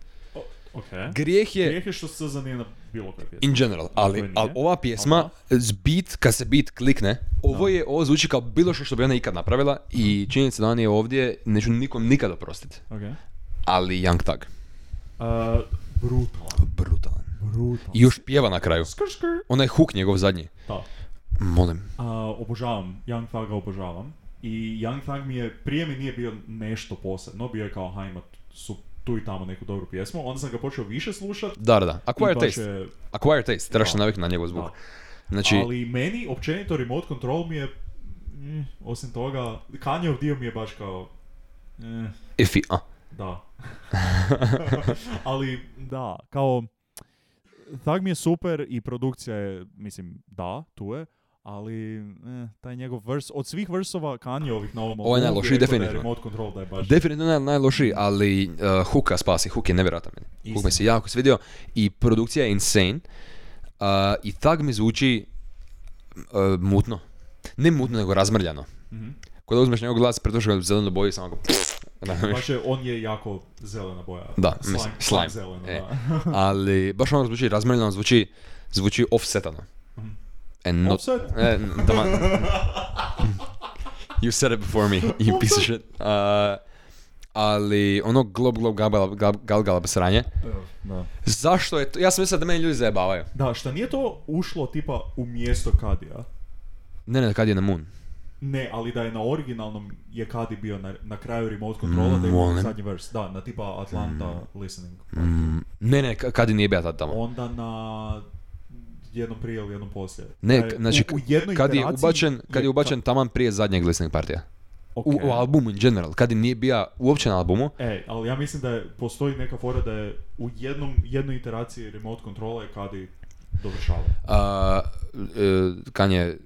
Speaker 3: Ok.
Speaker 1: Grijeh je
Speaker 3: Grijeh je što se nije na bilo koje pjesme.
Speaker 1: in general, ali,
Speaker 3: nije.
Speaker 1: ali ova pjesma,
Speaker 3: Aha.
Speaker 1: s beat, kad se beat klikne, ovo je, ovo zvuči kao bilo što što bi ona ikad napravila
Speaker 3: Mhm.
Speaker 1: i činjenica da ona nije ovdje, neću nikom nikad oprostiti.
Speaker 3: Ok. E,
Speaker 1: Ali Young Thug,
Speaker 3: Uh, brutalan.
Speaker 1: brutalan.
Speaker 3: Brutalan.
Speaker 1: I još pjeva na kraju.
Speaker 3: Skr, skr.
Speaker 1: Onaj hook njegov zadnji.
Speaker 3: Da.
Speaker 1: Molim.
Speaker 3: A, obožavam, Young Thuga obožavam. I Young Thug mi je, prije mi nije bio nešto posebno, bio je kao hajma su tu i tamo neku dobru pjesmu, onda sam ga počeo više slušat. i
Speaker 1: Da, da, da. Acquire
Speaker 3: baš
Speaker 1: taste.
Speaker 3: je-
Speaker 1: Acquire taste, trebaš se
Speaker 3: Da.
Speaker 1: naviknuti na njegov zvuk.
Speaker 3: Da.
Speaker 1: Znači,
Speaker 3: Ali meni, općenito, remote control mi je, mm, osim toga, Kanyev dio mi je baš kao, eh,
Speaker 1: ifi, a.
Speaker 3: da. Ali, da, kao, Thug mi je super i produkcija je, mislim, da, tu je, ali eh, taj njegov vers, od svih versova Kanyeovih na ovom
Speaker 1: Ovo je
Speaker 3: albumu
Speaker 1: najlošiji,
Speaker 3: bih rekao da je
Speaker 1: definitivno.
Speaker 3: Remote control da je baš
Speaker 1: Definitivno naj, najlošiji, ali uh, Hooka spasi, Hook je nevjerojatan meni. Hook mi se jako svidio i produkcija je insane. Uh, I tag mi zvuči uh, mutno. Ne mutno, nego razmrljano.
Speaker 3: Mhm.
Speaker 1: Kada uzmeš njegov glas, pretoš ga u zelenu boju i samo ako...
Speaker 3: Baš je, on je jako zelena boja.
Speaker 1: Da,
Speaker 3: slime,
Speaker 1: mislim, slime.
Speaker 3: slime zelena,
Speaker 1: E.
Speaker 3: da.
Speaker 1: ali baš ono zvuči razmrljano, zvuči, zvuči offsetano.
Speaker 3: Mhm.
Speaker 1: And not,
Speaker 3: Offset?
Speaker 1: E, n- taman. you said it before me, you piece of shit. Uh, ali ono glob glob gabala- gab- gal galaba sranje.
Speaker 3: Da.
Speaker 1: Zašto je to? Ja sam mislio da meni ljudi zajebavaju.
Speaker 3: Da, šta nije to ušlo tipa u mjesto Kadija?
Speaker 1: Ne, ne, kad je na moon.
Speaker 3: Ne, ali da je na originalnom je Kadi bio na, na kraju remote kontrola, da je bio
Speaker 1: Mm, molim. Mm.
Speaker 3: zadnji vers. Da, na tipa Atlanta listening. Mm.
Speaker 1: Ne, ne, ka- kad je nije bio tad tamo.
Speaker 3: Onda na jednom prije ili jednom poslije.
Speaker 1: Ne,
Speaker 3: Da je
Speaker 1: k- znači,
Speaker 3: u, u jednoj
Speaker 1: kad je
Speaker 3: iteraciji
Speaker 1: ubačen, kad je ubačen taman prije zadnjeg listening partija. U,
Speaker 3: Ok.
Speaker 1: u albumu in general, kad je nije bio uopće na albumu.
Speaker 3: E, ali ja mislim da je, postoji neka fora da je u jednom, jednoj iteraciji remote kontrola je Kadi dovršava.
Speaker 1: A, e, Kanje,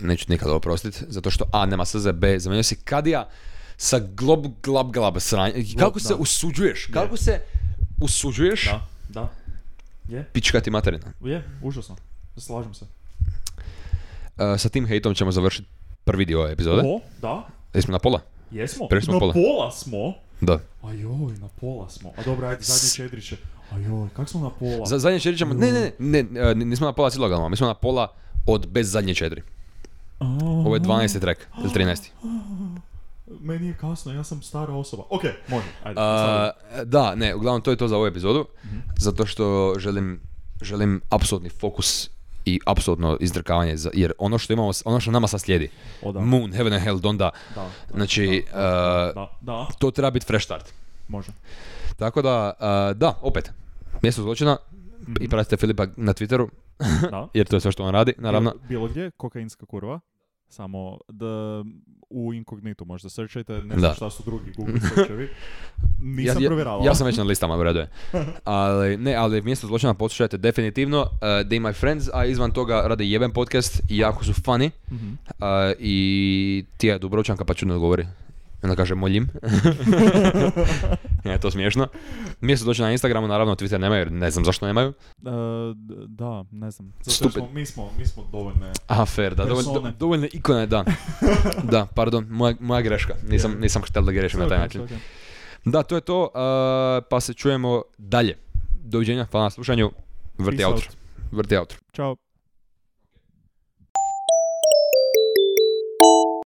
Speaker 1: neću nikada oprostiti, zato što A, nema SZ, B, zamenio si Kadija sa glob, glab, glab, sranje. Kako se
Speaker 3: da.
Speaker 1: usuđuješ? Kako se usuđuješ
Speaker 3: Da, da.
Speaker 1: pičkati materina?
Speaker 3: Je, užasno. Slažem se.
Speaker 1: E, sa tim hejtom ćemo završiti prvi dio ove epizode.
Speaker 3: O, da,
Speaker 1: Jesmo na pola?
Speaker 3: jesmo.
Speaker 1: Prešli smo
Speaker 3: na
Speaker 1: pola.
Speaker 3: smo.
Speaker 1: Da.
Speaker 3: Ajoj, na pola smo. A dobro, ajde, zadnje četiri će. Ajoj, kak smo na pola?
Speaker 1: Za, zadnje četiri ćemo... Ne, ne, ne, ne, e, nismo na pola s ilegalno, mi smo na pola od bez zadnje četiri. Ovo je 12. track, ili 13.
Speaker 3: Meni je kasno, ja sam stara osoba. Okej, može, ajde.
Speaker 1: A,
Speaker 3: sad.
Speaker 1: da, ne, uglavnom to je to za ovu epizodu, zato što želim, želim apsolutni fokus i apsolutno izdrkavanje, za, jer ono što imamo, s- ono što nama sad slijedi,
Speaker 3: O, da.
Speaker 1: Moon, Heaven and Hell, Donda,
Speaker 3: Da, da,
Speaker 1: znači, e,
Speaker 3: Da, da,
Speaker 1: to treba biti fresh start.
Speaker 3: može.
Speaker 1: Tako da, e, da, opet, mjesto zločina, i pratite Filipa na Twitteru,
Speaker 3: Mhm. Da.
Speaker 1: jer to je sve što on radi, naravno.
Speaker 3: Bilo gdje, kokainska kurva. Samo da u inkognitu možda searchajte, ne
Speaker 1: Da.
Speaker 3: znam šta su drugi Google searchevi. Nisam
Speaker 1: ja,
Speaker 3: provjeravao.
Speaker 1: ja sam već na listama, u redu je. Ali, ne, ali mjesto zločina poslušajte definitivno. Uh, They My Friends, a izvan toga rade jeben podcast i jako su funny.
Speaker 3: Mhm. E,
Speaker 1: Uh, I Tija je Dubrovčanka pa čudno govori. I Onda kaže moljim. je to smiješno. Mjesto zločina na Instagramu, naravno Twitter nemaju jer ne znam zašto nemaju.
Speaker 4: E, d- da, ne znam.
Speaker 3: Zato jer smo-
Speaker 1: stupid.
Speaker 3: mi smo, mi smo dovoljne.
Speaker 1: Aha, fair, da, dovolj,
Speaker 3: Persone.
Speaker 1: do- dovoljne ikone, da. da, pardon, moja, moja greška. Nisam, nisam htjel da grešim na taj način. Da, to je to, uh, pa se čujemo dalje. Doviđenja, hvala na slušanju. Vrti
Speaker 3: Peace
Speaker 1: outro.
Speaker 3: out.
Speaker 1: Vrti outro.
Speaker 4: Ćao.